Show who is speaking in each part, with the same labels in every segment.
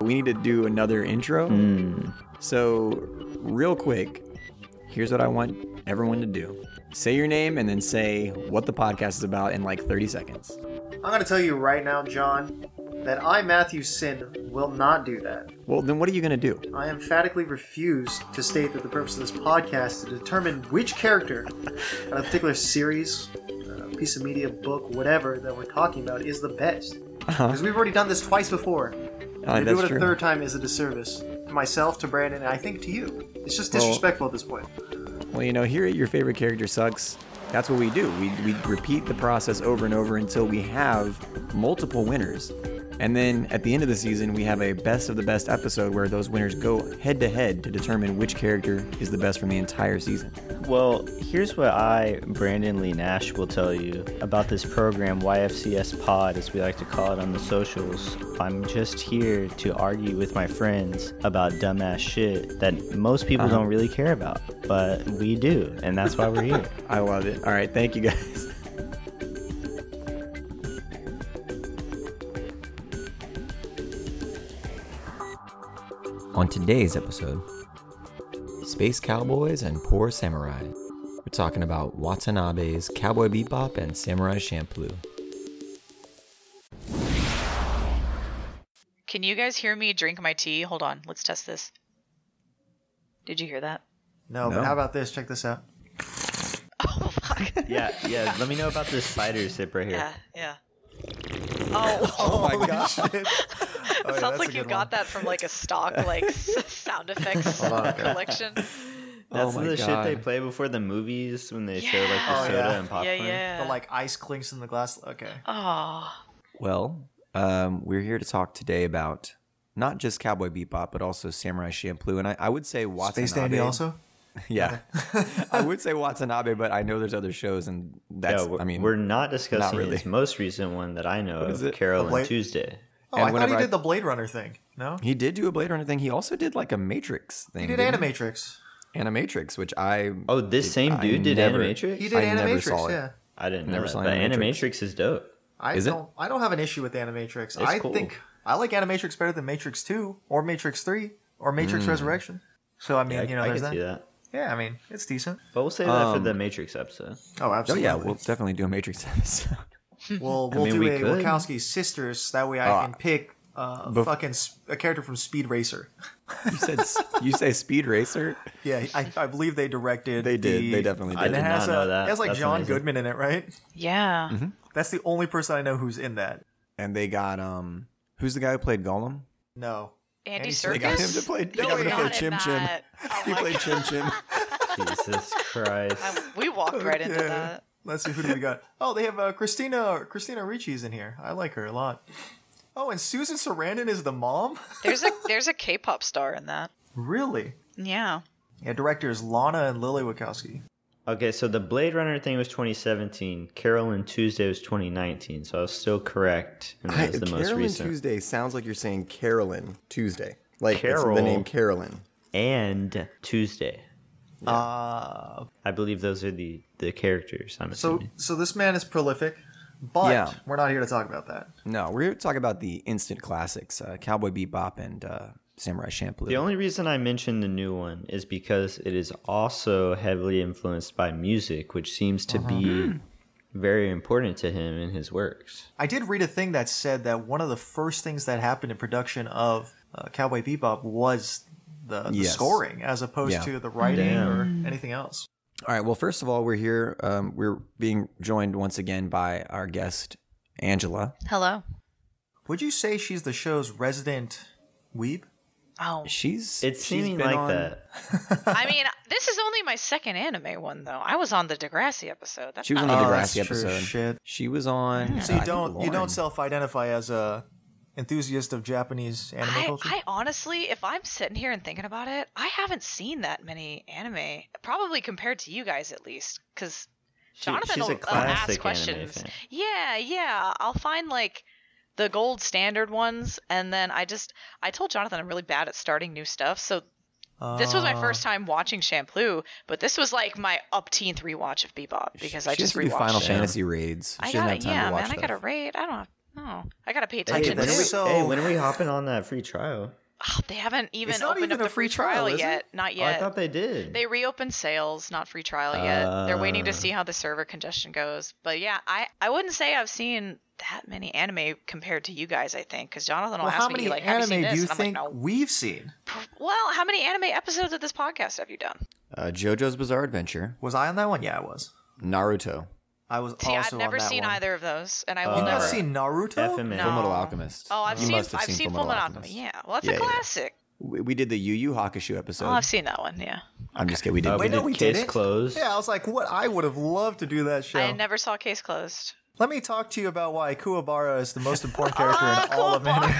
Speaker 1: we need to do another intro.
Speaker 2: Mm.
Speaker 1: So, real quick, here's what I want everyone to do say your name and then say what the podcast is about in like 30 seconds.
Speaker 3: I'm going to tell you right now, John, that I, Matthew Sin, will not do that.
Speaker 1: Well, then what are you going to do?
Speaker 3: I emphatically refuse to state that the purpose of this podcast is to determine which character in a particular series, uh, piece of media, book, whatever that we're talking about is the best. Because we've already done this twice before.
Speaker 1: Uh-huh. Uh,
Speaker 3: to do
Speaker 1: that's
Speaker 3: it a
Speaker 1: true.
Speaker 3: third time is a disservice to myself, to Brandon, and I think to you. It's just
Speaker 1: Well-
Speaker 3: disrespectful at this point.
Speaker 1: Well, you know, here at Your Favorite Character Sucks, that's what we do. We, we repeat the process over and over until we have multiple winners. And then at the end of the season, we have a best of the best episode where those winners go head to head to determine which character is the best from the entire season.
Speaker 2: Well, here's what I, Brandon Lee Nash, will tell you about this program, YFCS Pod, as we like to call it on the socials. I'm just here to argue with my friends about dumbass shit that most people
Speaker 1: Uh-huh.
Speaker 2: don't really care about, but we do, and that's why we're here.
Speaker 1: I love it. All right. Thank you guys.
Speaker 4: On today's episode, Space Cowboys and Poor Samurai. We're talking about Watanabe's Cowboy Bebop and Samurai Champloo.
Speaker 5: Can you guys hear me drink my tea? Hold on, let's test this. Did you hear that?
Speaker 3: No,
Speaker 1: No.
Speaker 3: but how about this? Check this out.
Speaker 5: Oh fuck.
Speaker 2: yeah, yeah. Let me know about this cider sip right here.
Speaker 5: Yeah, yeah. Oh,
Speaker 1: my God.
Speaker 5: it sounds like you got that from like a stock like s- sound effects collection.
Speaker 2: That's
Speaker 1: Oh my
Speaker 2: the shit they
Speaker 1: God.
Speaker 2: play before the movies when they
Speaker 5: Yeah.
Speaker 2: show like the
Speaker 3: Oh,
Speaker 2: soda
Speaker 3: yeah.
Speaker 2: and popcorn.
Speaker 5: Yeah, yeah.
Speaker 3: The like ice clinks in the glass. Okay.
Speaker 5: Oh,
Speaker 4: Well, um, we're here to talk today about not just Cowboy Bebop, but also Samurai Champloo. And I, I would say Watanabe.
Speaker 3: Space Dandy also?
Speaker 4: Yeah. I would say Watanabe, but I know there's other shows, and that's,
Speaker 2: Yeah, we're,
Speaker 4: I mean,
Speaker 2: we're not discussing
Speaker 4: really.
Speaker 2: his most recent one that I know
Speaker 4: is
Speaker 2: of,
Speaker 4: it?
Speaker 2: Carol
Speaker 3: Oh,
Speaker 2: and
Speaker 3: wait.
Speaker 2: Tuesday.
Speaker 3: Oh,
Speaker 1: And
Speaker 3: I thought he
Speaker 1: whenever I-
Speaker 3: did the Blade Runner thing. No?
Speaker 1: He did do a Blade Runner thing. He also did like a Matrix thing.
Speaker 3: He did
Speaker 1: didn't
Speaker 3: Animatrix.
Speaker 1: he? Animatrix, which I
Speaker 2: Oh, this same
Speaker 1: I
Speaker 2: dude did
Speaker 1: never-
Speaker 2: Animatrix.
Speaker 3: He did
Speaker 1: I never
Speaker 3: Animatrix,
Speaker 1: saw it.
Speaker 3: yeah.
Speaker 2: I didn't
Speaker 1: Never
Speaker 2: know
Speaker 1: saw
Speaker 2: that, but
Speaker 1: Animatrix.
Speaker 2: Animatrix is dope.
Speaker 3: I
Speaker 1: Is it?
Speaker 3: don't I don't have an issue with Animatrix. I
Speaker 2: cool.
Speaker 3: think I like Animatrix better than Matrix 2 or Matrix 3 or Matrix Resurrection. So I mean,
Speaker 2: Yeah,
Speaker 3: you know,
Speaker 2: I, I
Speaker 3: there's Um,
Speaker 2: can
Speaker 3: that.
Speaker 2: see that.
Speaker 3: Yeah, I mean, it's decent.
Speaker 2: But we'll save that for the Matrix episode.
Speaker 3: Oh,
Speaker 1: Oh
Speaker 3: absolutely.
Speaker 1: yeah, we'll definitely do a Matrix episode.
Speaker 3: we'll we'll
Speaker 2: mean,
Speaker 3: do
Speaker 2: we
Speaker 3: a
Speaker 2: could.
Speaker 3: Wachowski sisters that way I
Speaker 1: Oh,
Speaker 3: can pick uh,
Speaker 1: bef-
Speaker 3: fucking sp- a character from Speed Racer.
Speaker 1: you said s- you say Speed Racer.
Speaker 3: Yeah, I, I believe they directed.
Speaker 1: They did.
Speaker 3: the-
Speaker 1: They definitely
Speaker 2: I
Speaker 1: did.
Speaker 3: And it
Speaker 2: did
Speaker 3: has
Speaker 2: not know
Speaker 3: uh,
Speaker 2: that.
Speaker 3: It has like
Speaker 2: That's
Speaker 3: John
Speaker 2: amazing.
Speaker 3: Goodman in it, right?
Speaker 5: yeah.
Speaker 1: Mm-hmm.
Speaker 3: That's the only person I know who's in that.
Speaker 1: and they got um, who's the guy who played Gollum?
Speaker 3: No.
Speaker 5: Andy
Speaker 3: Serkis? They
Speaker 1: They got him to
Speaker 5: Circus.
Speaker 1: play.
Speaker 5: No,
Speaker 1: they
Speaker 5: we're
Speaker 1: got him to
Speaker 5: not
Speaker 1: play
Speaker 5: in
Speaker 1: Chim Chim.
Speaker 5: that.
Speaker 1: He played Chim Chim.
Speaker 2: Jesus Christ.
Speaker 5: I- Um, we walked right into
Speaker 3: Okay.
Speaker 5: that.
Speaker 3: Let's see who do we got. Oh, they have uh, Christina Christina Ricci's in here. I like her a lot. Oh, and Susan Sarandon is the mom.
Speaker 5: There's a there's a K-pop star in that.
Speaker 3: really?
Speaker 5: Yeah.
Speaker 3: Yeah. Directors Lana and Lily Wachowski.
Speaker 2: Okay, so the Blade Runner thing was 2017. Carol and Tuesday was 2019. So I was still correct. And that was the most
Speaker 1: Carolyn
Speaker 2: recent.
Speaker 1: Tuesday sounds like you're saying Carolyn Tuesday. Like
Speaker 2: it's the Carol. name
Speaker 1: Carolyn.
Speaker 2: And Tuesday.
Speaker 3: Uh,
Speaker 2: I believe those are the, the characters. I'm
Speaker 3: so
Speaker 2: assuming.
Speaker 3: so this man is prolific, but
Speaker 1: Yeah.
Speaker 3: we're not here to talk about that.
Speaker 1: No, we're here to talk about the instant classics: uh, Cowboy Bebop and uh, Samurai Champloo.
Speaker 2: The only reason I mentioned the new one is because it is also heavily influenced by music, which seems to
Speaker 3: Uh-huh.
Speaker 2: be very important to him in his works.
Speaker 3: I did read a thing that said that one of the first things that happened in production of uh, Cowboy Bebop was the, the
Speaker 1: Yes.
Speaker 3: scoring, as opposed
Speaker 1: Yeah.
Speaker 3: to the writing
Speaker 2: Damn.
Speaker 3: or anything else.
Speaker 1: All right. Well, first of all, we're here. Um, we're being joined once again by our guest Angela.
Speaker 5: Hello.
Speaker 3: Would you say she's the show's resident weeb?
Speaker 5: Oh,
Speaker 1: She's
Speaker 2: It's
Speaker 1: she's
Speaker 2: seeming
Speaker 1: been
Speaker 2: like
Speaker 1: on-
Speaker 2: that.
Speaker 5: I mean, this is only my second anime one though. I was on the Degrassi episode. That's
Speaker 1: She was on
Speaker 5: not
Speaker 1: the
Speaker 3: Oh,
Speaker 1: Degrassi
Speaker 3: that's true.
Speaker 1: episode.
Speaker 3: Shit.
Speaker 1: She was on.
Speaker 3: So
Speaker 1: uh,
Speaker 3: you
Speaker 1: I think
Speaker 3: don't you
Speaker 1: Lauren.
Speaker 3: don't self-identify as a enthusiast of Japanese anime
Speaker 5: I,
Speaker 3: culture.
Speaker 5: I honestly, if I'm sitting here and thinking about it, I haven't seen that many anime, probably compared to you guys at least, because
Speaker 2: She-
Speaker 5: Jonathan
Speaker 2: she's
Speaker 5: will,
Speaker 2: a
Speaker 5: will
Speaker 2: classic
Speaker 5: ask questions.
Speaker 2: anime fan.
Speaker 5: Yeah, yeah, I'll find like the gold standard ones, and then I just I told Jonathan I'm really bad at starting new stuff, so this was my
Speaker 3: Uh,
Speaker 5: first time watching Shampoo, but this was like my upteenth rewatch of Bebop because I
Speaker 1: she has
Speaker 5: just
Speaker 1: to do
Speaker 5: rewatched
Speaker 1: Final
Speaker 5: it.
Speaker 1: Fantasy raids. She
Speaker 5: I
Speaker 1: doesn't
Speaker 5: got
Speaker 1: have
Speaker 5: to
Speaker 1: time
Speaker 5: yeah,
Speaker 1: to watch
Speaker 5: man, I got to
Speaker 1: stuff.
Speaker 5: raid. I don't have No, I gotta pay
Speaker 2: Hey,
Speaker 5: attention
Speaker 2: when,
Speaker 5: too.
Speaker 2: are we, so...
Speaker 5: So,
Speaker 2: hey, when are we hopping on that free trial?
Speaker 5: they haven't even
Speaker 1: It's not
Speaker 5: opened
Speaker 1: even
Speaker 5: up
Speaker 1: a
Speaker 5: the free
Speaker 1: free trial,
Speaker 5: trial,
Speaker 1: is it?
Speaker 5: yet. Not
Speaker 2: Oh, I
Speaker 5: yet.
Speaker 2: thought they did.
Speaker 5: They reopened sales, not free trial yet. They're waiting
Speaker 2: Uh.
Speaker 5: to see how the server congestion goes. But yeah, I, I wouldn't say I've seen that many anime compared to you guys. I think because Jonathan will
Speaker 3: Well,
Speaker 5: ask
Speaker 3: how
Speaker 5: me
Speaker 3: many
Speaker 5: like, "Have you
Speaker 3: anime
Speaker 5: seen this?"
Speaker 3: do you
Speaker 5: and I'm
Speaker 3: think
Speaker 5: like, "No."
Speaker 3: we've seen?
Speaker 5: Well, how many anime episodes of this podcast have you done?
Speaker 4: Uh, JoJo's Bizarre Adventure,
Speaker 3: Was I on that one? Yeah, I was.
Speaker 4: Naruto,
Speaker 3: I was
Speaker 5: See,
Speaker 3: also
Speaker 5: I've never
Speaker 3: on that
Speaker 5: seen
Speaker 3: one.
Speaker 5: either of those, and I will
Speaker 2: Uh,
Speaker 3: You've
Speaker 5: never.
Speaker 3: not seen Naruto?
Speaker 2: FMA.
Speaker 5: No.
Speaker 4: Fullmetal Alchemist.
Speaker 5: Oh, I've
Speaker 4: You
Speaker 5: seen,
Speaker 4: must have
Speaker 5: I've seen Full Metal Alchemist. Yeah, well, that's
Speaker 4: Yeah,
Speaker 5: a
Speaker 4: yeah, yeah.
Speaker 5: classic.
Speaker 1: We, we did the Yu Yu Hakusho episode.
Speaker 5: Oh, I've seen that one. Yeah,
Speaker 4: I'm just kidding. We did.
Speaker 2: Uh,
Speaker 4: we
Speaker 3: Wait, no,
Speaker 2: did
Speaker 3: we
Speaker 2: Case
Speaker 3: didn't.
Speaker 2: Closed.
Speaker 3: Yeah, I was like, what? I would have loved to do that show.
Speaker 5: I never saw Case Closed.
Speaker 3: Let me talk to you about why Kuwabara is the most important character in all of anime.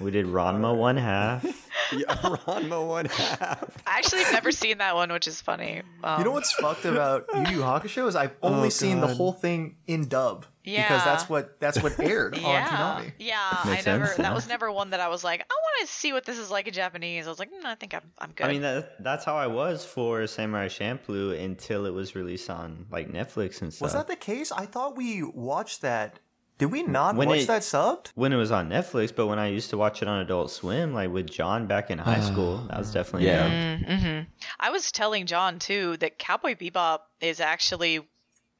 Speaker 2: We did Ranma one half.
Speaker 1: Yeah, Ranma one half.
Speaker 5: I actually have never seen that one, which is funny. Um,
Speaker 3: You know what's fucked about Yu Yu Hakusho is I've only seen the
Speaker 1: God.
Speaker 3: whole thing in dub because
Speaker 5: Yeah.
Speaker 3: that's what that's what aired
Speaker 5: Yeah,
Speaker 3: on Toonami.
Speaker 5: yeah.
Speaker 2: Makes
Speaker 5: I never.
Speaker 2: sense, yeah.
Speaker 5: That was never one that I was like, I want to see what this is like in Japanese. I was like, mm, I think I'm, I'm good.
Speaker 2: I mean, that, that's how I was for Samurai Champloo until it was released on like Netflix and stuff.
Speaker 3: Was that the case? I thought we watched that. Did we not
Speaker 2: When
Speaker 3: watch
Speaker 2: it-
Speaker 3: that subbed?
Speaker 2: when it was on Netflix, but when I used to watch it on Adult Swim, like with John back in high school, that was definitely
Speaker 4: yeah.
Speaker 2: yeah.
Speaker 5: mm-hmm. I was telling John too that Cowboy Bebop is actually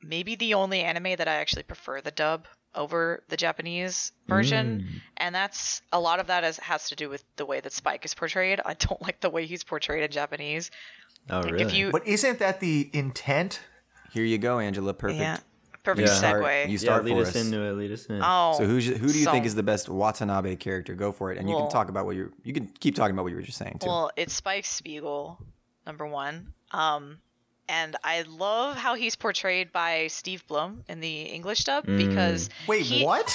Speaker 5: maybe the only anime that I actually prefer the dub over the Japanese version,
Speaker 2: Mm.
Speaker 5: and that's a lot of that is, has to do with the way that Spike is portrayed. I don't like the way he's portrayed in Japanese.
Speaker 2: Oh,
Speaker 5: Like
Speaker 2: really?
Speaker 5: if you,
Speaker 3: But isn't that the intent?
Speaker 1: Here you go, Angela. Perfect.
Speaker 5: yeah, perfect
Speaker 2: Yeah.
Speaker 1: Start-
Speaker 5: segue.
Speaker 1: you
Speaker 2: yeah,
Speaker 1: start
Speaker 2: lead
Speaker 1: for
Speaker 2: us,
Speaker 1: us.
Speaker 2: into it. Lead us in.
Speaker 5: oh,
Speaker 1: So who's, who do you think
Speaker 5: so-
Speaker 1: is the best Watanabe character? Go for it, and you
Speaker 5: Well-
Speaker 1: can talk about what you're. You can keep talking about what you were just saying too.
Speaker 5: Well, it's Spike Spiegel, number one. Um, and I love how he's portrayed by Steve Blum in the English dub
Speaker 1: Mm.
Speaker 5: because
Speaker 3: Wait,
Speaker 5: he-
Speaker 3: what?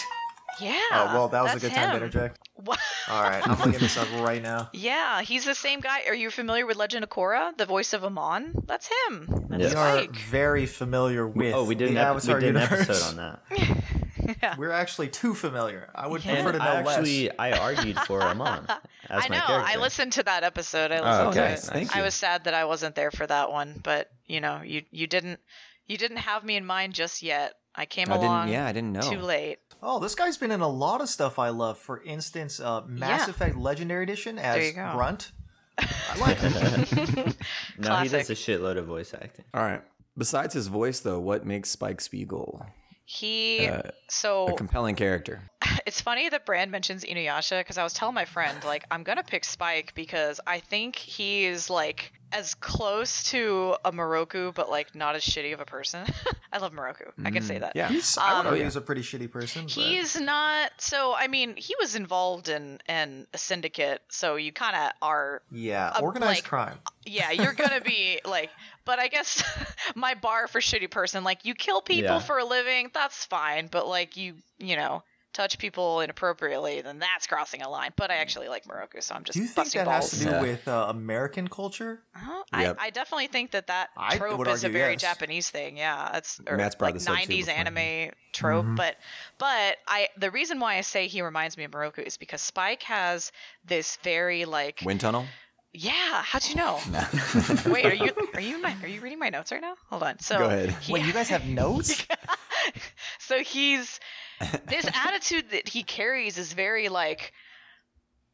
Speaker 5: Yeah.
Speaker 3: Oh, well, that was a
Speaker 5: that's
Speaker 3: good time to
Speaker 5: him.
Speaker 3: interject.
Speaker 5: What-
Speaker 3: All right, I'm looking this up right now.
Speaker 5: yeah, he's the same guy. Are you familiar with Legend of Korra? The voice of Amon? That's him. That's
Speaker 2: Yeah.
Speaker 3: We are
Speaker 5: Spike.
Speaker 3: very familiar with.
Speaker 2: oh, we did an,
Speaker 3: the
Speaker 2: ep- we
Speaker 3: Avatar
Speaker 2: did an
Speaker 3: universe.
Speaker 2: episode on that.
Speaker 3: We're actually too familiar. I would
Speaker 5: Yeah.
Speaker 3: prefer to know
Speaker 2: I actually,
Speaker 3: less.
Speaker 2: I argued for Amon as
Speaker 5: I
Speaker 2: my
Speaker 5: know.
Speaker 2: character.
Speaker 5: I listened to that episode. I
Speaker 2: Oh,
Speaker 5: listened to
Speaker 2: okay.
Speaker 5: it.
Speaker 1: Thank
Speaker 5: I
Speaker 1: you.
Speaker 5: was sad that I wasn't there for that one, but you know, you you didn't you didn't have me in mind just yet. I came
Speaker 1: I
Speaker 5: along
Speaker 1: didn't. Yeah, I didn't know.
Speaker 5: too late.
Speaker 3: Oh, this guy's been in a lot of stuff I love. For instance, uh, Mass
Speaker 5: Yeah.
Speaker 3: Effect Legendary Edition
Speaker 5: There
Speaker 3: as
Speaker 5: you go.
Speaker 3: Grunt. I like him.
Speaker 2: No, he does a
Speaker 5: Classic.
Speaker 2: shitload of voice acting.
Speaker 1: All right. Besides his voice, though, what makes Spike Spiegel
Speaker 5: He
Speaker 1: Uh,
Speaker 5: so
Speaker 1: a compelling character?
Speaker 5: it's funny that Brand mentions Inuyasha because I was telling my friend like I'm gonna pick Spike because I think he is like as close to a Moroku but like not as shitty of a person. I love Moroku. I can say that.
Speaker 1: Mm, Yeah.
Speaker 3: He's, I would
Speaker 5: Um,
Speaker 3: argue he's a pretty shitty person. but-
Speaker 5: He's not so I mean, he was involved in in a syndicate, so you kind of are
Speaker 3: yeah,
Speaker 5: a-
Speaker 3: organized
Speaker 5: like-
Speaker 3: crime.
Speaker 5: yeah, you're gonna be like, but I guess my bar for shitty person, like you kill people
Speaker 2: Yeah.
Speaker 5: for a living, that's fine, but like you, you know, touch people inappropriately, then that's crossing a line. But I actually like Moroku, so I'm just
Speaker 3: Mm. Do you think
Speaker 5: busting
Speaker 3: that
Speaker 5: balls.
Speaker 3: has to do
Speaker 2: Yeah.
Speaker 3: with uh, American culture?
Speaker 5: Huh?
Speaker 1: Yep.
Speaker 5: I, I definitely think that that
Speaker 3: I
Speaker 5: trope
Speaker 3: would
Speaker 5: is a
Speaker 3: argue
Speaker 5: very
Speaker 3: yes.
Speaker 5: Japanese thing. Yeah, it's or
Speaker 1: Matt's brought
Speaker 5: like
Speaker 1: this up too
Speaker 5: 90s
Speaker 1: before.
Speaker 5: anime trope.
Speaker 3: Mm-hmm.
Speaker 5: But but I the reason why I say he reminds me of Moroku is because Spike has this very like
Speaker 1: Wind tunnel.
Speaker 5: yeah, how'd you know? Wait, are you are you my, are you reading my notes right now? Hold on. So
Speaker 1: Go ahead.
Speaker 5: he-
Speaker 3: Wait, you guys have notes?
Speaker 5: so he's this attitude that he carries is very like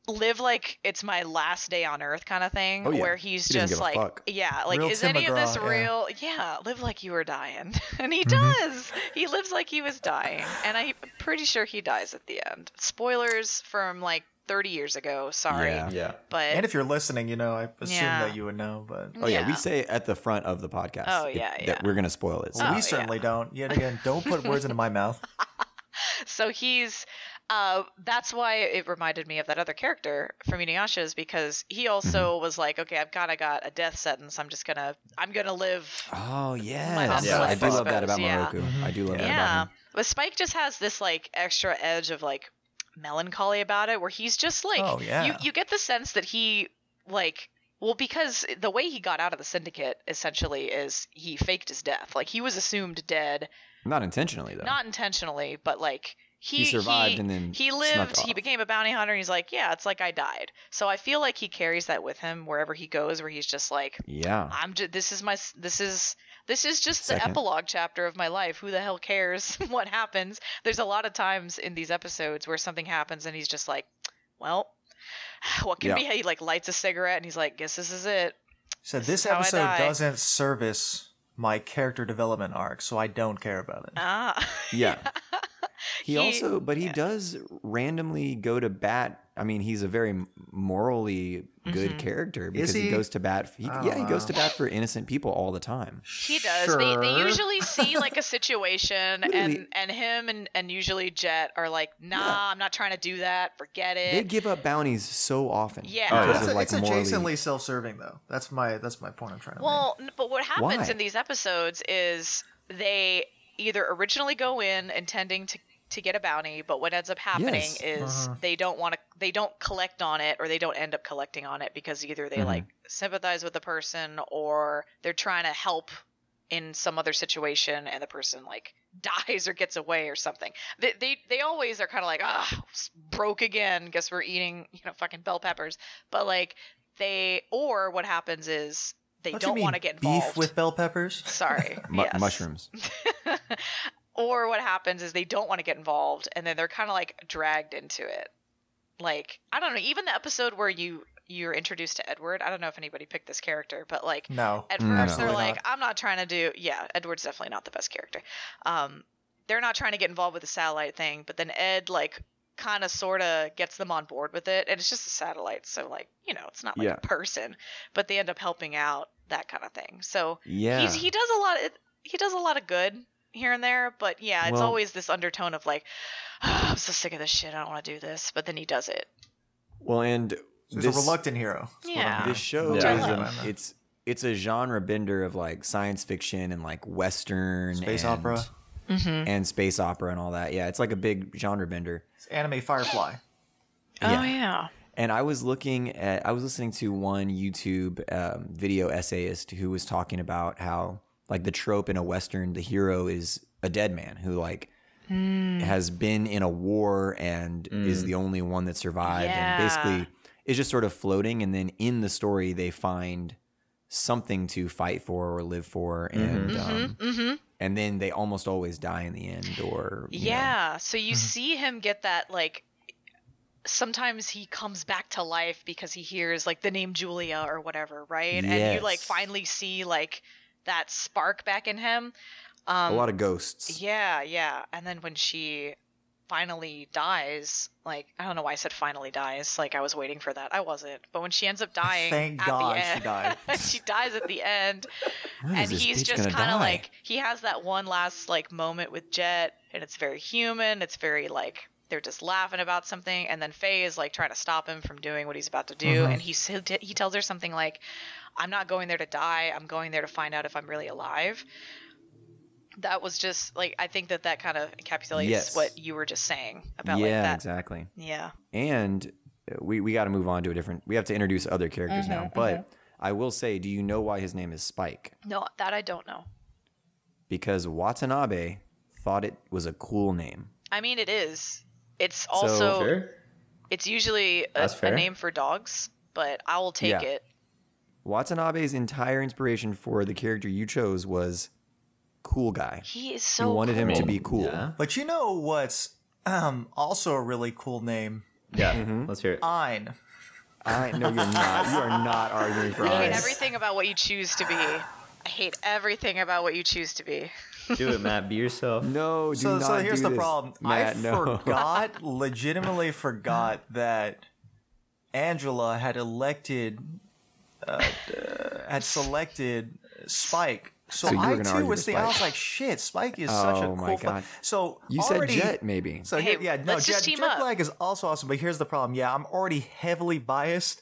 Speaker 5: live like it's my last day on earth kind of thing
Speaker 1: Oh, yeah.
Speaker 5: where he's
Speaker 1: He doesn't give
Speaker 5: just
Speaker 1: a
Speaker 5: like
Speaker 1: fuck.
Speaker 5: yeah like
Speaker 3: Real
Speaker 5: is
Speaker 3: Tim
Speaker 5: any of this
Speaker 3: McGraw, yeah.
Speaker 5: real yeah live like you were dying and he
Speaker 1: Mm-hmm.
Speaker 5: does he lives like he was dying and i'm pretty sure he dies at the end spoilers from like 30 years ago sorry
Speaker 1: Yeah.
Speaker 2: Yeah.
Speaker 5: but
Speaker 3: And if you're listening, you know, I assume
Speaker 5: Yeah.
Speaker 3: that you would know, but
Speaker 1: Oh yeah. we say at the front of the podcast.
Speaker 5: Oh,
Speaker 1: if-
Speaker 5: yeah, yeah.
Speaker 1: That we're gonna spoil it. So
Speaker 5: Oh,
Speaker 3: we
Speaker 5: yeah.
Speaker 3: certainly don't. Yet again, don't put words into my mouth.
Speaker 5: so he's uh that's why it reminded me of that other character from Inuyasha is because he also was like okay I've kind of got a death sentence I'm just gonna I'm gonna live
Speaker 1: Oh yes,
Speaker 5: husband,
Speaker 1: yeah. I do
Speaker 5: I
Speaker 1: love that about
Speaker 5: suppose, yeah.
Speaker 1: Moroku. I do love
Speaker 5: yeah,
Speaker 1: that about him.
Speaker 5: but Spike just has this like extra edge of like melancholy about it where he's just like
Speaker 3: Oh, yeah.
Speaker 5: you you get the sense that he like well because the way he got out of the syndicate essentially is he faked his death like he was assumed dead
Speaker 1: Not intentionally though.
Speaker 5: not intentionally but like he,
Speaker 1: He survived and then
Speaker 5: he
Speaker 1: snuck
Speaker 5: lived. He
Speaker 1: off.
Speaker 5: became a bounty hunter. And he's like, yeah, it's like I died. So I feel like he carries that with him wherever he goes, where he's just like,
Speaker 1: Yeah.
Speaker 5: I'm just this is my s- this is this is just the
Speaker 1: Second.
Speaker 5: epilogue chapter of my life. Who the hell cares what happens? There's a lot of times in these episodes where something happens and he's just like, well, what can
Speaker 1: Yeah.
Speaker 5: be? He like lights a cigarette and he's like, guess this is it.
Speaker 3: So
Speaker 5: This
Speaker 3: this
Speaker 5: is how I
Speaker 3: episode
Speaker 5: die.
Speaker 3: doesn't service my character development arc, so I don't care about it.
Speaker 5: Ah,
Speaker 1: Yeah. He,
Speaker 5: He-
Speaker 1: also, but he does randomly go to bat. I mean, he's a very m- morally good character because he?
Speaker 3: Mm-hmm. he?
Speaker 1: goes to bat. He,
Speaker 3: Oh,
Speaker 1: yeah, he goes
Speaker 3: wow.
Speaker 1: to bat for innocent people all the time.
Speaker 5: he does. They, they
Speaker 3: Sure.
Speaker 5: usually see like a situation and
Speaker 1: Literally.
Speaker 5: and him and and usually Jet are like, nah, I'm not trying to do that. Forget it.
Speaker 1: They give up bounties so often.
Speaker 5: Yeah.
Speaker 1: because
Speaker 5: Oh,
Speaker 1: of,
Speaker 3: It's,
Speaker 1: like,
Speaker 3: it's
Speaker 1: morally-
Speaker 3: adjacently self-serving, though. That's my that's my point I'm trying to
Speaker 5: Well, n- but what happens
Speaker 1: Why?
Speaker 5: in these episodes is they either originally go in intending to to get a bounty, but what ends up happening
Speaker 1: Yes. Uh-huh.
Speaker 5: is they don't want to they don't collect on it or they don't end up collecting on it because either
Speaker 1: Mm-hmm.
Speaker 5: they like sympathize with the person or they're trying to help in some other situation and the person like dies or gets away or something. They they, they always are kind of like ah s- broke again. Guess we're eating you know fucking bell peppers. But like they or what happens is they
Speaker 3: make. What do you
Speaker 5: don't want to
Speaker 3: mean,
Speaker 5: get involved.
Speaker 3: Beef with bell peppers.
Speaker 5: Sorry,
Speaker 1: Mu-
Speaker 5: yes.
Speaker 1: Mushrooms.
Speaker 5: Or what happens is they don't want to get involved and then they're kind of like dragged into it. Like I don't know. Even the episode where you you're introduced to Edward. I don't know if anybody picked this character, but like
Speaker 3: No,
Speaker 5: at
Speaker 1: Mm,
Speaker 5: first,
Speaker 3: absolutely
Speaker 5: they're like,
Speaker 3: not.
Speaker 5: "I'm not trying to do." Yeah, Edward's definitely not the best character. Um, they're not trying to get involved with the satellite thing, but then Ed like kind of sort of gets them on board with it, and it's just a satellite, so like you know, it's not like
Speaker 1: Yeah.
Speaker 5: a person, but they end up helping out that kind of thing. So
Speaker 1: Yeah.
Speaker 5: he's, he does a lot. It, he does a lot of good here and there, but yeah, it's
Speaker 1: Well-
Speaker 5: always this undertone of like, "I'm so sick of this shit. I don't want to do this," but then he does it.
Speaker 1: well, and
Speaker 3: There's
Speaker 1: this,
Speaker 3: a reluctant hero.
Speaker 5: Yeah.
Speaker 1: this show
Speaker 2: Yeah.
Speaker 1: is
Speaker 3: Yeah.
Speaker 1: a, it's it's a genre bender of like science fiction and like western
Speaker 3: Space
Speaker 1: and-
Speaker 3: opera, Mm-hmm.
Speaker 1: and space opera and all that. Yeah, it's like a big genre bender.
Speaker 3: It's anime Firefly.
Speaker 5: Oh yeah.
Speaker 1: And I was looking at, I was listening to one YouTube um, video essayist who was talking about how, like, the trope in a Western, the hero is a dead man who, like,
Speaker 5: Mm.
Speaker 1: has been in a war and is the only one that survived
Speaker 5: Yeah.
Speaker 1: and basically is just sort of floating. And then in the story, they find something to fight for or live for. And,
Speaker 5: Mm-hmm.
Speaker 1: um, and then they almost always die in the end or, you know. Mm-hmm.
Speaker 5: Yeah. So you see him get that like sometimes he comes back to life because he hears like the name Julia or whatever, right? And you like
Speaker 1: Yes.
Speaker 5: finally see like that spark back in him. Um,
Speaker 1: a lot of ghosts.
Speaker 5: Yeah, yeah. And then when she finally dies, like I don't know why I said finally dies, like I was waiting for that. I wasn't. But when she ends up dying
Speaker 3: Thank
Speaker 5: at
Speaker 3: God
Speaker 5: the
Speaker 3: she
Speaker 5: end,
Speaker 3: died.
Speaker 5: she dies at the end
Speaker 1: When
Speaker 5: and
Speaker 1: is this
Speaker 5: he's
Speaker 1: bitch
Speaker 5: just
Speaker 1: gonna
Speaker 5: kind
Speaker 1: die?
Speaker 5: of like he has that one last like moment with Jet, and it's very human. It's very like they're just laughing about something, and then Faye is like trying to stop him from doing what he's about to do,
Speaker 1: Mm-hmm.
Speaker 5: and he s- he tells her something like, "I'm not going there to die. I'm going there to find out if I'm really alive." That was just like I think that that kind of encapsulates
Speaker 1: Yes.
Speaker 5: what you were just saying about
Speaker 1: yeah,
Speaker 5: like that.
Speaker 1: exactly.
Speaker 5: Yeah.
Speaker 1: and uh, we, we got to move on to a different we have to introduce other characters now
Speaker 3: Mm-hmm,
Speaker 1: but i will say do you know why his name is spike
Speaker 5: No, that I don't know.
Speaker 1: because watanabe thought it was a cool name
Speaker 5: I mean, it is. It's also
Speaker 2: Sure.
Speaker 5: it's usually a,
Speaker 2: That's
Speaker 5: a
Speaker 2: fair.
Speaker 5: name for dogs, but I will take
Speaker 1: Yeah.
Speaker 5: it.
Speaker 1: watanabe's entire inspiration for the character you chose was cool guy
Speaker 5: He is
Speaker 1: he
Speaker 5: so.
Speaker 1: wanted him to
Speaker 2: cool.
Speaker 1: be cool
Speaker 2: Yeah.
Speaker 3: But you know what's um, also a really cool name?
Speaker 2: Yeah. Let's hear it.
Speaker 3: Ein.
Speaker 1: i know you're not you are not arguing for
Speaker 5: I hate
Speaker 1: eyes.
Speaker 5: everything about what you choose to be. I hate everything about what you choose to be.
Speaker 2: Do it, Matt. Be yourself.
Speaker 1: no do
Speaker 3: So,
Speaker 1: not
Speaker 3: so here's
Speaker 1: do
Speaker 3: the
Speaker 1: this.
Speaker 3: problem.
Speaker 1: Matt,
Speaker 3: I
Speaker 1: no.
Speaker 3: forgot, legitimately forgot that Angela had elected, uh, uh, had selected Spike. So,
Speaker 1: So you were
Speaker 3: I
Speaker 1: gonna argue
Speaker 3: too was
Speaker 1: with
Speaker 3: thinking, I
Speaker 1: Spike.
Speaker 3: was like, shit, Spike is such a
Speaker 1: Oh
Speaker 3: cool.
Speaker 1: my
Speaker 3: fu-
Speaker 1: God.
Speaker 3: So
Speaker 1: you
Speaker 3: already,
Speaker 1: said jet maybe
Speaker 3: So
Speaker 5: Hey,
Speaker 3: here, yeah, no,
Speaker 5: let's
Speaker 3: jet,
Speaker 5: just team
Speaker 3: jet
Speaker 5: up.
Speaker 3: lag is also awesome, but here's the problem. Yeah, I'm already heavily biased.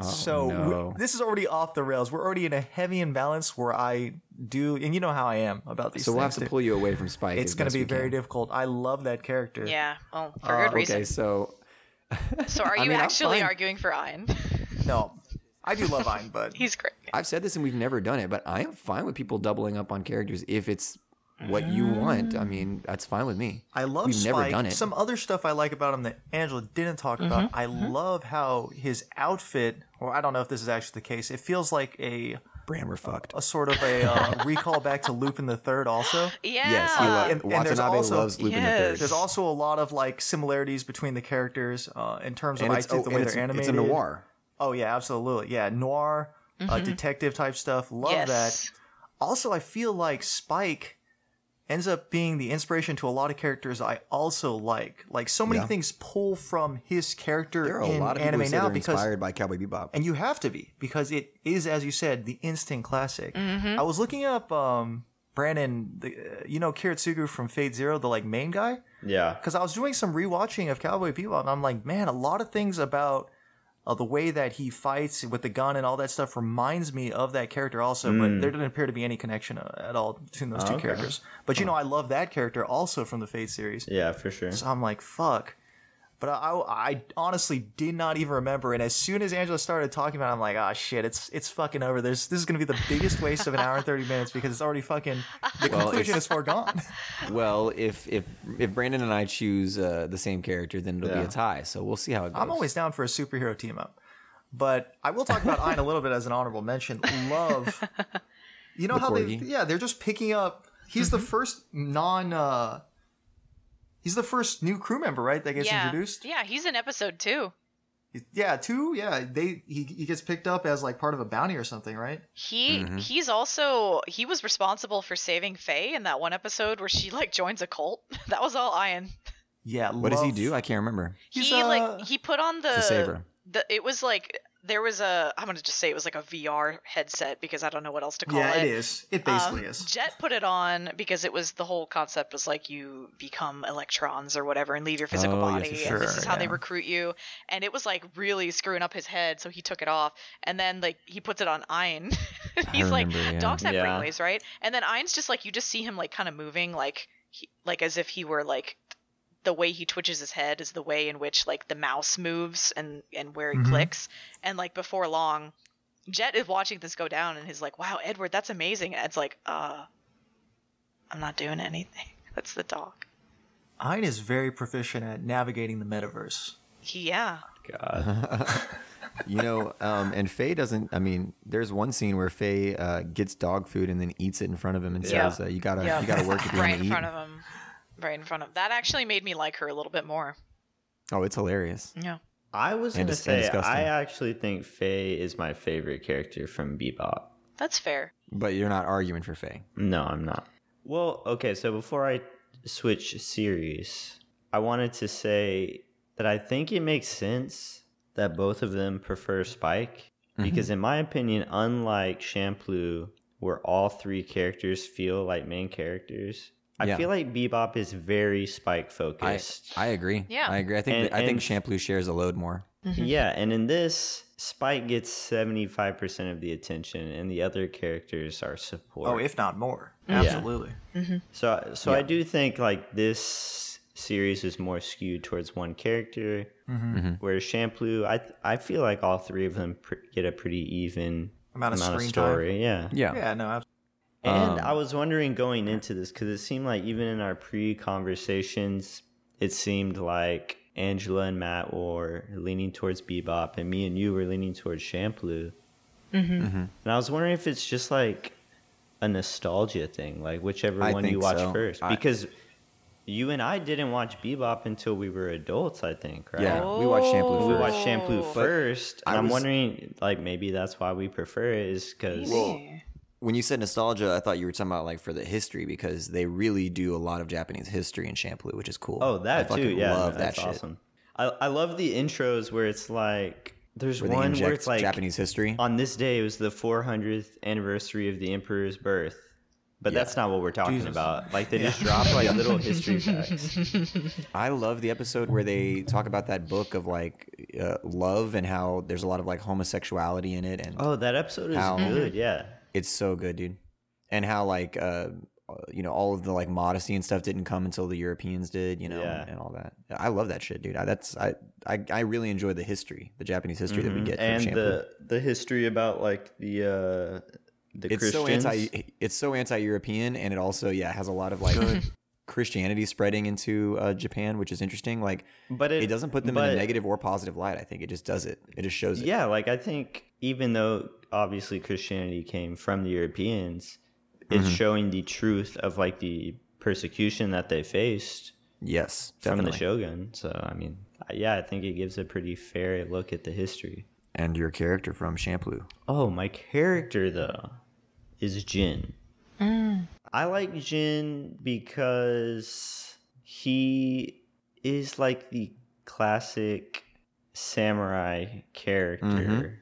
Speaker 3: so we-
Speaker 1: Oh, no.
Speaker 3: this is already off the rails. We're already in a heavy imbalance where I do, and you know how I am about these.
Speaker 1: so we'll have
Speaker 3: things,
Speaker 1: to
Speaker 3: too.
Speaker 1: pull you away from spike
Speaker 3: It's
Speaker 1: as
Speaker 3: going to
Speaker 1: best
Speaker 3: be
Speaker 1: we
Speaker 3: very
Speaker 1: can.
Speaker 3: difficult. I love that character.
Speaker 5: Yeah. Well, for good reason.
Speaker 1: Uh, okay so
Speaker 5: So are you
Speaker 1: mean, I'm
Speaker 5: actually
Speaker 1: fine.
Speaker 5: arguing for Ian?
Speaker 3: No, I do love Ein, but
Speaker 5: He's great.
Speaker 1: I've said this and we've never done it, but I am fine with people doubling up on characters if it's what you want, I mean, that's fine with me.
Speaker 3: Mm. I love
Speaker 1: We've
Speaker 3: Spike.
Speaker 1: never done it.
Speaker 3: Some other stuff I like about him that Angela didn't talk about.
Speaker 5: Mm-hmm.
Speaker 3: I love how his outfit, or I don't know if this is actually the case, it feels like a
Speaker 1: Bram, we're fucked.
Speaker 3: a sort of a uh, recall back to Lupin the Third. Also,
Speaker 5: Yeah.
Speaker 1: Yes, he lo-
Speaker 3: And- and there's
Speaker 1: Watanabe
Speaker 3: also-
Speaker 1: loves Lupin the
Speaker 5: Yes.
Speaker 1: Third.
Speaker 3: there's also a lot of like similarities between the characters uh, in terms of
Speaker 1: and
Speaker 3: I
Speaker 1: it's,
Speaker 3: think
Speaker 1: oh,
Speaker 3: the
Speaker 1: and
Speaker 3: way
Speaker 1: it's,
Speaker 3: they're animated.
Speaker 1: it's a noir.
Speaker 3: Oh yeah, absolutely. Yeah, noir, uh, detective type stuff. Love that.
Speaker 5: yes.
Speaker 3: Also, I feel like Spike ends up being the inspiration to a lot of characters I also like. Like so many
Speaker 1: Yeah.
Speaker 3: things pull from his character
Speaker 1: There are a
Speaker 3: in
Speaker 1: lot of people
Speaker 3: anime
Speaker 1: who say
Speaker 3: now
Speaker 1: they're
Speaker 3: because
Speaker 1: inspired by Cowboy Bebop.
Speaker 3: and you have to be because it is as you said the instant classic. I was looking up um Brandon, the, uh, you know Kiritsugu from Fate Zero, the like main guy
Speaker 2: Yeah.
Speaker 3: because I was doing some rewatching of Cowboy Bebop, and I'm like, man, a lot of things about uh, the way that he fights with the gun and all that stuff reminds me of that character also.
Speaker 1: Hmm.
Speaker 3: But there didn't appear to be any connection uh, at all between
Speaker 1: Oh,
Speaker 3: those two characters. But you know, I love that character also from the Fate series.
Speaker 2: Yeah, for sure.
Speaker 3: So I'm like, fuck. But I, I, I honestly did not even remember. And as soon as Angela started talking about, it, I'm like, ah, shit, it's it's fucking over. There's this is gonna be the biggest waste of an hour and thirty minutes because it's already fucking the
Speaker 1: Well,
Speaker 3: conclusion
Speaker 1: it's-
Speaker 3: is foregone.
Speaker 1: Well, if if if Brandon and I choose uh, the same character, then it'll
Speaker 2: Yeah.
Speaker 1: be a tie. So we'll see how it goes.
Speaker 3: I'm always down for a superhero team up. But I will talk about Ayn a little bit as an honorable mention. Love. You know how they
Speaker 1: corgi.
Speaker 3: yeah, they're just picking up he's the first non uh he's the first new crew member, right, that gets
Speaker 5: yeah.
Speaker 3: introduced?
Speaker 5: Yeah, he's in episode two.
Speaker 3: Yeah, two, yeah. They he, he gets picked up as like part of a bounty or something, right?
Speaker 5: He
Speaker 1: Mm-hmm.
Speaker 5: he's also he was responsible for saving Faye in that one episode where she like joins a cult. that was all Ian.
Speaker 3: Yeah,
Speaker 1: what does he do? I can't remember.
Speaker 3: He's,
Speaker 5: he
Speaker 3: uh,
Speaker 5: like he put on the
Speaker 1: a saver.
Speaker 5: the it was like there was a I'm gonna just say it was like a VR headset because I don't know what else to call
Speaker 3: yeah,
Speaker 5: it.
Speaker 3: it is. It basically
Speaker 5: Um,
Speaker 3: is.
Speaker 5: Jet put it on because it was the whole concept was like you become electrons or whatever and leave your physical
Speaker 1: Oh, yes,
Speaker 5: body.
Speaker 1: yes,
Speaker 5: and this
Speaker 1: sure,
Speaker 5: is how they
Speaker 1: yeah.
Speaker 5: recruit you. And it was like really screwing up his head, so he took it off. And then like he puts it on Ayn. He's like,
Speaker 1: remember, yeah.
Speaker 5: dogs have
Speaker 2: Yeah.
Speaker 5: brainwaves, right? And then Ayn's just like you just see him like kind of moving, like he, like as if he were like the way he twitches his head is the way in which like the mouse moves and and where
Speaker 1: Mm-hmm.
Speaker 5: he clicks. And like before long, Jet is watching this go down and he's like, "Wow, Edward, that's amazing." And Ed's like, "Uh, I'm not doing anything. That's the dog."
Speaker 3: Ayn is very proficient at navigating the metaverse.
Speaker 5: He, yeah,
Speaker 2: God.
Speaker 1: You know, um, and Faye doesn't. I mean, there's one scene where Faye uh, gets dog food and then eats it in front of him and
Speaker 5: Yeah.
Speaker 1: says, uh, "You gotta,
Speaker 5: Yeah.
Speaker 1: you gotta work if you
Speaker 5: right
Speaker 1: want to
Speaker 5: in
Speaker 1: eat."
Speaker 5: front of him, right in front of. That actually made me like her a little bit more.
Speaker 1: Oh, it's hilarious.
Speaker 5: Yeah.
Speaker 2: I was
Speaker 1: And
Speaker 2: going to
Speaker 1: dis- and
Speaker 2: say,
Speaker 1: disgusting.
Speaker 2: I actually think Faye is my favorite character from Bebop.
Speaker 5: That's fair.
Speaker 1: But you're not arguing for Faye.
Speaker 2: No, I'm not. Well, okay, so before I switch series, I wanted to say that I think it makes sense that both of them prefer Spike
Speaker 1: Mm-hmm.
Speaker 2: because in my opinion, unlike Shampoo where all three characters feel like main characters, I
Speaker 1: Yeah.
Speaker 2: feel like Bebop is very Spike
Speaker 1: I,
Speaker 2: focused.
Speaker 1: I agree.
Speaker 5: Yeah.
Speaker 1: I agree. I think,
Speaker 2: And-
Speaker 1: that- I think
Speaker 2: and-
Speaker 1: Shampoo shares a load more.
Speaker 2: Yeah, and in this, Spike gets 75% of the attention and the other characters are support.
Speaker 3: Oh, if not more.
Speaker 2: Yeah.
Speaker 3: Absolutely.
Speaker 2: So, so I
Speaker 1: Yeah.
Speaker 2: do think like this series is more skewed towards one character,
Speaker 3: Mm-hmm.
Speaker 2: whereas Shampoo, I I feel like all three of them pr- get a pretty even
Speaker 3: Amount of screen time.
Speaker 2: story. Yeah,
Speaker 1: Yeah.
Speaker 3: Yeah, no, absolutely.
Speaker 1: Um,
Speaker 2: and I was wondering going into this because it seemed like even in our pre conversations, it seemed like Angela and Matt were leaning towards Bebop, and me and you were leaning towards Shampoo.
Speaker 1: Mm-hmm.
Speaker 2: And I was wondering if it's just like a nostalgia thing, like whichever
Speaker 1: I
Speaker 2: one you
Speaker 1: think
Speaker 2: watch
Speaker 1: so.
Speaker 2: first,
Speaker 1: I-
Speaker 2: because you and I didn't watch Bebop until we were adults, I think, right?
Speaker 1: Yeah. We watch Shampoo
Speaker 2: We
Speaker 1: first.
Speaker 2: watched Shampoo
Speaker 5: Oh.
Speaker 2: first, and
Speaker 1: I
Speaker 2: I'm
Speaker 1: was-
Speaker 2: wondering, like, maybe that's why we prefer it, is because
Speaker 5: Maybe.
Speaker 1: When you said nostalgia, I thought you were talking about like for the history because they really do a lot of Japanese history in Shampoo, which is cool.
Speaker 2: Oh, that
Speaker 1: I
Speaker 2: too.
Speaker 1: fucking
Speaker 2: Yeah,
Speaker 1: love
Speaker 2: no,
Speaker 1: that
Speaker 2: that's
Speaker 1: shit.
Speaker 2: awesome. I, I love the intros where it's like there's
Speaker 1: Where they
Speaker 2: one where
Speaker 1: inject
Speaker 2: it's like
Speaker 1: Japanese history.
Speaker 2: on this day it was the 400th anniversary of the emperor's birth, but that's not what we're talking about. Like they just drop like little history facts.
Speaker 1: I love the episode where they talk about that book of like uh, love and how there's a lot of like homosexuality in it, and
Speaker 2: Oh, that episode is
Speaker 1: How-
Speaker 2: good. Yeah,
Speaker 1: it's so good, dude. And how like uh, uh, you know all of the like modesty and stuff didn't come until the Europeans did, you know,
Speaker 2: Yeah.
Speaker 1: and all that. I love that shit, dude. I, that's I, I I really enjoy
Speaker 2: Mm-hmm.
Speaker 1: the history, the Japanese history that we get from
Speaker 2: and
Speaker 1: shampoo.
Speaker 2: the the history about like the uh, the
Speaker 1: it's so
Speaker 2: Christians.
Speaker 1: anti it's so anti-European and it also yeah has a lot of like Christianity spreading into uh, Japan, which is interesting. Like
Speaker 2: but
Speaker 1: it, doesn't put them in a
Speaker 2: but-
Speaker 1: negative or positive light. I think it just does it. It just shows it.
Speaker 2: Yeah, like I think even though obviously Christianity came from the Europeans, it's showing the truth of like the persecution that they faced
Speaker 1: Yes,
Speaker 2: from
Speaker 1: definitely.
Speaker 2: the shogun. So I mean, yeah, I think it gives a pretty fair look at the history.
Speaker 1: And your character from Champloo.
Speaker 2: Oh, my character though is Jin. I like Jin because he is like the classic samurai character,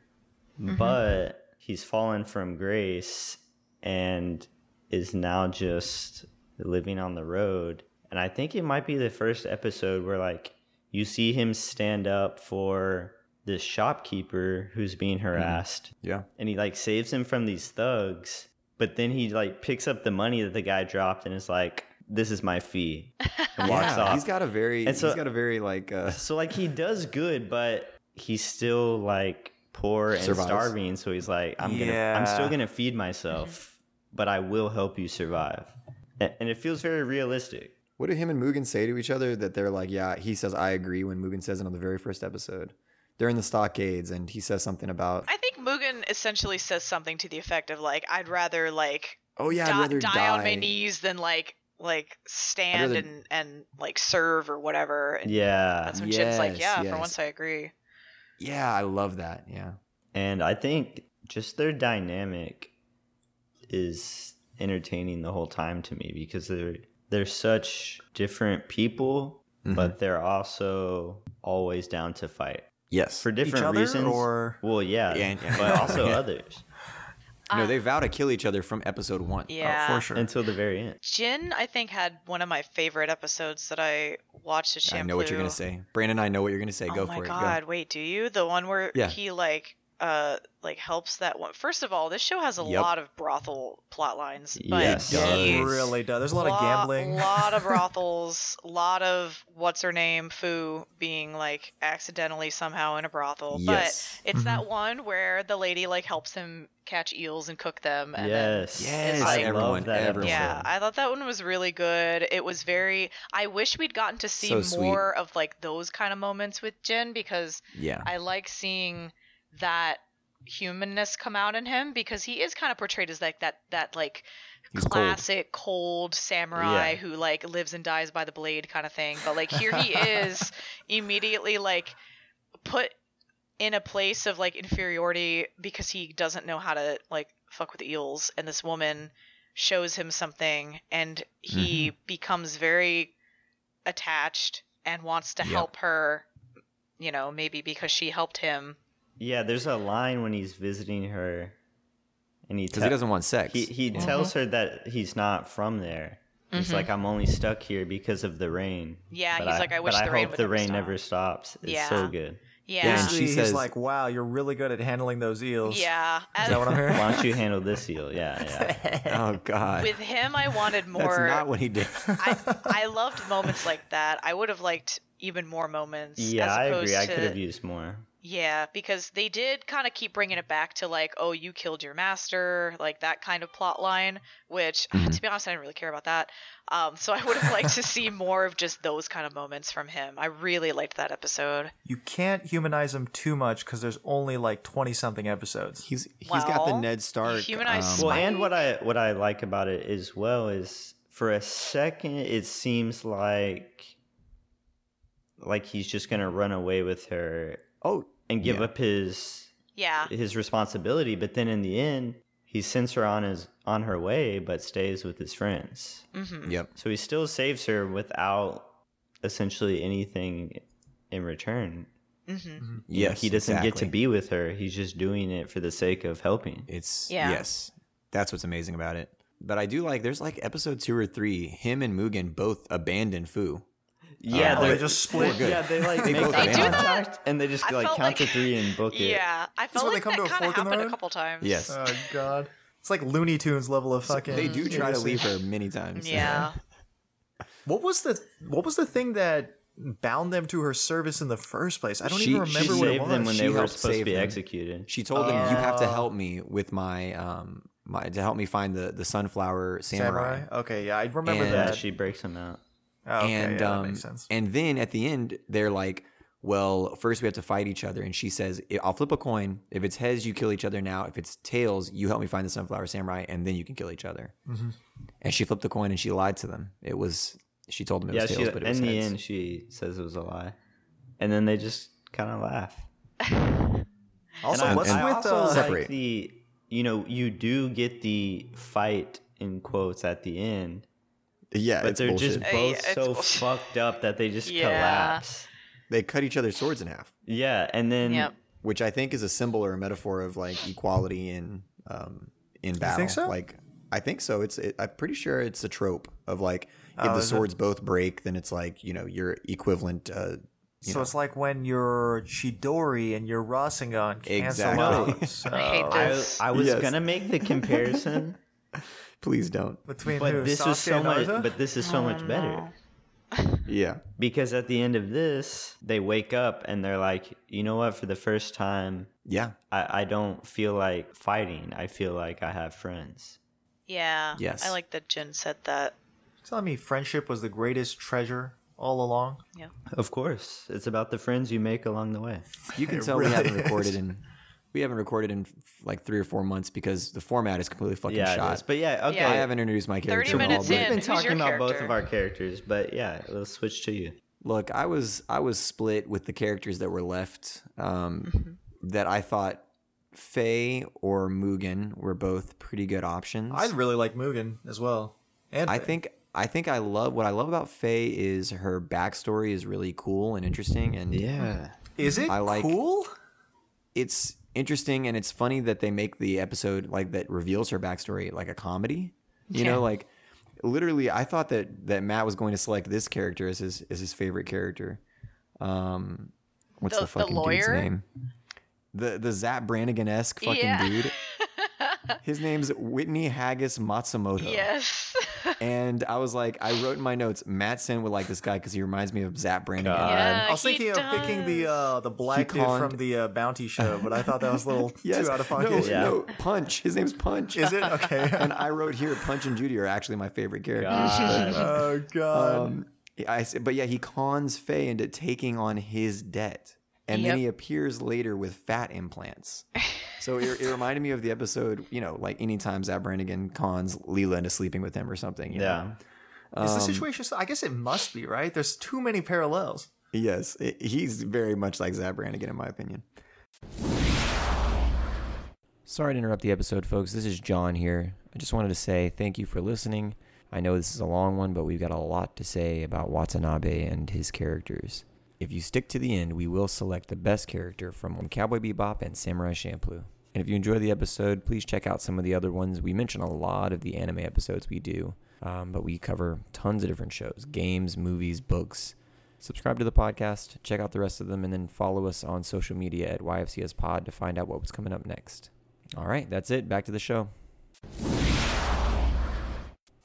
Speaker 2: Mm-hmm. but he's fallen from grace and is now just living on the road. And I think it might be the first episode where like you see him stand up for this shopkeeper who's being harassed
Speaker 1: Yeah.
Speaker 2: and he like saves him from these thugs but then he like picks up the money that the guy dropped and is like this is my fee and walks
Speaker 1: yeah,
Speaker 2: off
Speaker 1: he's got a very
Speaker 2: And so-
Speaker 1: he's got a very like uh,
Speaker 2: so like he does good but he's still like poor and
Speaker 1: Survives.
Speaker 2: starving so he's like i'm gonna i'm still
Speaker 3: Yeah.
Speaker 2: gonna feed myself but i will help you survive and, and it feels very realistic
Speaker 1: what do him and Mugen say to each other that they're like, yeah, he says I agree when Mugen says it on the very first episode. They're in the stockades and he says something about
Speaker 5: I think Mugen essentially says something to the effect of like, "I'd rather like
Speaker 1: Oh yeah, I'd
Speaker 5: di-
Speaker 1: rather
Speaker 5: die,
Speaker 1: die
Speaker 5: on my knees than like like stand
Speaker 1: rather-
Speaker 5: and and like serve or whatever." And
Speaker 2: yeah
Speaker 5: That's when Jin's like,
Speaker 1: yes,
Speaker 5: "Yeah,
Speaker 1: yes.
Speaker 5: for once I agree."
Speaker 1: Yeah, I love that. Yeah.
Speaker 2: And I think just their dynamic is entertaining the whole time to me because they're they're such different people,
Speaker 1: Mm-hmm.
Speaker 2: but they're also always down to fight
Speaker 1: Yes.
Speaker 2: for different
Speaker 3: other,
Speaker 2: reasons.
Speaker 3: or-
Speaker 2: well, yeah,
Speaker 1: Yeah, yeah.
Speaker 2: but also others
Speaker 5: Uh,
Speaker 1: no, uh, they vow to kill each other from episode one.
Speaker 5: Yeah.
Speaker 3: oh, for sure.
Speaker 2: until the very end.
Speaker 5: Jin, I think, had one of my favorite episodes that I watched at Shampoo.
Speaker 1: I know what you're gonna say, Brandon. I know what you're gonna say.
Speaker 5: Oh
Speaker 1: Go
Speaker 5: my
Speaker 1: for it.
Speaker 5: god,
Speaker 1: Go.
Speaker 5: wait, do you? The one where
Speaker 1: Yeah.
Speaker 5: he like uh like helps that one. First of all, this show has a
Speaker 1: Yep.
Speaker 5: lot of brothel plot lines, but
Speaker 2: Yes.
Speaker 5: he-
Speaker 3: It really does. There's a lot of gambling.
Speaker 5: lot of brothels, lot of what's her name, Foo, being like accidentally somehow in a brothel.
Speaker 1: Yes.
Speaker 5: But it's that
Speaker 3: Mm-hmm.
Speaker 5: one where the lady like helps him catch eels and cook them. And then-
Speaker 2: Yes,
Speaker 1: Yes,
Speaker 2: I
Speaker 1: everyone,
Speaker 2: love that.
Speaker 1: everyone.
Speaker 5: uh, yeah,
Speaker 2: episode.
Speaker 5: I thought that one was really good. It was very. I wish we'd gotten to see
Speaker 1: So sweet.
Speaker 5: more of like those kind of moments with Jin because
Speaker 1: Yeah.
Speaker 5: I like seeing that humanness come out in him because he is kind of portrayed as like that that like
Speaker 1: He's cold.
Speaker 5: classic cold, samurai
Speaker 2: Yeah.
Speaker 5: who like lives and dies by the blade kind of thing. But like here he is immediately like put in a place of like inferiority because he doesn't know how to like fuck with eels and this woman shows him something and he
Speaker 2: Mm-hmm.
Speaker 5: becomes very attached and wants to help her you know maybe because she helped him
Speaker 2: yeah. There's a line when he's visiting her, and he
Speaker 1: Because he
Speaker 2: tell-
Speaker 1: doesn't want sex.
Speaker 2: He he tells
Speaker 5: Uh-huh.
Speaker 2: her that he's not from there. He's like, I'm only stuck here because of the rain.
Speaker 5: Mm-hmm. Yeah,
Speaker 2: But
Speaker 5: he's like, I wish
Speaker 2: but
Speaker 5: the rain
Speaker 2: hope
Speaker 5: would
Speaker 2: the
Speaker 5: never
Speaker 2: rain
Speaker 5: stop."
Speaker 2: never stops. It's so
Speaker 5: Yeah.
Speaker 2: good.
Speaker 5: yeah
Speaker 1: And she
Speaker 3: Basically,
Speaker 1: says-
Speaker 3: he's like, "Wow, you're really good at handling those eels."
Speaker 5: yeah
Speaker 3: Is that what I'm hearing?
Speaker 2: Why don't you handle this eel? Yeah, yeah.
Speaker 1: oh God.
Speaker 5: with him i wanted more
Speaker 1: That's not what he did.
Speaker 5: I, I loved moments like that i would have liked even more moments
Speaker 2: Yeah,
Speaker 5: as
Speaker 2: I
Speaker 5: opposed
Speaker 2: agree. I
Speaker 5: to-
Speaker 2: could have used more.
Speaker 5: yeah because they did kind of keep bringing it back to like oh you killed your master like that kind of plot line which uh,
Speaker 3: Mm-hmm.
Speaker 5: to be honest i didn't really care about that um, so i would have liked to see more of just those kind of moments from him i really liked that episode
Speaker 3: You can't humanize them too much because there's only like twenty something episodes.
Speaker 1: He's he's got the
Speaker 5: Well,
Speaker 1: Ned
Speaker 5: you
Speaker 1: Stark.
Speaker 5: humanize
Speaker 1: um,
Speaker 2: Well,
Speaker 5: Spike?
Speaker 2: and what I what I like about it as well is for a second it seems like like he's just gonna run away with her
Speaker 1: oh,
Speaker 2: and give
Speaker 1: Yeah.
Speaker 2: up his
Speaker 5: yeah
Speaker 2: his responsibility, but then in the end, he sends her on his on her way, but stays with his friends.
Speaker 5: Mm-hmm,
Speaker 1: yep.
Speaker 2: So he still saves her without essentially anything in return.
Speaker 5: mm-hmm.
Speaker 1: Yes.
Speaker 2: he doesn't get to
Speaker 1: exactly.
Speaker 2: be with her. He's just doing it for the sake of helping.
Speaker 1: It's
Speaker 5: Yeah.
Speaker 1: yes. That's what's amazing about it. But I do like there's like episode two or three, him and Mugen both abandon Fu.
Speaker 2: Yeah,
Speaker 1: Oh,
Speaker 3: they
Speaker 2: they're-
Speaker 3: just split.
Speaker 2: Yeah, they like
Speaker 1: They
Speaker 2: make
Speaker 1: both
Speaker 2: eye
Speaker 1: abandon her.
Speaker 2: contact and Uh, they just
Speaker 5: I
Speaker 2: like
Speaker 5: felt
Speaker 2: count to
Speaker 5: like-
Speaker 2: three and book it.
Speaker 5: yeah i felt
Speaker 3: when they
Speaker 5: like
Speaker 3: come
Speaker 5: that
Speaker 3: to a
Speaker 5: kind of
Speaker 3: fork in the
Speaker 5: happened a
Speaker 3: road?
Speaker 5: couple times
Speaker 1: Yes.
Speaker 3: Oh God, it's like Looney Tunes level of fucking.
Speaker 1: they do try to
Speaker 3: idiocy.
Speaker 1: leave her many times.
Speaker 5: yeah
Speaker 3: What was the What was the thing that bound them to her service in the first place? I don't
Speaker 1: She-
Speaker 3: even
Speaker 1: she
Speaker 3: remember
Speaker 2: She
Speaker 3: what it
Speaker 2: saved
Speaker 3: was.
Speaker 2: them when
Speaker 1: She
Speaker 2: they were
Speaker 1: helped
Speaker 2: supposed to
Speaker 1: save
Speaker 2: be
Speaker 1: them.
Speaker 3: Oh.
Speaker 2: executed.
Speaker 1: She told him, "You have to help me with my um my, to help me find the the sunflower samurai.
Speaker 3: Okay, yeah, I remember
Speaker 1: And-
Speaker 2: Yeah,
Speaker 3: that.
Speaker 2: she breaks him out.
Speaker 3: oh, okay,
Speaker 1: and
Speaker 3: yeah,
Speaker 1: um,
Speaker 3: that makes sense.
Speaker 1: and then at the end they're like, well, first we have to fight each other, and she says, "I- I'll flip a coin. If it's heads, you kill each other now. If it's tails, you help me find the sunflower samurai, and then you can kill each other.
Speaker 3: Mhm.
Speaker 1: And she flipped the coin and she lied to them. It was she told them it
Speaker 2: Yeah,
Speaker 1: was
Speaker 2: she,
Speaker 1: tails, but it was
Speaker 2: in the
Speaker 1: heads.
Speaker 2: end, she says it was a lie, and then they just kind of laugh.
Speaker 3: Also,
Speaker 2: and I-
Speaker 3: what's
Speaker 1: and-
Speaker 3: with
Speaker 2: also
Speaker 3: uh,
Speaker 1: Separate.
Speaker 2: like the you know you do get the fight in quotes at the end,
Speaker 1: yeah,
Speaker 2: but
Speaker 1: it's
Speaker 2: they're
Speaker 1: bullshit.
Speaker 2: just
Speaker 5: Hey,
Speaker 2: both
Speaker 5: it's
Speaker 2: so
Speaker 5: bullshit.
Speaker 2: fucked up that they just
Speaker 5: Yeah.
Speaker 2: collapse.
Speaker 1: they cut each other's swords in half,
Speaker 2: Yeah, and then
Speaker 5: Yep.
Speaker 1: which I think is a symbol or a metaphor of like equality in um, in battle.
Speaker 3: think so?
Speaker 1: Like I think so. It's it, I'm pretty sure it's a trope of like if
Speaker 3: Oh,
Speaker 1: the
Speaker 3: is it?
Speaker 1: swords both break, then it's like you know your equivalent. Uh, you
Speaker 3: so
Speaker 1: know.
Speaker 3: it's like when your Chidori and your Rasengan cancel
Speaker 1: Exactly.
Speaker 3: out.
Speaker 5: I hate
Speaker 3: So-
Speaker 2: I,
Speaker 5: this.
Speaker 2: I was
Speaker 1: Yes.
Speaker 2: gonna make the comparison,
Speaker 1: Please don't.
Speaker 3: Between who,
Speaker 2: but this
Speaker 3: Sasuke
Speaker 2: was so
Speaker 3: and
Speaker 2: much.
Speaker 3: Naruto?
Speaker 2: But this is so much better
Speaker 1: Yeah.
Speaker 2: because at the end of this, they wake up and they're like, you know what? For the first time,
Speaker 1: Yeah.
Speaker 2: I, I don't feel like fighting. I feel like I have friends.
Speaker 5: Yeah.
Speaker 1: Yes.
Speaker 5: I like that Jin said that.
Speaker 3: telling me friendship was the greatest treasure all along.
Speaker 5: Yeah.
Speaker 2: Of course, it's about the friends you make along the way.
Speaker 1: You can
Speaker 3: It
Speaker 1: tell
Speaker 3: really
Speaker 1: we haven't
Speaker 3: is.
Speaker 1: recorded in we haven't recorded in like three or four months because the format is completely fucking
Speaker 2: yeah, it
Speaker 1: shot.
Speaker 2: is. but yeah, okay.
Speaker 5: Yeah.
Speaker 1: I haven't introduced my character. at all,
Speaker 5: minutes
Speaker 1: but-
Speaker 2: We've been
Speaker 5: Who's your
Speaker 2: talking about both
Speaker 5: character?
Speaker 2: of our characters, but yeah, let's switch to you.
Speaker 1: Look, I was I was split with the characters that were left. Um, That I thought Faye or Mugen were both pretty good options.
Speaker 3: I really like Mugen as well. And
Speaker 1: I think I think I love what I love about Faye is her backstory is really cool and interesting, and
Speaker 2: Yeah.
Speaker 3: is it
Speaker 1: I like-
Speaker 3: cool?
Speaker 1: it's interesting and it's funny that they make the episode like that reveals her backstory like a comedy. You
Speaker 5: Yeah.
Speaker 1: know, like literally, I thought that that Matt was going to select this character as his as his favorite character. Um, what's the,
Speaker 5: The- the
Speaker 1: fucking dude's
Speaker 5: lawyer?
Speaker 1: name? The the Zap Brannigan esque fucking
Speaker 5: Yeah.
Speaker 1: dude. His name's Whitney Haggis
Speaker 3: Oh.
Speaker 1: Matsumoto.
Speaker 5: Yes.
Speaker 1: And I was like, I wrote in my notes, Matt Sin would like this guy because he reminds me of Zap Brannigan.
Speaker 2: God.
Speaker 5: yeah,
Speaker 3: I was
Speaker 5: he
Speaker 3: thinking of picking the
Speaker 5: does.
Speaker 3: uh, the black dude
Speaker 1: conned-
Speaker 3: from the uh, Bounty Show, but I thought that was a little
Speaker 1: Yes.
Speaker 3: too out of
Speaker 1: no,
Speaker 3: pocket.
Speaker 2: Yeah.
Speaker 1: no, Punch. His name's Punch.
Speaker 3: Is it okay?
Speaker 1: and I wrote here, Punch and Judy are actually my favorite characters.
Speaker 2: God.
Speaker 3: oh god.
Speaker 1: Um, I said, but yeah, he cons Faye into taking on his debt, and
Speaker 5: Yep.
Speaker 1: then he appears later with fat implants. So it, it reminded me of the episode, you know, like anytime Zap Brannigan cons Leela into sleeping with him or something. you know?
Speaker 2: yeah.
Speaker 1: Um,
Speaker 3: is the situation? I guess it must be right. There's too many parallels.
Speaker 1: Yes, it- he's very much like Zap Brannigan, in my opinion. Sorry to interrupt the episode, folks. This is John here. I just wanted to say thank you for listening. I know this is a long one, but we've got a lot to say about Watanabe and his characters. If you stick to the end, we will select the best character from Cowboy Bebop and Samurai Champloo. And if you enjoy the episode, please check out some of the other ones. We mention a lot of the anime episodes we do, um, but we cover tons of different shows games, movies, books subscribe to the podcast, check out the rest of them, and then follow us on social media at YFCS Pod to find out what was coming up next. All right, that's it. Back to the show.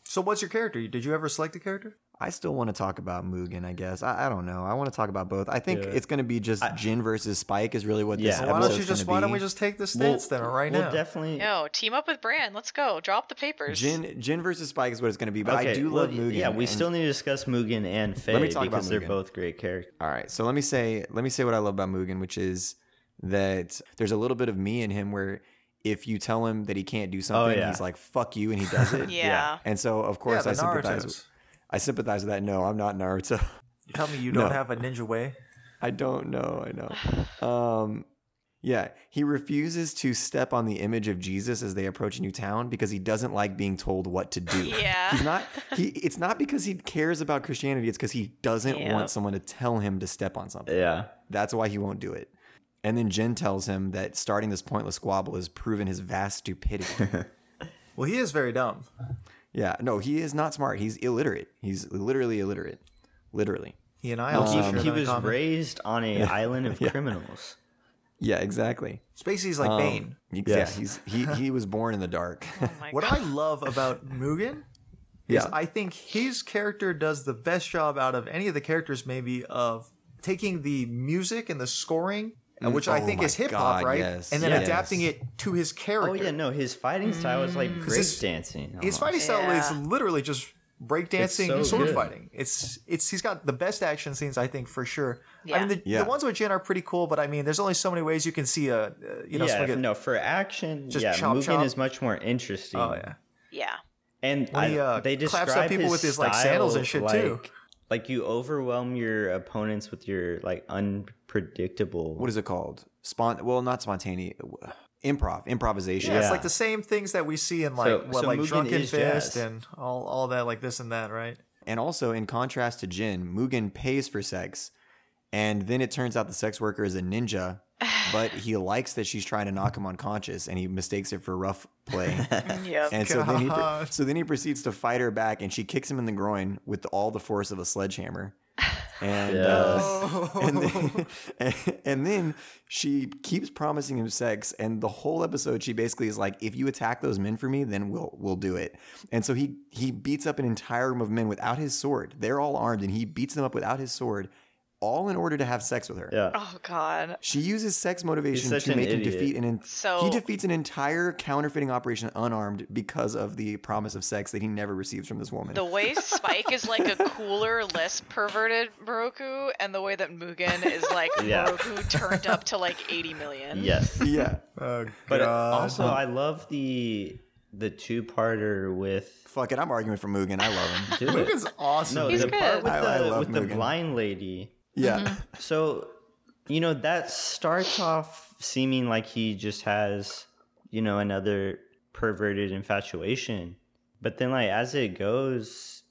Speaker 3: So, what's your character? Did you ever select a character?
Speaker 1: I still want to talk about Mugen, I guess. I, I don't know. I want to talk about both. I think
Speaker 2: Yeah.
Speaker 1: it's going to be just
Speaker 2: I-
Speaker 1: Jin versus Spike is really what this
Speaker 2: Yeah.
Speaker 1: episode's
Speaker 3: Why don't you just?
Speaker 1: gonna
Speaker 3: Why don't
Speaker 1: be.
Speaker 3: we just take the
Speaker 2: We'll-
Speaker 3: stance then right
Speaker 2: we'll
Speaker 3: now?
Speaker 2: definitely.
Speaker 5: No, team up with Bran. Let's go. Drop the papers.
Speaker 1: Jin Jin versus Spike is what it's going to be. But I
Speaker 2: Okay,
Speaker 1: do
Speaker 2: well,
Speaker 1: love Mugen.
Speaker 2: Yeah, we
Speaker 1: and-
Speaker 2: still need to discuss Mugen and Faye
Speaker 1: me talk about
Speaker 2: because they're
Speaker 1: Mugen.
Speaker 2: both great characters.
Speaker 1: All right. So let me say let me say what I love about Mugen, which is that there's a little bit of me in him where if you tell him that he can't do something,
Speaker 2: yeah.
Speaker 1: he's like "fuck you" and he does it.
Speaker 5: Yeah.
Speaker 1: And so, of
Speaker 3: yeah,
Speaker 1: course,
Speaker 3: the
Speaker 1: I sympathize. With,
Speaker 3: Naruto's.
Speaker 1: I sympathize with that. No, I'm not Naruto.
Speaker 3: You tell me you don't
Speaker 1: No.
Speaker 3: have a ninja way.
Speaker 1: I don't know. I know. Um, yeah, he refuses to step on the image of Jesus as they approach a new town because he doesn't like being told what to do.
Speaker 5: Yeah.
Speaker 1: He's not. He. It's not because he cares about Christianity. It's because he doesn't
Speaker 5: Yeah.
Speaker 1: want someone to tell him to step on something.
Speaker 2: Yeah.
Speaker 1: That's why he won't do it. And then Jen tells him that starting this pointless squabble has proven his vast stupidity.
Speaker 3: Well, he is very dumb.
Speaker 1: yeah. No, he is not smart. He's illiterate. He's literally illiterate. Literally.
Speaker 3: He and I.
Speaker 2: Well,
Speaker 3: also
Speaker 2: he-
Speaker 3: share
Speaker 2: he
Speaker 3: that
Speaker 2: was
Speaker 3: common.
Speaker 2: raised on a island of criminals.
Speaker 1: Yeah. Exactly.
Speaker 3: Spacey's
Speaker 1: Um,
Speaker 3: like Bane.
Speaker 1: Yeah, he's he he was born in the dark.
Speaker 5: Oh my
Speaker 3: What
Speaker 5: God.
Speaker 3: I love about Mugen is
Speaker 1: yeah.
Speaker 3: I think his character does the best job out of any of the characters, maybe, of taking the music and the scoring uh, which I
Speaker 1: Oh
Speaker 3: think
Speaker 1: my
Speaker 3: is hip hop,
Speaker 1: God,
Speaker 3: right?
Speaker 1: yes,
Speaker 3: and then
Speaker 1: yes.
Speaker 3: adapting it to his character. Mm.
Speaker 2: Oh yeah, no, his fighting style is like
Speaker 3: this-
Speaker 2: breakdancing.
Speaker 3: His fighting
Speaker 2: almost.
Speaker 3: style is
Speaker 5: Yeah.
Speaker 3: literally just breakdancing
Speaker 2: so
Speaker 3: and sword
Speaker 2: good.
Speaker 3: fighting. It's it's he's got the best action scenes I think for sure. I
Speaker 5: Yeah.
Speaker 3: mean the,
Speaker 1: Yeah.
Speaker 3: the ones with Jin are pretty cool, but I mean there's only so many ways you can see a uh, you know
Speaker 2: yeah,
Speaker 3: someone get-
Speaker 2: no, for action,
Speaker 3: Just
Speaker 2: yeah,
Speaker 3: chop,
Speaker 2: moving
Speaker 3: chop.
Speaker 2: is much more interesting.
Speaker 3: Oh yeah.
Speaker 5: Yeah.
Speaker 2: and
Speaker 3: When he,
Speaker 2: I-
Speaker 3: uh,
Speaker 2: they
Speaker 3: claps up
Speaker 2: describe
Speaker 3: people
Speaker 2: his
Speaker 3: with his, like,
Speaker 2: style
Speaker 3: sandals and shit,
Speaker 2: like,
Speaker 3: too.
Speaker 2: Like you overwhelm your opponents with your like unpredictable.
Speaker 1: What is it called? Spont? Well, not spontaneous. Improv, improvisation.
Speaker 3: Yeah, it's
Speaker 2: Yeah.
Speaker 3: like the same things that we see in like
Speaker 2: So-
Speaker 3: what
Speaker 2: so
Speaker 3: like
Speaker 2: Mugen
Speaker 3: Drunken
Speaker 2: is
Speaker 3: Fist
Speaker 2: jazz.
Speaker 3: and all all that like this and that, right?
Speaker 1: And also, in contrast to Jin, Mugen pays for sex, and then it turns out the sex worker is a ninja, but he likes that she's trying to knock him unconscious, and he mistakes it for rough play.
Speaker 5: Yep.
Speaker 1: And so then, he, pr-
Speaker 3: God.
Speaker 1: so then he proceeds to fight her back, and she kicks him in the groin with all the force of a sledgehammer. And uh, and then, and then she keeps promising him sex and the whole episode she basically is like if you attack those men for me then we'll we'll do it and so he he beats up an entire room of men without his sword they're all armed and he beats them up without his sword all in order to have sex with her
Speaker 2: Yeah,
Speaker 5: Oh God.
Speaker 1: she uses sex motivation
Speaker 2: such
Speaker 1: to
Speaker 2: an
Speaker 1: make him
Speaker 2: idiot.
Speaker 1: defeat an en-
Speaker 5: So-
Speaker 1: he defeats an entire counterfeiting operation unarmed because of the promise of sex that he never receives from this woman
Speaker 5: The way Spike is like a cooler, less perverted Moroku, and the way that Mugen is like
Speaker 2: Yeah.
Speaker 5: Moroku turned up to like 80 million.
Speaker 2: yes.
Speaker 1: yeah
Speaker 3: Oh,
Speaker 2: But uh,
Speaker 3: God.
Speaker 2: also, I love the the two parter with.
Speaker 1: fuck it i'm arguing for mugen i love him
Speaker 2: Dude,
Speaker 3: Mugen's awesome.
Speaker 2: no,
Speaker 5: He's
Speaker 2: the part
Speaker 5: good.
Speaker 2: with
Speaker 1: I- I
Speaker 2: the,
Speaker 1: love
Speaker 2: with the
Speaker 1: Mugen.
Speaker 2: blind lady.
Speaker 1: yeah
Speaker 5: Mm-hmm.
Speaker 2: So, you know, that starts off seeming like he just has, you know, another perverted infatuation. But then, like, as it goes,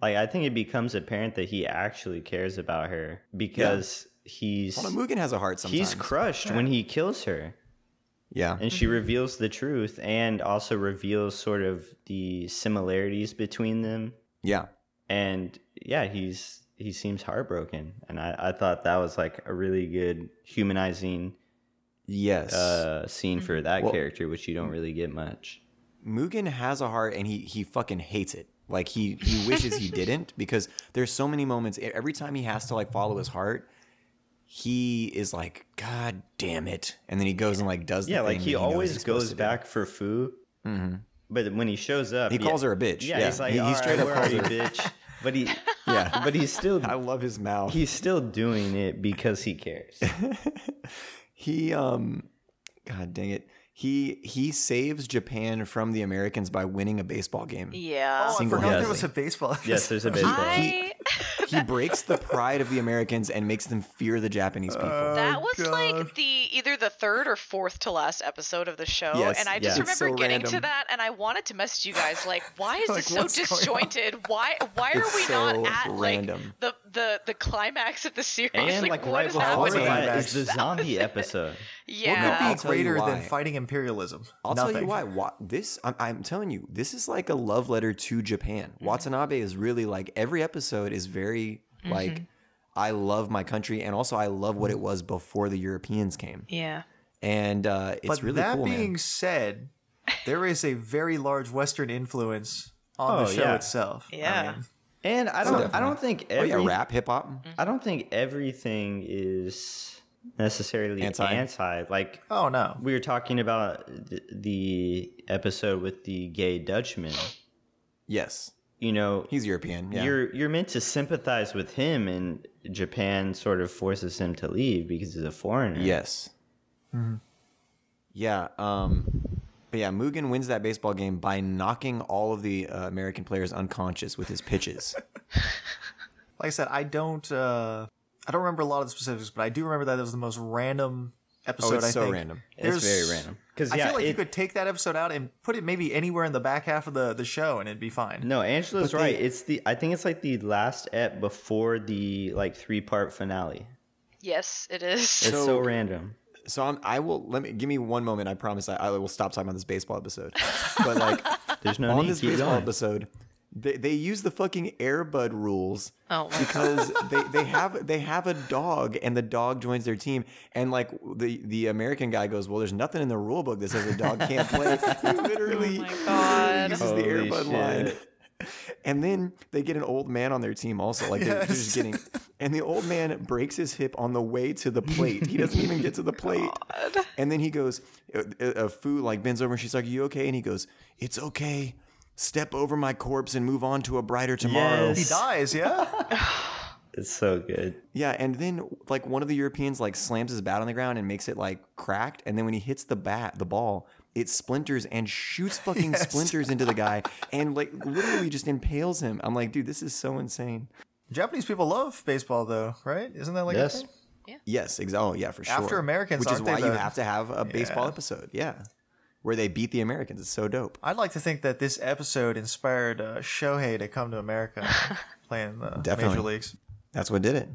Speaker 2: like, I think it becomes apparent that he actually cares about her because
Speaker 1: Well,
Speaker 2: he's.
Speaker 1: Mugen has a heart sometimes.
Speaker 2: He's crushed when he kills her,
Speaker 1: yeah.
Speaker 2: and she reveals the truth and also reveals sort of the similarities between them.
Speaker 1: Yeah.
Speaker 2: and yeah he's he seems heartbroken and i, I thought that was like a really good humanizing
Speaker 1: Yes.
Speaker 2: uh scene for that
Speaker 1: Well-
Speaker 2: character which you don't really get much
Speaker 1: Mugen has a heart and he he fucking hates it. Like he he wishes he didn't because there's so many moments e-, every time he has to like follow his heart, he is like god damn it. And then he goes and like does the
Speaker 2: yeah like
Speaker 1: thing
Speaker 2: he
Speaker 1: that knows
Speaker 2: always
Speaker 1: he's supposed
Speaker 2: goes
Speaker 1: to do. Mm-hmm.
Speaker 2: back for foo but when he shows up
Speaker 1: He
Speaker 2: yeah-
Speaker 1: calls her a bitch.
Speaker 2: yeah,
Speaker 1: Yeah.
Speaker 2: he's like
Speaker 1: He- he
Speaker 2: "All right,
Speaker 1: straight up
Speaker 2: where
Speaker 1: calls
Speaker 2: are you
Speaker 1: her-
Speaker 2: bitch but he
Speaker 1: Yeah.
Speaker 2: but he's still
Speaker 1: I love his mouth.
Speaker 2: he's still doing it because he cares
Speaker 1: he um god dang it. He he saves Japan from the Americans by winning a baseball game.
Speaker 5: Yeah.
Speaker 3: oh, I
Speaker 1: single
Speaker 3: forgot there
Speaker 2: handedly.
Speaker 3: was a baseball.
Speaker 2: yes there's a baseball
Speaker 5: I
Speaker 1: He breaks the pride of the Americans and makes them fear the Japanese people.
Speaker 3: Uh,
Speaker 5: that was
Speaker 3: Oh, God.
Speaker 5: like the either the third or fourth to last episode of the show,
Speaker 1: Yes,
Speaker 5: and I
Speaker 1: yeah.
Speaker 5: just
Speaker 1: It's
Speaker 5: remember
Speaker 1: so
Speaker 5: getting
Speaker 1: random.
Speaker 5: to that, and I wanted to message you guys like, why is
Speaker 3: Like,
Speaker 5: this so
Speaker 3: what's going on?
Speaker 5: disjointed? Why why are
Speaker 1: It's
Speaker 5: we
Speaker 1: so
Speaker 5: not at
Speaker 1: random.
Speaker 5: like the the the climax of the series?
Speaker 2: and like,
Speaker 5: what
Speaker 2: right
Speaker 5: is
Speaker 2: before
Speaker 5: happening?
Speaker 2: that
Speaker 3: Climax.
Speaker 2: is the zombie episode
Speaker 5: Yeah.
Speaker 1: I'll
Speaker 3: What could
Speaker 1: tell
Speaker 3: be
Speaker 1: you
Speaker 3: greater than
Speaker 1: why.
Speaker 3: fighting imperialism?
Speaker 1: I'll
Speaker 3: Nothing.
Speaker 1: tell you why. Wa- this I'm, I'm telling you, this is like a love letter to Japan. Watanabe is really like every episode is very like I love my country and also I love what it was before the Europeans came.
Speaker 5: yeah.
Speaker 1: And uh, it's
Speaker 3: but
Speaker 1: really
Speaker 3: that
Speaker 1: cool,
Speaker 3: being
Speaker 1: man.
Speaker 3: said, there is a very large Western influence on the
Speaker 2: Oh,
Speaker 3: show
Speaker 2: yeah.
Speaker 3: itself. I
Speaker 5: Yeah.
Speaker 3: mean,
Speaker 2: and i don't i don't think
Speaker 1: Oh
Speaker 2: every
Speaker 1: yeah, rap, hip hop.
Speaker 2: I don't think everything is necessarily
Speaker 1: Anti.
Speaker 2: anti. Like
Speaker 3: oh no.
Speaker 2: we were talking about th- the episode with the gay Dutchman.
Speaker 1: Yes,
Speaker 2: You know,
Speaker 1: he's European. Yeah,
Speaker 2: you're you're meant to sympathize with him, and Japan sort of forces him to leave because he's a foreigner.
Speaker 1: yes,
Speaker 2: Mm-hmm.
Speaker 1: yeah. Um, but yeah, Mugen wins that baseball game by knocking all of the uh, American players unconscious with his pitches.
Speaker 3: Like I said, I don't. Uh, I don't remember a lot of the specifics, but I do remember that it was the most random episode.
Speaker 1: it's
Speaker 3: I
Speaker 1: so
Speaker 3: think.
Speaker 1: random.
Speaker 2: it's
Speaker 3: There's-
Speaker 2: very random. Because
Speaker 3: I
Speaker 2: yeah,
Speaker 3: feel like you
Speaker 2: it-
Speaker 3: could take that episode out and put it maybe anywhere in the back half of the, the show, and it'd be fine.
Speaker 2: no, Angela's
Speaker 1: But they-
Speaker 2: right. It's the I think it's like the last ep before the like three part finale.
Speaker 5: Yes, it is.
Speaker 2: It's so,
Speaker 1: So-
Speaker 2: random.
Speaker 1: So I'm, I will let me give me one moment. I promise I, I will stop talking about this baseball episode. But like
Speaker 2: There's no
Speaker 1: on
Speaker 2: need.
Speaker 1: this
Speaker 2: Keep
Speaker 1: baseball
Speaker 2: going.
Speaker 1: episode, they, they use the fucking Airbud rules
Speaker 5: Oh my
Speaker 1: because they, they have they have a dog and the dog joins their team and like the the American guy goes, well, there's nothing in the rule book that says a dog can't play. He literally,
Speaker 5: Oh my
Speaker 1: literally
Speaker 5: God.
Speaker 1: uses the
Speaker 2: Holy
Speaker 1: Airbud line.
Speaker 2: shit.
Speaker 1: And then they get an old man on their team also. Like they're, they're just getting and the old man breaks his hip on the way to the plate. He doesn't even get to the plate. And then he goes, a, a a Fu like bends over and she's like, "You okay?" And he goes, "It's okay. Step over my corpse and move on to a brighter tomorrow."
Speaker 3: He
Speaker 2: Yes.
Speaker 3: dies, yeah?
Speaker 2: It's so good.
Speaker 1: Yeah, and then like one of the Europeans like slams his bat on the ground and makes it like cracked, and then when he hits the bat, the ball, it splinters and shoots fucking splinters into the guy, and like literally just impales him. I'm like, dude, this is so insane.
Speaker 3: Japanese people love baseball, though, right? Isn't that like a
Speaker 2: Yes.
Speaker 3: thing?
Speaker 1: Yes, ex- oh yeah, for sure.
Speaker 3: After Americans,
Speaker 1: which is
Speaker 3: aren't they
Speaker 1: why you
Speaker 3: the-
Speaker 1: have to have a baseball episode, yeah, where they beat the Americans. It's so dope.
Speaker 3: I'd like to think that this episode inspired uh, Shohei to come to America playing the
Speaker 1: Definitely.
Speaker 3: major leagues.
Speaker 1: That's what did it.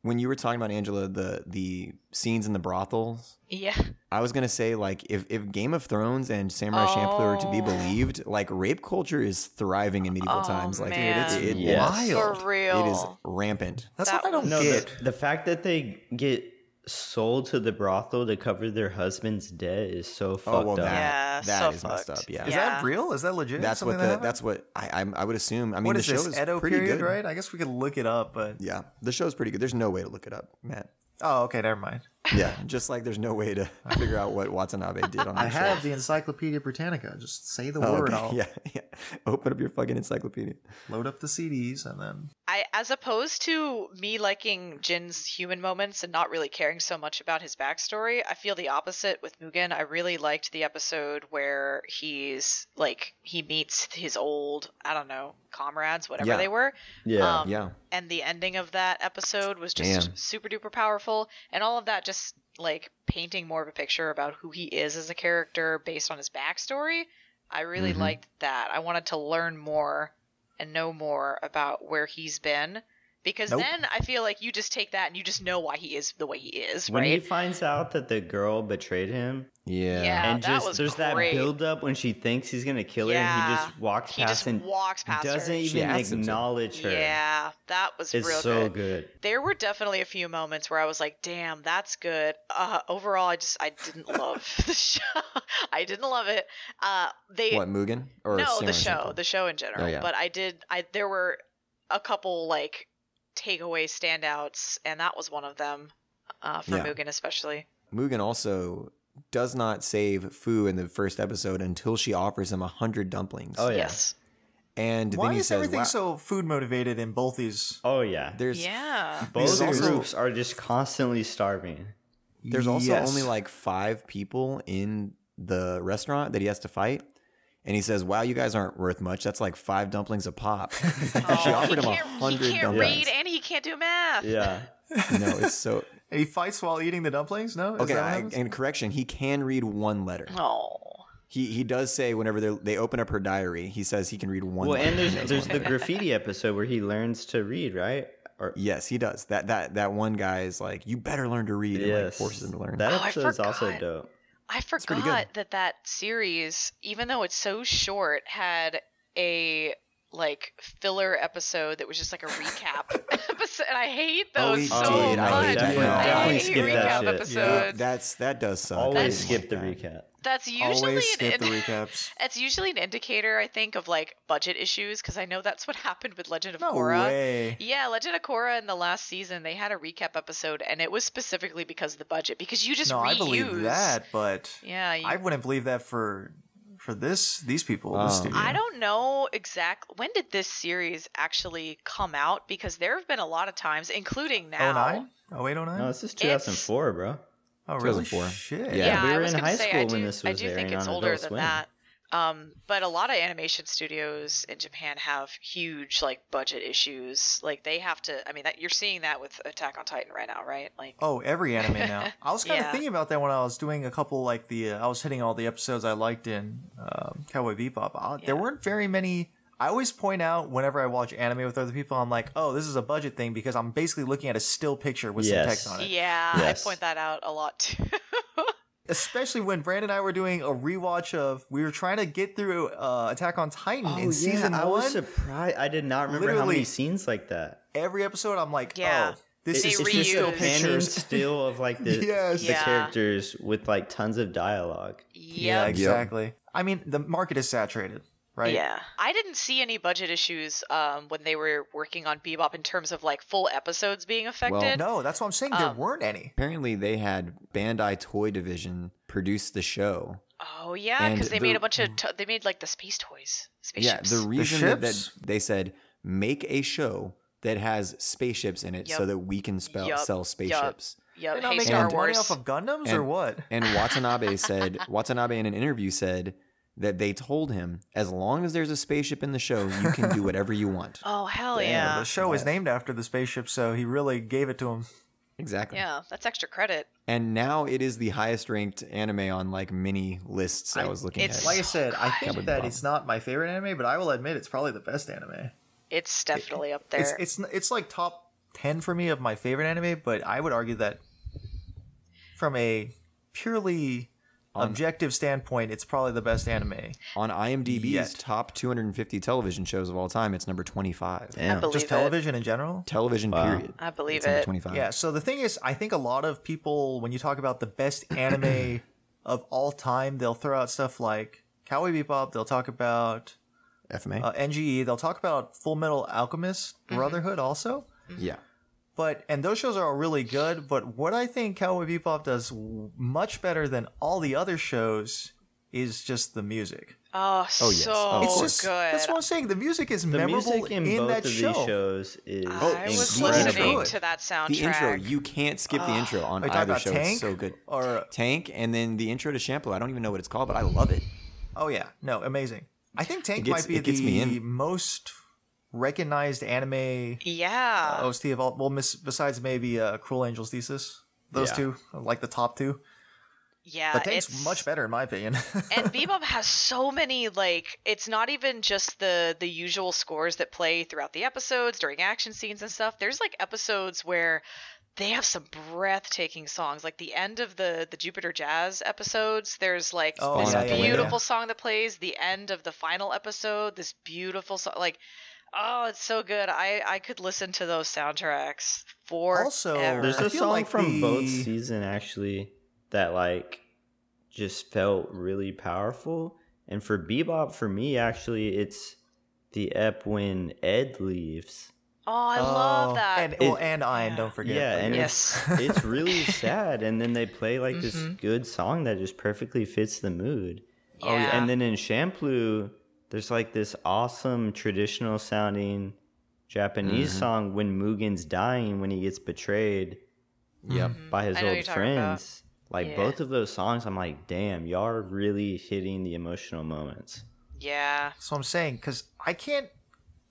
Speaker 1: When you were talking about Angela, the the scenes in the brothels,
Speaker 5: Yeah.
Speaker 1: I was gonna say like if, if Game of Thrones and Samurai Champloo are to be
Speaker 5: Oh.
Speaker 1: believed, like rape culture is thriving in medieval
Speaker 5: Oh,
Speaker 1: times. Like
Speaker 5: man. Dude, it's
Speaker 2: Yes.
Speaker 3: Wild.
Speaker 5: For real.
Speaker 1: it is rampant.
Speaker 3: That's
Speaker 5: That
Speaker 3: what I don't
Speaker 2: No, the,
Speaker 3: get.
Speaker 2: the fact that they get sold to the brothel to cover their husband's debt is so fucked
Speaker 1: Oh well,
Speaker 2: up.
Speaker 1: that
Speaker 5: Yeah,
Speaker 1: that is
Speaker 5: so
Speaker 1: messed
Speaker 5: fucked.
Speaker 1: up. Yeah,
Speaker 3: Is
Speaker 5: Yeah.
Speaker 3: that real? Is that legit?
Speaker 1: that's what
Speaker 3: Something
Speaker 1: the
Speaker 3: that happened?
Speaker 1: that's what I I'm, I would assume. I mean,
Speaker 3: what
Speaker 1: the
Speaker 3: is
Speaker 1: show
Speaker 3: this
Speaker 1: is
Speaker 3: Edo
Speaker 1: pretty
Speaker 3: period,
Speaker 1: good,
Speaker 3: right? I guess we could look it up, but
Speaker 1: Yeah, the show's pretty good. There's no way to look it up, Matt.
Speaker 3: oh, okay, never mind.
Speaker 1: Yeah, just like there's no way to figure out what Watanabe did on that
Speaker 6: I
Speaker 1: show.
Speaker 6: have the Encyclopedia Britannica. Just say the
Speaker 1: Oh,
Speaker 6: word.
Speaker 1: okay.
Speaker 6: I'll
Speaker 1: Yeah, yeah. Open up your fucking encyclopedia.
Speaker 3: Load up the CDs and then
Speaker 5: I, as opposed to me liking Jin's human moments and not really caring so much about his backstory, I feel the opposite with Mugen. I really liked the episode where he's like he meets his old I don't know comrades, whatever
Speaker 1: Yeah.
Speaker 5: they were.
Speaker 2: Yeah.
Speaker 5: Um,
Speaker 1: Yeah.
Speaker 5: And the ending of that episode was just
Speaker 1: Damn.
Speaker 5: super duper powerful, and all of that just like painting more of a picture about who he is as a character based on his backstory. I really
Speaker 1: Mhm.
Speaker 5: liked that. I wanted to learn more and know more about where he's been because
Speaker 1: Nope.
Speaker 5: then I feel like you just take that and you just know why he is the way he is,
Speaker 2: when he
Speaker 5: right?
Speaker 2: finds out that the girl betrayed him,
Speaker 1: Yeah.
Speaker 5: Yeah.
Speaker 2: and
Speaker 5: that
Speaker 2: just
Speaker 5: was
Speaker 2: there's that
Speaker 5: great.
Speaker 2: build up when she thinks he's gonna kill her, and he
Speaker 5: Yeah.
Speaker 2: just walks
Speaker 5: He
Speaker 2: past
Speaker 5: just
Speaker 2: and
Speaker 5: walks past her.
Speaker 2: doesn't
Speaker 1: She
Speaker 2: even
Speaker 1: asks him to.
Speaker 2: acknowledge her.
Speaker 5: Yeah, that was
Speaker 2: it's
Speaker 5: real
Speaker 2: so
Speaker 5: good.
Speaker 2: good.
Speaker 5: There were definitely a few moments where I was like, "Damn, that's good." Uh, overall, I just I didn't love the show. I didn't love it. Uh, they
Speaker 1: What Mugen or
Speaker 5: no
Speaker 1: Samurai
Speaker 5: the show
Speaker 1: Champloo?
Speaker 5: the show in general.
Speaker 1: Oh, yeah.
Speaker 5: But I did I there were a couple like takeaway standouts, and that was one of them uh, for
Speaker 1: Yeah.
Speaker 5: Mugen especially.
Speaker 1: Mugen also does not save Fu in the first episode until she offers him a hundred dumplings.
Speaker 2: Oh yeah.
Speaker 5: Yes.
Speaker 1: And
Speaker 3: why
Speaker 1: then he
Speaker 3: is
Speaker 1: says,
Speaker 3: everything
Speaker 1: "Wow,
Speaker 3: so food motivated in both these?
Speaker 2: Oh yeah.
Speaker 1: There's
Speaker 5: Yeah.
Speaker 1: There's
Speaker 2: Both
Speaker 1: also-
Speaker 2: groups are just constantly starving.
Speaker 1: there's also
Speaker 3: Yes.
Speaker 1: only like five people in the restaurant that he has to fight. And he says, "Wow, you guys aren't worth much. That's like five dumplings a pop." she
Speaker 5: Oh,
Speaker 1: offered him
Speaker 5: he
Speaker 1: a
Speaker 5: can't, he
Speaker 1: hundred
Speaker 5: can't
Speaker 1: dumplings.
Speaker 5: read and he can't do math.
Speaker 2: Yeah.
Speaker 1: No, it's so
Speaker 3: he fights while eating the dumplings. No, Is
Speaker 1: okay.
Speaker 3: that what
Speaker 1: I,
Speaker 3: happens?
Speaker 1: and correction, he can read one letter.
Speaker 5: Oh.
Speaker 1: He he does say whenever they they open up her diary, he says he can read one.
Speaker 2: well,
Speaker 1: letter.
Speaker 2: and there's
Speaker 1: He knows
Speaker 2: there's
Speaker 1: one
Speaker 2: the
Speaker 1: letter.
Speaker 2: graffiti episode where he learns to read, right? Or
Speaker 1: Yes, he does. That that that one guy is like, "You better learn to read," and like
Speaker 2: yes,
Speaker 1: forces him to learn.
Speaker 2: That
Speaker 5: Oh, I
Speaker 2: episode is also
Speaker 5: forgot.
Speaker 2: dope.
Speaker 5: I
Speaker 1: pretty good.
Speaker 5: forgot that that series, even though it's so short, had a like filler episode that was just like a recap episode. And I hate
Speaker 1: Oh,
Speaker 5: those
Speaker 1: it
Speaker 5: so
Speaker 1: did.
Speaker 5: much.
Speaker 1: I hate that. Yeah.
Speaker 5: I
Speaker 1: Definitely
Speaker 5: hate
Speaker 2: skip that
Speaker 5: recap
Speaker 2: shit.
Speaker 5: episodes.
Speaker 1: Yeah, that's that does suck. I
Speaker 2: Always
Speaker 1: didn't Oh, like
Speaker 2: skip the
Speaker 1: that.
Speaker 2: recap.
Speaker 5: That's usually
Speaker 3: always
Speaker 5: an
Speaker 3: skip the
Speaker 5: ind-
Speaker 3: recaps.
Speaker 5: That's usually an indicator, I think, of like budget issues because I know that's what happened with Legend of
Speaker 3: No
Speaker 5: Korra.
Speaker 3: way.
Speaker 5: Yeah, Legend of Korra in the last season they had a recap episode, and it was specifically because of the budget because you just
Speaker 3: No,
Speaker 5: reuse.
Speaker 3: I believe that, but
Speaker 5: Yeah, you
Speaker 3: I wouldn't believe that for for this these people.
Speaker 1: Um,
Speaker 3: this studio.
Speaker 5: I don't know exactly when did this series actually come out because there have been a lot of times, including
Speaker 2: Oh,
Speaker 5: now.
Speaker 3: 09? 08, 09?
Speaker 2: No, this is 2004, bro.
Speaker 3: oh, really?
Speaker 1: 2004.
Speaker 3: Shit.
Speaker 1: Yeah.
Speaker 5: Yeah,
Speaker 2: we
Speaker 5: I
Speaker 2: were
Speaker 5: was
Speaker 2: in
Speaker 5: gonna
Speaker 2: high
Speaker 5: say,
Speaker 2: school
Speaker 5: I
Speaker 2: when
Speaker 5: do,
Speaker 2: this
Speaker 5: I
Speaker 2: was
Speaker 5: do think
Speaker 2: airing
Speaker 5: it's
Speaker 2: on
Speaker 5: older
Speaker 2: Adult
Speaker 5: than
Speaker 2: Swim.
Speaker 5: that. Um, but a lot of animation studios in Japan have huge like budget issues. Like they have to. I mean, that you're seeing that with Attack on Titan right now, right? Like,
Speaker 3: Oh, every anime now. I was kind of
Speaker 5: Yeah.
Speaker 3: thinking about that when I was doing a couple like the uh, I was hitting all the episodes I liked in um, Cowboy Bebop. I, There weren't very many. I always point out whenever I watch anime with other people, I'm like, oh, this is a budget thing because I'm basically looking at a still picture with
Speaker 2: Yes.
Speaker 3: some text on it.
Speaker 5: yeah,
Speaker 2: Yes.
Speaker 5: I point that out a lot too.
Speaker 3: Especially when Brandon and I were doing a rewatch of we were trying to get through uh, Attack on Titan in season
Speaker 2: Oh, I
Speaker 3: one.
Speaker 2: was surprised. I did not remember how
Speaker 3: Literally-
Speaker 2: many scenes like that.
Speaker 3: every episode, I'm like,
Speaker 5: Yeah.
Speaker 3: oh, this
Speaker 5: They
Speaker 3: is
Speaker 2: it's
Speaker 3: just still
Speaker 5: reused.
Speaker 2: just a panning
Speaker 3: pictures.
Speaker 2: still of like the,
Speaker 3: Yes.
Speaker 2: the
Speaker 5: Yeah.
Speaker 2: characters with like tons of dialogue.
Speaker 5: yep.
Speaker 3: Yeah, exactly. I mean, the market is saturated. right?
Speaker 5: Yeah. I didn't see any budget issues um, when they were working on Bebop in terms of like full episodes being affected.
Speaker 3: No, that's what I'm saying. There
Speaker 5: Um,
Speaker 3: weren't any.
Speaker 1: Apparently, they had Bandai Toy Division produce the show.
Speaker 5: Oh yeah,
Speaker 1: And
Speaker 5: because they
Speaker 1: the-
Speaker 5: made a bunch of to they made like the space toys, spaceships.
Speaker 1: Yeah, the reason that, that
Speaker 3: ships?
Speaker 1: they said make a show that has spaceships in it so
Speaker 5: Yup.
Speaker 1: that we can spell,
Speaker 5: Yup.
Speaker 1: sell spaceships.
Speaker 5: yeah,
Speaker 3: They're not
Speaker 5: hey
Speaker 3: making
Speaker 5: Star
Speaker 3: money
Speaker 5: Wars.
Speaker 3: off of Gundams or
Speaker 1: And-
Speaker 3: what?
Speaker 1: And Watanabe said Watanabe in an interview said that they told him as long as there's a spaceship in the show, you can do whatever you want.
Speaker 5: Oh hell
Speaker 1: Damn,
Speaker 5: yeah.
Speaker 3: the show is named after the spaceship, so he really gave it to him.
Speaker 1: Exactly.
Speaker 5: Yeah, that's extra credit.
Speaker 1: And now it is the highest ranked anime on like many lists I,
Speaker 7: I-
Speaker 1: was looking
Speaker 5: it's-
Speaker 1: at.
Speaker 7: Like I said, I think
Speaker 1: Cowboy
Speaker 7: that
Speaker 1: Bebop.
Speaker 7: it's not my favorite anime, but I will admit it's probably the best anime.
Speaker 5: It's definitely up there.
Speaker 3: It's it's n- it's like top ten for me of my favorite anime, but I would argue that from a purely objective standpoint, it's probably the best anime.
Speaker 1: on IMDb's
Speaker 3: Yet.
Speaker 1: top 250 television shows of all time, it's number 25.
Speaker 5: I believe
Speaker 3: Just
Speaker 5: it.
Speaker 3: television in general.
Speaker 1: Television
Speaker 2: Wow.
Speaker 1: period.
Speaker 5: I believe
Speaker 1: it's number
Speaker 5: it.
Speaker 1: 25.
Speaker 3: Yeah. So the thing is, I think a lot of people, when you talk about the best anime of all time, they'll throw out stuff like Cowboy Bebop. They'll talk about
Speaker 1: FMA.
Speaker 3: uh, NGE. They'll talk about Full Metal Alchemist Brotherhood also.
Speaker 1: yeah.
Speaker 3: But and those shows are all really good. But what I think Cowboy Bebop does w- much better than all the other shows is just the music.
Speaker 5: Oh, so
Speaker 1: yes. Oh,
Speaker 3: It's
Speaker 1: of
Speaker 3: just
Speaker 5: good.
Speaker 3: that's what I'm saying. The music is
Speaker 2: The
Speaker 3: memorable
Speaker 2: music in, both
Speaker 3: that
Speaker 2: of
Speaker 3: show.
Speaker 2: these shows is
Speaker 5: I was
Speaker 1: incredible.
Speaker 5: listening
Speaker 3: Good.
Speaker 5: to that soundtrack.
Speaker 1: The intro, you can't skip the intro on
Speaker 3: Are Oh, you talking
Speaker 1: either
Speaker 3: about
Speaker 1: show.
Speaker 3: Tank
Speaker 1: It's so good.
Speaker 3: or
Speaker 1: Tank and then the intro to Shampoo. I don't even know what it's called, but I love it.
Speaker 3: Oh yeah, no, amazing. I think Tank
Speaker 1: gets-
Speaker 3: might be
Speaker 1: it gets me
Speaker 3: the
Speaker 1: in.
Speaker 3: most recognized anime
Speaker 5: yeah.
Speaker 1: Oh,
Speaker 3: OST of all. Well, miss, besides maybe uh, Cruel Angel's Thesis, those
Speaker 1: Yeah.
Speaker 3: two, are, like the top two.
Speaker 5: yeah.
Speaker 3: But Tank's
Speaker 5: it's
Speaker 3: much better in my opinion.
Speaker 5: and Bebop has so many like it's not even just the the usual scores that play throughout the episodes during action scenes and stuff. There's like episodes where they have some breathtaking songs. Like the end of the the Jupiter Jazz episodes, there's like
Speaker 3: Oh,
Speaker 5: this
Speaker 1: yeah, yeah, yeah,
Speaker 5: beautiful
Speaker 3: yeah.
Speaker 5: song that plays. The end of the final episode, this beautiful song like Oh, it's so good. I I could listen to those soundtracks for
Speaker 3: Also,
Speaker 2: There's
Speaker 3: I
Speaker 2: a
Speaker 3: feel
Speaker 2: song
Speaker 3: like
Speaker 2: from both
Speaker 3: the-
Speaker 2: season actually that like just felt really powerful. And for Bebop, for me actually, it's the ep when Ed leaves.
Speaker 5: Oh, I love that.
Speaker 3: And
Speaker 2: It-
Speaker 3: well, and Iron,
Speaker 5: yeah.
Speaker 3: don't forget.
Speaker 2: yeah, and
Speaker 5: Yes.
Speaker 2: it's, it's really sad. And then they play like this
Speaker 3: Mm-hmm.
Speaker 5: Mhm.
Speaker 2: good song that just perfectly fits the mood.
Speaker 5: Oh, yeah.
Speaker 2: Oh, And then in Shampoo, there's like this awesome traditional sounding Japanese
Speaker 5: Mm-hmm.
Speaker 1: Mhm.
Speaker 2: song when Mugen's dying when he gets betrayed
Speaker 1: Yep.
Speaker 2: by his
Speaker 5: Mm-hmm. I know
Speaker 2: old
Speaker 5: what you're talking about.
Speaker 2: friends. Like
Speaker 5: Yeah.
Speaker 2: both of those songs, I'm like, damn, y'all are really hitting the emotional moments.
Speaker 5: yeah.
Speaker 3: So I'm saying because I can't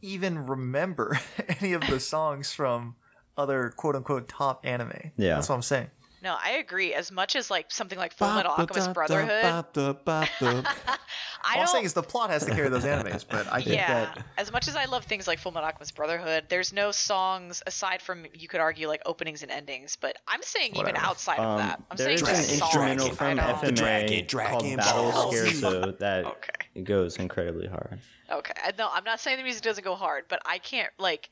Speaker 3: even remember any of the songs from other quote unquote top anime.
Speaker 2: Yeah.
Speaker 3: that's what I'm saying.
Speaker 5: No, I agree. As much as like something like Full Metal Alchemist Brotherhood, I
Speaker 3: All I'm
Speaker 5: don't.
Speaker 3: saying is the plot has to carry those animes, but I think
Speaker 5: yeah,
Speaker 3: that
Speaker 5: as much as I love things like Full Metal Alchemist Brotherhood, there's no songs aside from you could argue like openings and endings, but I'm saying even outside of that, I'm
Speaker 2: there's
Speaker 5: saying
Speaker 2: Um, an
Speaker 5: just songs.
Speaker 2: instrumental
Speaker 5: I
Speaker 2: from
Speaker 5: don't-
Speaker 2: FMA
Speaker 8: Dragon-
Speaker 2: called
Speaker 8: Dragon
Speaker 2: Battle
Speaker 5: Balls.
Speaker 2: Scherzo that
Speaker 5: Okay.
Speaker 2: it goes incredibly hard.
Speaker 5: Okay, I- no, I'm not saying the music doesn't go hard, but I can't like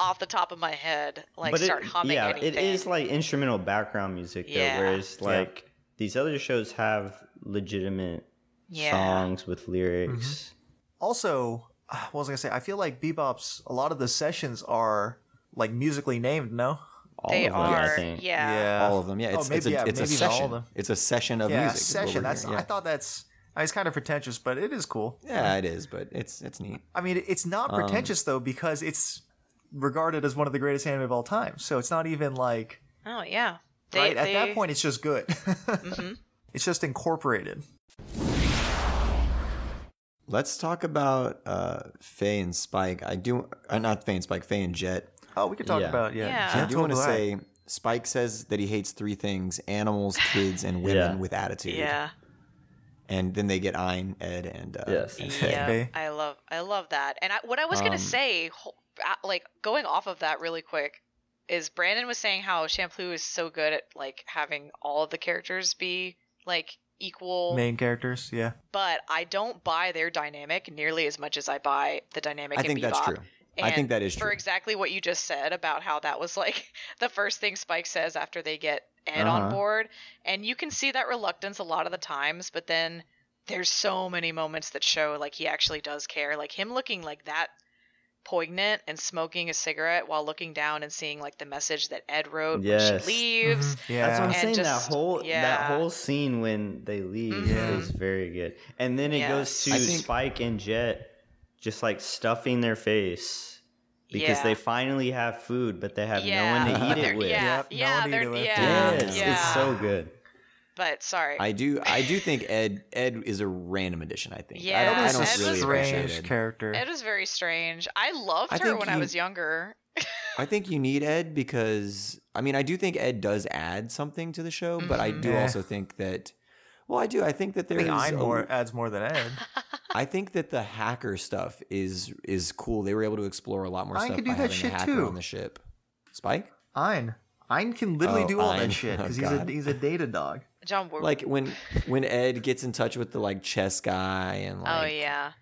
Speaker 5: off the top of my head like
Speaker 2: it-
Speaker 5: start humming
Speaker 2: yeah,
Speaker 5: anything.
Speaker 2: it is like instrumental background music though,
Speaker 5: Yeah.
Speaker 2: whereas like these other shows have legitimate
Speaker 5: Yeah.
Speaker 2: songs with lyrics.
Speaker 1: Mm-hmm.
Speaker 3: also ah, what was I gonna say? I feel like Bebop's a lot of the sessions are like musically named. No,
Speaker 2: All
Speaker 5: they
Speaker 2: of them, I
Speaker 5: are,
Speaker 2: think.
Speaker 5: yeah.
Speaker 1: All of them. Yeah,
Speaker 3: Oh,
Speaker 1: it's,
Speaker 3: maybe-
Speaker 1: it's a,
Speaker 3: yeah,
Speaker 1: it's a
Speaker 3: maybe not all of
Speaker 1: session.
Speaker 3: them.
Speaker 1: It's a session of
Speaker 3: yeah,
Speaker 1: music. is what
Speaker 3: session.
Speaker 1: we're
Speaker 3: That's
Speaker 1: hearing,
Speaker 3: I thought that's I mean, it's kind of pretentious, but it is cool.
Speaker 1: yeah. yeah, it is, but it's it's neat.
Speaker 3: I mean, it's not
Speaker 1: Um,
Speaker 3: pretentious though because it's regarded as one of the greatest anime of all time. So it's not even like
Speaker 5: Oh yeah. They,
Speaker 3: right at
Speaker 5: they- Mm-hmm.
Speaker 3: that point, it's just good. It's just incorporated.
Speaker 1: Let's talk about uh, Faye and Spike. I do, uh, not Faye and Spike, Faye and Jet.
Speaker 3: Oh, we could talk
Speaker 2: Yeah.
Speaker 3: about yeah.
Speaker 5: Yeah.
Speaker 1: I
Speaker 5: That's
Speaker 1: do want to say Spike says that he hates three things animals, kids, and women
Speaker 2: Yeah.
Speaker 1: with attitude.
Speaker 5: yeah.
Speaker 1: And then they get Ein, Ed, and. Uh,
Speaker 2: Yes.
Speaker 1: and Faye.
Speaker 5: yeah,
Speaker 3: Okay.
Speaker 5: I love I love that. And I, what I was gonna
Speaker 1: Um,
Speaker 5: say, ho- uh, like going off of that really quick, is Brandon was saying how Shampoo is so good at like having all of the characters be like equal,
Speaker 3: main characters. Yeah,
Speaker 5: but I don't buy their dynamic nearly as much as I buy the dynamic.
Speaker 1: I
Speaker 5: in
Speaker 1: think that's
Speaker 5: Bebop.
Speaker 1: true. I think
Speaker 5: And
Speaker 1: that is
Speaker 5: For
Speaker 1: true.
Speaker 5: exactly what you just said about how that was like the first thing Spike says after they get Ed
Speaker 2: Uh-huh.
Speaker 5: on board. And you can see that reluctance a lot of the times, but then there's so many moments that show like he actually does care. Like him looking like that poignant and smoking a cigarette while looking down and seeing like the message that Ed wrote when
Speaker 2: Yes.
Speaker 5: she leaves.
Speaker 3: Mm-hmm. Yeah.
Speaker 2: That's what I'm
Speaker 5: And
Speaker 2: saying.
Speaker 5: just-
Speaker 2: that whole
Speaker 5: yeah.
Speaker 2: that whole scene when they leave
Speaker 5: Mhm.
Speaker 2: is very good, and then it
Speaker 5: Yeah.
Speaker 2: goes to
Speaker 1: I think-
Speaker 2: Spike and Jet just like stuffing their face
Speaker 3: Mm-hmm.
Speaker 2: because
Speaker 5: Yeah.
Speaker 2: they finally have food, but they have no
Speaker 5: yeah.
Speaker 2: one to eat
Speaker 5: They're-
Speaker 2: it with.
Speaker 5: Yeah,
Speaker 3: Yep, no
Speaker 5: yeah,
Speaker 3: one to eat
Speaker 5: they're-
Speaker 3: it with.
Speaker 5: yeah,
Speaker 2: Yes,
Speaker 5: yeah.
Speaker 2: it's so good.
Speaker 5: But sorry,
Speaker 1: I do. I do think Ed. Ed is a random addition. I think.
Speaker 5: Yeah,
Speaker 1: I don't, I don't
Speaker 5: Ed was
Speaker 1: really
Speaker 5: great.
Speaker 1: appreciate
Speaker 3: strange
Speaker 1: Ed.
Speaker 3: character.
Speaker 5: it was very strange. I loved
Speaker 1: I
Speaker 5: her
Speaker 1: think
Speaker 5: when I
Speaker 1: you-
Speaker 5: was younger.
Speaker 1: I think you need Ed because I mean I do think Ed does add something to the show, but I do
Speaker 5: Mm-hmm.
Speaker 3: Mhm. Yeah.
Speaker 1: also think that well I do I think that
Speaker 3: I
Speaker 1: there is
Speaker 3: think I
Speaker 1: a-
Speaker 3: more adds more than Ed.
Speaker 1: I think that the hacker stuff is is cool. They were able to explore a lot more
Speaker 3: I
Speaker 1: stuff
Speaker 3: could do
Speaker 1: by
Speaker 3: that
Speaker 1: having
Speaker 3: shit
Speaker 1: a hacker
Speaker 3: too.
Speaker 1: on the ship. Spike?
Speaker 3: Ein. Ein can literally
Speaker 1: Oh,
Speaker 3: do all
Speaker 1: Ein.
Speaker 3: that shit because
Speaker 1: Oh,
Speaker 3: he's
Speaker 1: God.
Speaker 3: a he's a data dog.
Speaker 5: John, were-
Speaker 1: Like when when Ed gets in touch with the like chess guy and
Speaker 5: oh
Speaker 1: like
Speaker 5: yeah,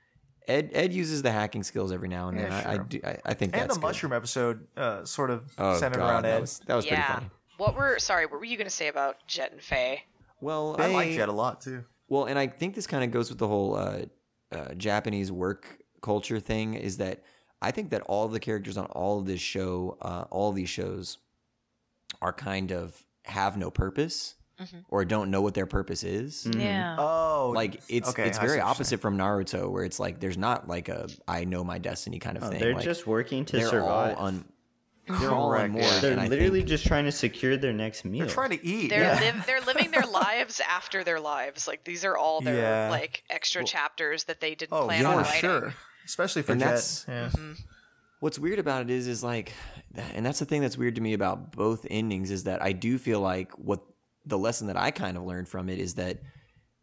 Speaker 1: Ed Ed uses the hacking skills every now and then.
Speaker 3: Yeah,
Speaker 1: I, I
Speaker 3: sure.
Speaker 1: do I, I think
Speaker 3: And
Speaker 1: that's
Speaker 3: the
Speaker 1: good.
Speaker 3: mushroom episode uh, sort of
Speaker 1: oh,
Speaker 3: centered
Speaker 1: God,
Speaker 3: around
Speaker 1: that
Speaker 3: Ed.
Speaker 1: was that was
Speaker 5: yeah.
Speaker 1: pretty funny.
Speaker 5: What were sorry? What were you gonna say about Jet and Faye?
Speaker 1: Well,
Speaker 3: I like
Speaker 1: they-
Speaker 3: Jet a lot too.
Speaker 1: Well, and I think this kind of goes with the whole uh, uh, Japanese work culture thing is that I think that all the characters on all of this show, uh, all these shows, are kind of have no purpose
Speaker 5: Mhm.
Speaker 1: or don't know what their purpose is.
Speaker 2: Mm.
Speaker 5: Yeah.
Speaker 3: Oh,
Speaker 1: Like it's
Speaker 3: okay,
Speaker 1: it's
Speaker 3: I see
Speaker 1: very
Speaker 3: what you're
Speaker 1: opposite from Naruto, where it's like there's not like a I know my destiny kind of
Speaker 2: Oh,
Speaker 1: thing.
Speaker 2: they're
Speaker 1: Like,
Speaker 2: just working to
Speaker 1: they're
Speaker 2: survive.
Speaker 1: all on they're all
Speaker 3: Correct.
Speaker 1: on more.
Speaker 3: Yeah.
Speaker 2: they're
Speaker 1: and I
Speaker 2: literally
Speaker 1: think-
Speaker 2: just trying to secure their next meal.
Speaker 3: They're trying to eat.
Speaker 5: They're
Speaker 3: yeah.
Speaker 5: liv- they're living their lives after their lives. Like these are all their
Speaker 3: Yeah.
Speaker 5: like extra chapters that they didn't
Speaker 3: oh,
Speaker 5: plan
Speaker 1: yeah,
Speaker 5: on
Speaker 3: for
Speaker 5: writing.
Speaker 3: sure. Mm-hmm. Especially for
Speaker 1: And
Speaker 3: Jet.
Speaker 1: that's-
Speaker 3: Yeah.
Speaker 1: what's weird about it is is like and that's the thing that's weird to me about both endings is that i do feel like what the lesson that i kind of learned from it is that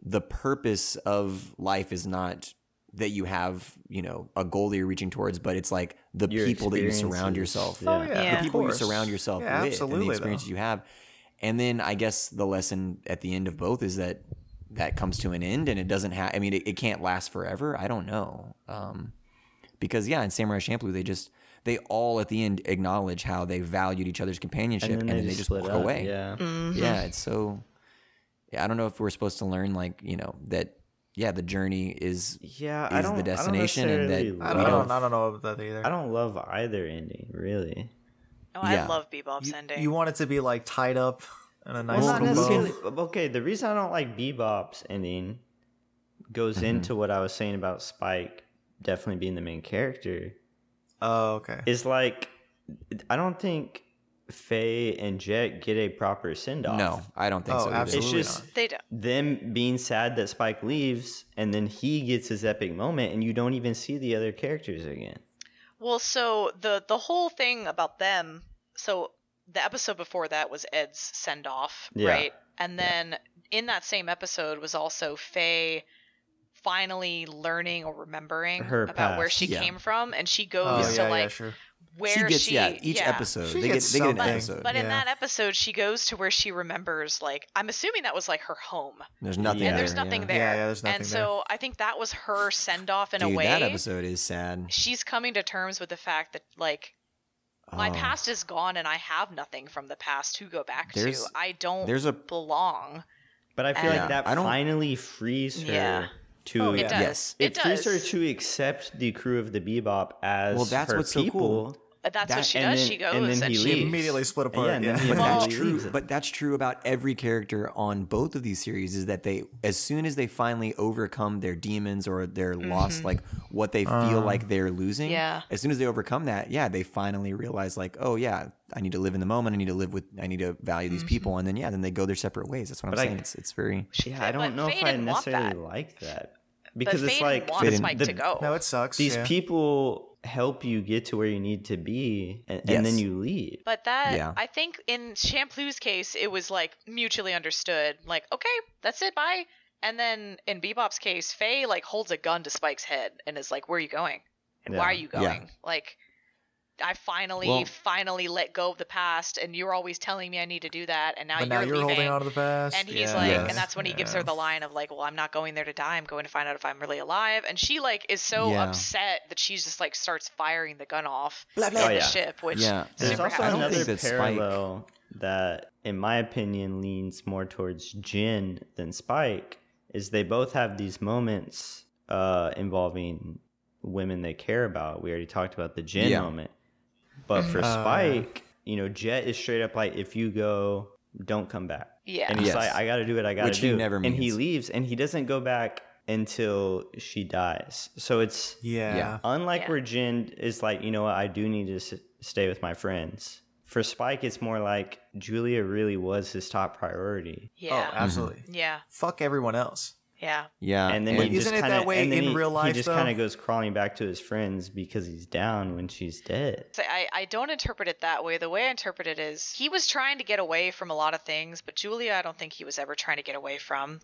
Speaker 1: the purpose of life is not that you have you know a goal that you're reaching towards but it's like the
Speaker 2: Your
Speaker 1: people that you surround yourself
Speaker 2: experiences. Yeah.
Speaker 3: Oh, yeah,
Speaker 5: The
Speaker 1: the
Speaker 3: of
Speaker 1: people you
Speaker 3: course.
Speaker 1: surround yourself
Speaker 3: Yeah,
Speaker 1: with and
Speaker 3: absolutely,
Speaker 1: the
Speaker 3: though.
Speaker 1: experiences you have and then i guess the lesson at the end of both is that that comes to an end and it doesn't have i mean it, it can't last forever i don't know um, because yeah in samurai champloo they just they all at the end acknowledge how they valued each other's companionship and then they, just,
Speaker 2: split
Speaker 1: walk
Speaker 2: up,
Speaker 1: away
Speaker 2: Yeah.
Speaker 1: yeah it's so yeah i don't know if we're supposed to learn like you know that yeah the journey is
Speaker 2: Yeah,
Speaker 1: Is
Speaker 2: I
Speaker 1: the
Speaker 2: don't,
Speaker 1: destination
Speaker 2: I don't
Speaker 1: and that-
Speaker 2: necessarily
Speaker 3: I
Speaker 1: We
Speaker 3: don't, I
Speaker 2: love-
Speaker 3: don't, I don't know about that either.
Speaker 2: I don't love either ending, really.
Speaker 5: Oh,
Speaker 1: Yeah.
Speaker 5: I love Bebop's ending.
Speaker 3: you, you want it to be like tied up in a nice
Speaker 2: Well, not
Speaker 1: Well,
Speaker 3: little bow.
Speaker 2: necessarily. Okay, the reason I don't like Bebop's ending goes into what I was saying about Spike definitely being the main character.
Speaker 3: Oh, okay.
Speaker 2: Is like, I don't think Faye and Jet get a proper send off.
Speaker 1: no i don't think
Speaker 3: Oh,
Speaker 1: so either.
Speaker 2: it's
Speaker 3: absolutely
Speaker 2: just
Speaker 5: they don't.
Speaker 2: them being sad that Spike leaves, and then he gets his epic moment, and you don't even see the other characters again.
Speaker 5: Well, so the the whole thing about them. So the episode before that was Ed's send off,
Speaker 2: Yeah.
Speaker 5: right? And then in that same episode was also Faye finally learning or remembering
Speaker 2: Her
Speaker 5: about where
Speaker 2: past.
Speaker 5: she
Speaker 1: Yeah.
Speaker 5: came from, and she
Speaker 3: Oh,
Speaker 5: goes
Speaker 3: yeah,
Speaker 5: to
Speaker 3: yeah,
Speaker 5: like
Speaker 3: sure.
Speaker 5: where
Speaker 1: she gets yeah each
Speaker 5: yeah.
Speaker 1: episode
Speaker 3: She
Speaker 1: they
Speaker 3: gets
Speaker 1: get they get an
Speaker 3: something.
Speaker 1: episode
Speaker 5: But in
Speaker 3: Yeah.
Speaker 5: that episode, she goes to where she remembers, like, I'm assuming that was like her home.
Speaker 1: there's nothing
Speaker 2: Yeah.
Speaker 5: and there's
Speaker 1: there, yeah.
Speaker 5: nothing
Speaker 3: Yeah,
Speaker 5: there.
Speaker 3: yeah, there's nothing
Speaker 5: and so I think that was her send off in
Speaker 1: Dude,
Speaker 5: a way.
Speaker 1: that episode is sad.
Speaker 5: She's coming to terms with the fact that, like, my
Speaker 1: Oh.
Speaker 5: past is gone and I have nothing from the past to go back
Speaker 1: There's-
Speaker 5: to. I don't
Speaker 1: there's a-
Speaker 5: belong.
Speaker 2: But I feel
Speaker 5: And-
Speaker 2: like
Speaker 1: Yeah,
Speaker 2: that
Speaker 1: I don't-
Speaker 2: finally frees her
Speaker 5: Yeah.
Speaker 2: to
Speaker 3: Oh,
Speaker 5: It
Speaker 3: Yeah.
Speaker 5: does.
Speaker 1: Yes.
Speaker 5: It
Speaker 2: it, frees her
Speaker 5: does.
Speaker 2: to accept the crew of the Bebop as
Speaker 1: Well, that's
Speaker 2: her
Speaker 1: what's so
Speaker 2: people.
Speaker 1: cool.
Speaker 5: That's
Speaker 1: that-
Speaker 5: what she
Speaker 2: and
Speaker 5: does.
Speaker 2: then-
Speaker 5: she goes
Speaker 2: and then he
Speaker 5: she
Speaker 2: leaves.
Speaker 3: Immediately split apart.
Speaker 2: Yeah, and then
Speaker 3: yeah.
Speaker 2: he
Speaker 1: But
Speaker 5: Well-
Speaker 1: that's
Speaker 2: leaves
Speaker 1: true.
Speaker 2: it.
Speaker 1: But that's true about every character on both of these series is that they, as soon as they finally overcome their demons or their loss, like what they feel
Speaker 2: Uh.
Speaker 1: like they're losing,
Speaker 5: Mm-hmm. Yeah.
Speaker 1: As soon as they overcome that, yeah, they finally realize like, oh yeah, I need to live in the moment. I need to live with. I need to value these
Speaker 5: Mm-hmm.
Speaker 1: people. And then yeah, then they go their separate ways. That's what
Speaker 2: But
Speaker 1: I'm
Speaker 2: I-
Speaker 1: saying. It's it's very.
Speaker 2: Yeah, I
Speaker 5: But
Speaker 2: don't know
Speaker 5: Faye
Speaker 2: if I
Speaker 5: didn't want
Speaker 2: necessarily
Speaker 5: that.
Speaker 2: like that because
Speaker 5: but
Speaker 2: it's
Speaker 5: Faye
Speaker 2: like
Speaker 5: didn't want
Speaker 1: Faye
Speaker 5: Spike
Speaker 2: the-
Speaker 5: to go.
Speaker 3: No, it sucks.
Speaker 2: these
Speaker 3: yeah.
Speaker 2: people help you get to where you need to be, and, and then
Speaker 1: Yes.
Speaker 2: you leave.
Speaker 5: But that
Speaker 1: Yeah.
Speaker 5: I think in Champlu's case, it was like mutually understood. Like, okay, that's it, bye. And then in Bebop's case, Faye like holds a gun to Spike's head and is like, "Where are you going? And why
Speaker 2: Yeah.
Speaker 5: are you going? Like, I finally,
Speaker 1: Well-
Speaker 5: finally let go of the past, and you're always telling me I need to do that, and now
Speaker 3: But
Speaker 5: you're
Speaker 3: now you're
Speaker 5: leaving."
Speaker 3: holding on to the past.
Speaker 5: and he's
Speaker 3: yeah.
Speaker 5: like,
Speaker 1: Yes.
Speaker 5: and that's when he gives her the line of like, "Well, I'm not going there to die. I'm going to find out if I'm really alive." And she like is so
Speaker 1: Yeah.
Speaker 5: upset that she just like starts firing the gun off
Speaker 2: blah.
Speaker 5: at
Speaker 2: Oh,
Speaker 5: the
Speaker 2: yeah.
Speaker 5: ship, which
Speaker 1: Yeah.
Speaker 5: super
Speaker 2: There's also
Speaker 5: happens.
Speaker 1: I don't
Speaker 2: another
Speaker 1: think that Spike-
Speaker 2: parallel that, in my opinion, leans more towards Jin than Spike is they both have these moments uh, involving women they care about. We already talked about the Jin
Speaker 1: Yeah.
Speaker 2: moment, but for
Speaker 3: Uh.
Speaker 2: Spike, you know, Jet is straight up like, if you go, don't come back.
Speaker 5: Yeah.
Speaker 2: and he's
Speaker 1: Yes.
Speaker 2: like, I got to do what I got to do.
Speaker 1: Which he never
Speaker 2: And he
Speaker 1: means.
Speaker 2: leaves, and he doesn't go back until she dies. So it's
Speaker 3: Yeah.
Speaker 1: Yeah.
Speaker 2: Unlike
Speaker 5: Yeah.
Speaker 2: where Jin is like, you know what, I do need to s- stay with my friends. For Spike, it's more like Julia really was his top priority.
Speaker 5: Yeah.
Speaker 3: Oh, absolutely.
Speaker 5: yeah.
Speaker 3: Fuck everyone else.
Speaker 5: Yeah.
Speaker 1: Yeah.
Speaker 2: And then
Speaker 3: Uh, But
Speaker 2: he just
Speaker 3: isn't it that
Speaker 2: kinda,
Speaker 3: way
Speaker 2: and then
Speaker 3: in
Speaker 2: he-
Speaker 3: real life,
Speaker 2: He just
Speaker 3: though?
Speaker 2: kind of goes crawling back to his friends because he's down when she's dead.
Speaker 5: So I, I don't interpret it that way. The way I interpret it is he was trying to get away from a lot of things, but Julia, I don't think he was ever trying to get away from.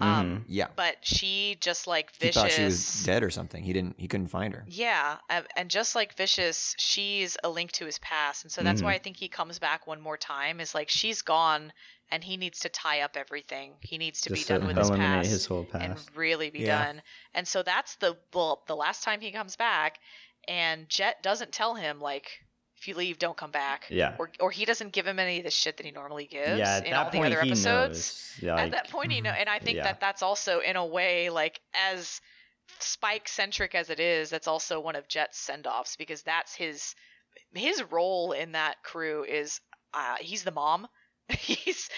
Speaker 2: Mm-hmm.
Speaker 5: Um,
Speaker 1: yeah.
Speaker 5: But she just like
Speaker 1: Mm-hmm. He
Speaker 5: vicious.
Speaker 1: thought she was dead or something. He didn't. He couldn't find her.
Speaker 5: Yeah, a- and just like Vicious, she's a link to his past, and so that's
Speaker 1: Mm-hmm.
Speaker 5: why I think he comes back one more time. Is like she's gone, and he needs to tie up everything. He needs to
Speaker 2: Just
Speaker 5: be
Speaker 2: to
Speaker 5: done with his
Speaker 2: eliminate
Speaker 5: past,
Speaker 2: his whole past.
Speaker 5: and really be
Speaker 3: Yeah.
Speaker 5: done. And so that's the well, the last time he comes back, and Jet doesn't tell him like if you leave, don't come back.
Speaker 2: Yeah.
Speaker 5: or or he doesn't give him any of the shit that he normally gives
Speaker 2: yeah, at
Speaker 5: in all
Speaker 2: that point
Speaker 5: the other
Speaker 2: he
Speaker 5: episodes
Speaker 2: knows. Like, mm-hmm.
Speaker 5: at that point you know and i think
Speaker 2: yeah.
Speaker 5: that that's also in a way like as spike centric as it is that's also one of jet's send-offs because that's his his role in that crew is uh he's the mom he's he's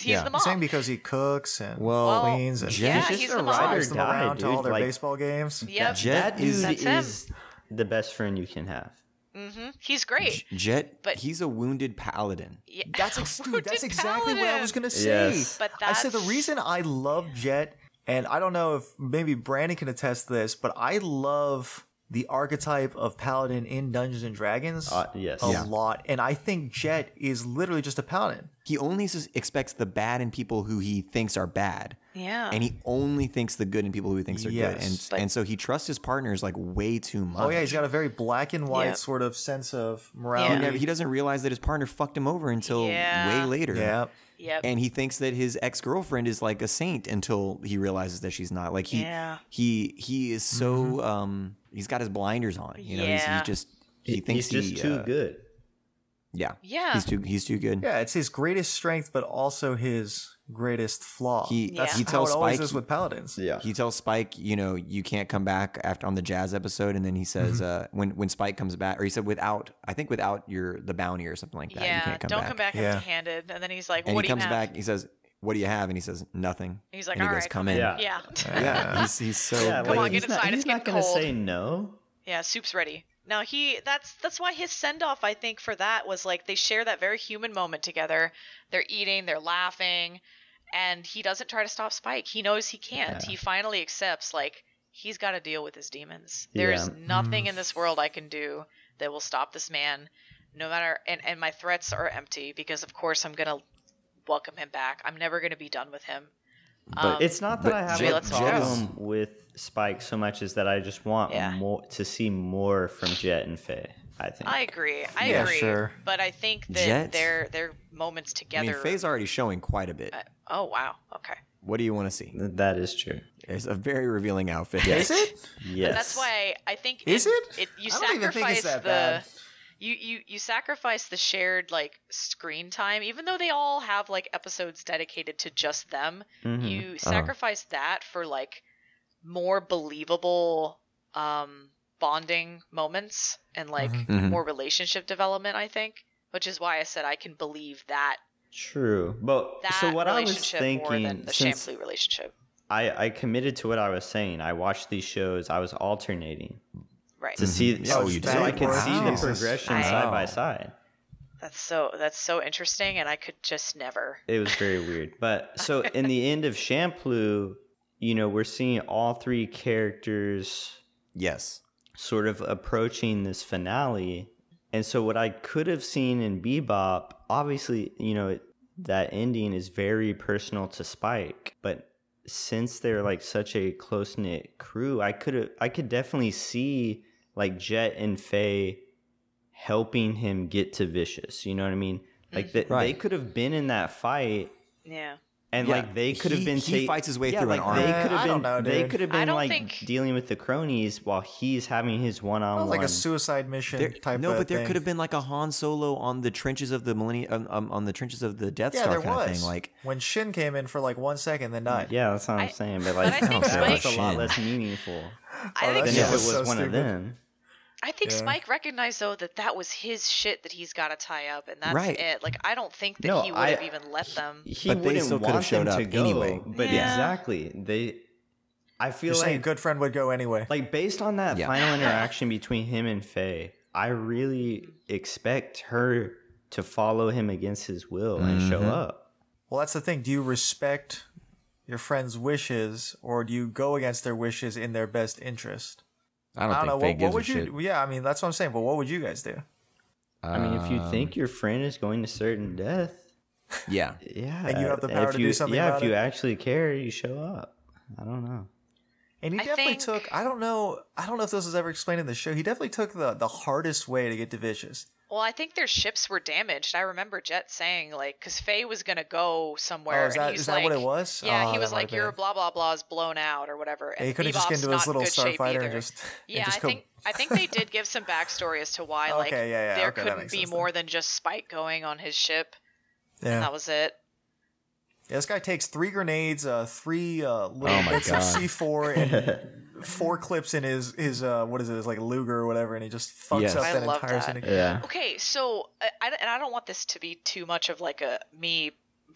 Speaker 5: he's
Speaker 1: Yeah.
Speaker 5: the
Speaker 3: You're
Speaker 5: mom
Speaker 3: saying because he cooks and
Speaker 1: Well,
Speaker 5: Well,
Speaker 3: cleans and
Speaker 5: yeah,
Speaker 2: He's
Speaker 5: he's,
Speaker 2: just
Speaker 5: the
Speaker 2: a
Speaker 5: mom
Speaker 2: rider.
Speaker 3: drives them
Speaker 2: die,
Speaker 3: around to all
Speaker 2: dude,
Speaker 3: their
Speaker 2: like-
Speaker 3: baseball games.
Speaker 5: yep
Speaker 1: Jet
Speaker 2: that dude
Speaker 5: That's him.
Speaker 2: is the best friend you can have.
Speaker 5: mm-hmm. he's great
Speaker 1: J- Jet.
Speaker 5: But-
Speaker 1: he's a wounded paladin.
Speaker 5: yeah.
Speaker 3: That's ex- dude, that's
Speaker 5: Wounded
Speaker 3: exactly what I was
Speaker 5: paladin.
Speaker 3: gonna say.
Speaker 2: Yes.
Speaker 5: But
Speaker 3: I said the
Speaker 5: that's-
Speaker 3: reason I love Jet, and I don't know if maybe Brandon can attest to this, but I love the archetype of paladin in Dungeons and Dragons
Speaker 2: Uh, yes.
Speaker 3: a
Speaker 2: Yeah.
Speaker 3: lot, and I think Jet is literally just a paladin.
Speaker 1: He only s- expects the bad in people who he thinks are bad,
Speaker 5: yeah
Speaker 1: and he only thinks the good in people who he thinks are good. And
Speaker 3: Uh-huh. Yes.
Speaker 5: But-
Speaker 1: and so he trusts his partners like way too much.
Speaker 3: Oh yeah, he's got a very black and white
Speaker 5: Yeah.
Speaker 3: sort of sense of
Speaker 1: He,
Speaker 3: morality.
Speaker 1: never, he doesn't realize that his partner fucked him over until
Speaker 5: Yeah.
Speaker 1: way later.
Speaker 3: Yeah.
Speaker 5: yep
Speaker 1: and he thinks that his ex girlfriend is like a saint until he realizes that she's not. Like he
Speaker 5: Yeah.
Speaker 1: he he is so
Speaker 3: Mm-hmm.
Speaker 1: um he's got his blinders on. You know, he's,
Speaker 5: Yeah.
Speaker 1: he's just he thinks
Speaker 2: he's
Speaker 1: he,
Speaker 2: just too
Speaker 1: uh,
Speaker 2: good.
Speaker 1: Yeah,
Speaker 5: Yeah.
Speaker 1: he's too he's too good.
Speaker 3: Yeah, it's his greatest strength, but also his greatest flaw.
Speaker 1: He
Speaker 5: Yeah.
Speaker 1: he
Speaker 3: That's how
Speaker 1: tells
Speaker 3: it always
Speaker 1: Spike
Speaker 3: is with paladins.
Speaker 2: Yeah.
Speaker 1: he tells Spike you know you can't come back after on the jazz episode, and then he says
Speaker 3: Mm-hmm.
Speaker 1: uh when when Spike comes back, or he said without I think without your the bounty or something like that, you
Speaker 5: yeah
Speaker 1: can't come
Speaker 5: don't
Speaker 1: back.
Speaker 5: come back
Speaker 3: Yeah.
Speaker 5: empty-handed and then he's like
Speaker 1: And
Speaker 5: what
Speaker 1: he
Speaker 5: do you
Speaker 1: comes
Speaker 5: have?
Speaker 1: back, he says, "What do you have?" And he says, "Nothing."
Speaker 5: He's like,
Speaker 1: and he
Speaker 5: "All
Speaker 1: goes,
Speaker 5: right,
Speaker 1: "Come
Speaker 5: come
Speaker 1: in."
Speaker 2: Yeah.
Speaker 5: yeah
Speaker 1: Yeah, he's, he's so
Speaker 2: Yeah,
Speaker 5: Come
Speaker 2: like,
Speaker 5: on, get
Speaker 2: he's not-
Speaker 5: inside, it's
Speaker 2: He's not
Speaker 5: getting
Speaker 2: gonna
Speaker 5: cold.
Speaker 2: say no.
Speaker 5: Yeah, soup's ready. No, he that's that's why his send off I think for that was like they share that very human moment together. They're eating, they're laughing, and he doesn't try to stop Spike. He knows he can't. He finally accepts like he's got to deal with his demons. There is
Speaker 2: Yeah. Mm.
Speaker 5: nothing in this world I can do that will stop this man. No matter and and my threats are empty because of course I'm going to welcome him back. I'm never going to be done with him. Um,
Speaker 2: It's not that
Speaker 1: but
Speaker 2: I have
Speaker 5: Jet-
Speaker 2: a
Speaker 5: let's go.
Speaker 2: problem with Spike so much as that I just want
Speaker 5: Yeah.
Speaker 2: more to see more from Jet and Faye. I think.
Speaker 5: I agree. I
Speaker 3: Yeah,
Speaker 5: agree.
Speaker 3: sure.
Speaker 5: But I think that
Speaker 1: Jet?
Speaker 5: their their moments
Speaker 1: I
Speaker 5: together
Speaker 1: mean, Faye's already showing quite a bit.
Speaker 5: Oh wow. Okay.
Speaker 1: What do you want to see?
Speaker 2: Th- that is true.
Speaker 1: It's a very revealing outfit.
Speaker 3: Mm-hmm. Is it?
Speaker 2: Yes.
Speaker 5: That's why I think
Speaker 3: Is it?
Speaker 5: you
Speaker 3: I don't even think
Speaker 5: sacrifice
Speaker 3: it's that
Speaker 5: the
Speaker 3: bad.
Speaker 5: you, you you sacrifice the shared like screen time, even though they all have like episodes dedicated to just them.
Speaker 3: Mm-hmm. Uh-huh.
Speaker 5: You sacrifice that for like more believable um bonding moments and like
Speaker 3: Mm-hmm.
Speaker 1: Mhm.
Speaker 5: more relationship development, I think. Which is why I said I can believe that
Speaker 2: True. But
Speaker 5: that
Speaker 2: so what I was
Speaker 5: relationship more than
Speaker 2: thinking
Speaker 5: the
Speaker 2: since
Speaker 5: Shampoo relationship.
Speaker 2: I, I committed to what I was saying. I watched these shows. I was alternating
Speaker 5: Right.
Speaker 2: to see.
Speaker 1: Oh,
Speaker 2: so-
Speaker 1: you
Speaker 2: so I
Speaker 3: did?
Speaker 2: could
Speaker 3: Wow.
Speaker 2: see the
Speaker 3: Jesus.
Speaker 2: progression
Speaker 5: I-
Speaker 2: side by side.
Speaker 5: That's so that's so interesting and I could just never
Speaker 2: It was very weird. But so in the end of Shampoo, you know, we're seeing all three characters
Speaker 1: Yes.
Speaker 2: sort of approaching this finale. And so what I could have seen in Bebop, obviously, you know, that ending is very personal to Spike, but since they're like such a close-knit crew, I could have I could definitely see like Jet and Faye helping him get to Vicious, you know what I mean? Like that they
Speaker 1: Right.
Speaker 2: could have been in that fight
Speaker 5: Yeah.
Speaker 2: And
Speaker 1: Yeah.
Speaker 2: like they could
Speaker 1: He-
Speaker 2: have been
Speaker 1: he
Speaker 2: ta-
Speaker 1: fights his way
Speaker 2: yeah,
Speaker 1: through an
Speaker 2: like,
Speaker 1: army.
Speaker 2: They
Speaker 3: Uh,
Speaker 2: could
Speaker 3: I
Speaker 2: have been
Speaker 3: don't know,
Speaker 2: they
Speaker 3: dude.
Speaker 2: could have
Speaker 5: I
Speaker 2: been
Speaker 5: don't
Speaker 2: like
Speaker 5: think-
Speaker 2: dealing with the cronies while he's having his one on
Speaker 3: Sounds
Speaker 2: one.
Speaker 3: like a suicide mission
Speaker 1: There-
Speaker 3: type.
Speaker 1: no,
Speaker 3: of
Speaker 1: but there
Speaker 3: thing.
Speaker 1: could have been like a Han Solo on the trenches of the millennium, um, on the trenches of the Death
Speaker 3: Yeah,
Speaker 1: Star
Speaker 3: there
Speaker 1: kind
Speaker 3: was.
Speaker 1: of thing. Like,
Speaker 3: when Shin came in for like one second, then died.
Speaker 2: yeah, that's what I'm
Speaker 5: I-
Speaker 2: saying. But
Speaker 5: but
Speaker 2: like
Speaker 5: I think
Speaker 2: that was
Speaker 1: Spike-
Speaker 2: a lot
Speaker 1: Shit.
Speaker 2: less meaningful
Speaker 5: I
Speaker 3: Oh,
Speaker 5: think
Speaker 2: than
Speaker 3: that's
Speaker 2: if
Speaker 3: Yeah, just
Speaker 2: it was
Speaker 3: so
Speaker 2: one of
Speaker 3: stupid.
Speaker 2: them.
Speaker 5: I think
Speaker 3: Yeah.
Speaker 5: Spike recognized though that that was his shit that he's got to tie up, and that's
Speaker 1: Right.
Speaker 5: it. Like I don't think that
Speaker 2: No,
Speaker 5: he would have
Speaker 2: I-
Speaker 5: even let them.
Speaker 2: He
Speaker 1: But they
Speaker 2: wouldn't
Speaker 1: still could have
Speaker 2: want
Speaker 1: showed
Speaker 2: them to
Speaker 1: up
Speaker 2: go.
Speaker 1: anyway.
Speaker 2: But
Speaker 5: Yeah.
Speaker 2: exactly, they. I feel
Speaker 3: You're
Speaker 2: like
Speaker 3: saying a good friend would go anyway.
Speaker 2: like based on that
Speaker 1: Yeah.
Speaker 2: final interaction between him and Faye, I really expect her to follow him against his will and show
Speaker 1: Mhm.
Speaker 2: up.
Speaker 3: Well, that's the thing. Do you respect your friend's wishes, or do you go against their wishes in their best interest?
Speaker 4: I don't, think
Speaker 3: know.
Speaker 4: Faye
Speaker 3: What, what
Speaker 4: gives
Speaker 3: would
Speaker 4: a
Speaker 3: you?
Speaker 4: shit.
Speaker 3: Yeah, I mean that's what I'm saying. But what would you guys do?
Speaker 2: I mean, if you
Speaker 4: Um,
Speaker 2: think your friend is going to certain death,
Speaker 1: yeah,
Speaker 2: yeah,
Speaker 3: And you have the
Speaker 2: if
Speaker 3: power to do
Speaker 2: you-
Speaker 3: something
Speaker 2: Yeah,
Speaker 3: about
Speaker 2: if you
Speaker 3: it.
Speaker 2: actually care, you show up. I don't know.
Speaker 3: And he
Speaker 5: I
Speaker 3: definitely
Speaker 5: think-
Speaker 3: took. I don't know. I don't know if this was ever explained in the show. He definitely took the the hardest way to get to Vicious.
Speaker 5: Well, I think their ships were damaged. I remember Jet saying like, because Faye was gonna go somewhere.
Speaker 3: Oh, is that-
Speaker 5: and he's
Speaker 3: is that what
Speaker 5: like-
Speaker 3: it was? Oh,
Speaker 5: Yeah, he
Speaker 3: that
Speaker 5: was
Speaker 3: might
Speaker 5: like,
Speaker 3: have
Speaker 5: your
Speaker 3: been.
Speaker 5: blah blah blah's blown out or whatever.
Speaker 3: Yeah, he
Speaker 5: and
Speaker 3: could have just
Speaker 5: Bebop's
Speaker 3: gotten to his
Speaker 5: not in
Speaker 3: little
Speaker 5: good shape
Speaker 3: starfighter and
Speaker 5: either.
Speaker 3: just
Speaker 5: Yeah,
Speaker 3: and just
Speaker 5: I
Speaker 3: go-
Speaker 5: think I think they did give some backstory as to why like
Speaker 3: Okay, yeah, yeah,
Speaker 5: there
Speaker 3: okay, that
Speaker 5: couldn't
Speaker 3: makes
Speaker 5: be
Speaker 3: sense
Speaker 5: more than just Spike going on his ship.
Speaker 3: Yeah.
Speaker 5: That was it.
Speaker 3: Yeah, this guy takes three grenades, uh, three uh,
Speaker 4: Oh
Speaker 3: little
Speaker 4: my
Speaker 3: bits of
Speaker 4: God.
Speaker 3: C4, and four clips in his his uh, what is it? It's like Luger or whatever, and he just fucks
Speaker 1: Yes.
Speaker 3: up
Speaker 5: I
Speaker 3: that
Speaker 5: love
Speaker 3: entire
Speaker 5: that.
Speaker 3: syndicate.
Speaker 2: Yeah.
Speaker 5: Okay, so I, I- and I don't want this to be too much of like a me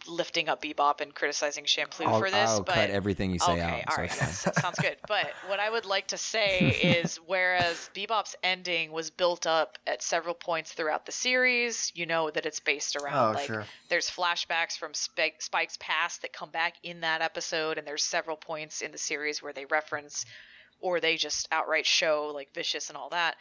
Speaker 5: lifting up Bebop and criticizing Shampoo
Speaker 4: I'll,
Speaker 5: for this,
Speaker 4: I'll
Speaker 5: but
Speaker 4: cut everything you say
Speaker 5: okay,
Speaker 4: out.
Speaker 5: all
Speaker 4: so
Speaker 5: right,
Speaker 4: it's
Speaker 5: yes, sounds good. But what I would like to say is, whereas Bebop's ending was built up at several points throughout the series, you know that it's based around
Speaker 6: Oh,
Speaker 5: like
Speaker 6: sure.
Speaker 5: there's flashbacks from Spike, Spike's past that come back in that episode, and there's several points in the series where they reference or they just outright show like vicious and all that.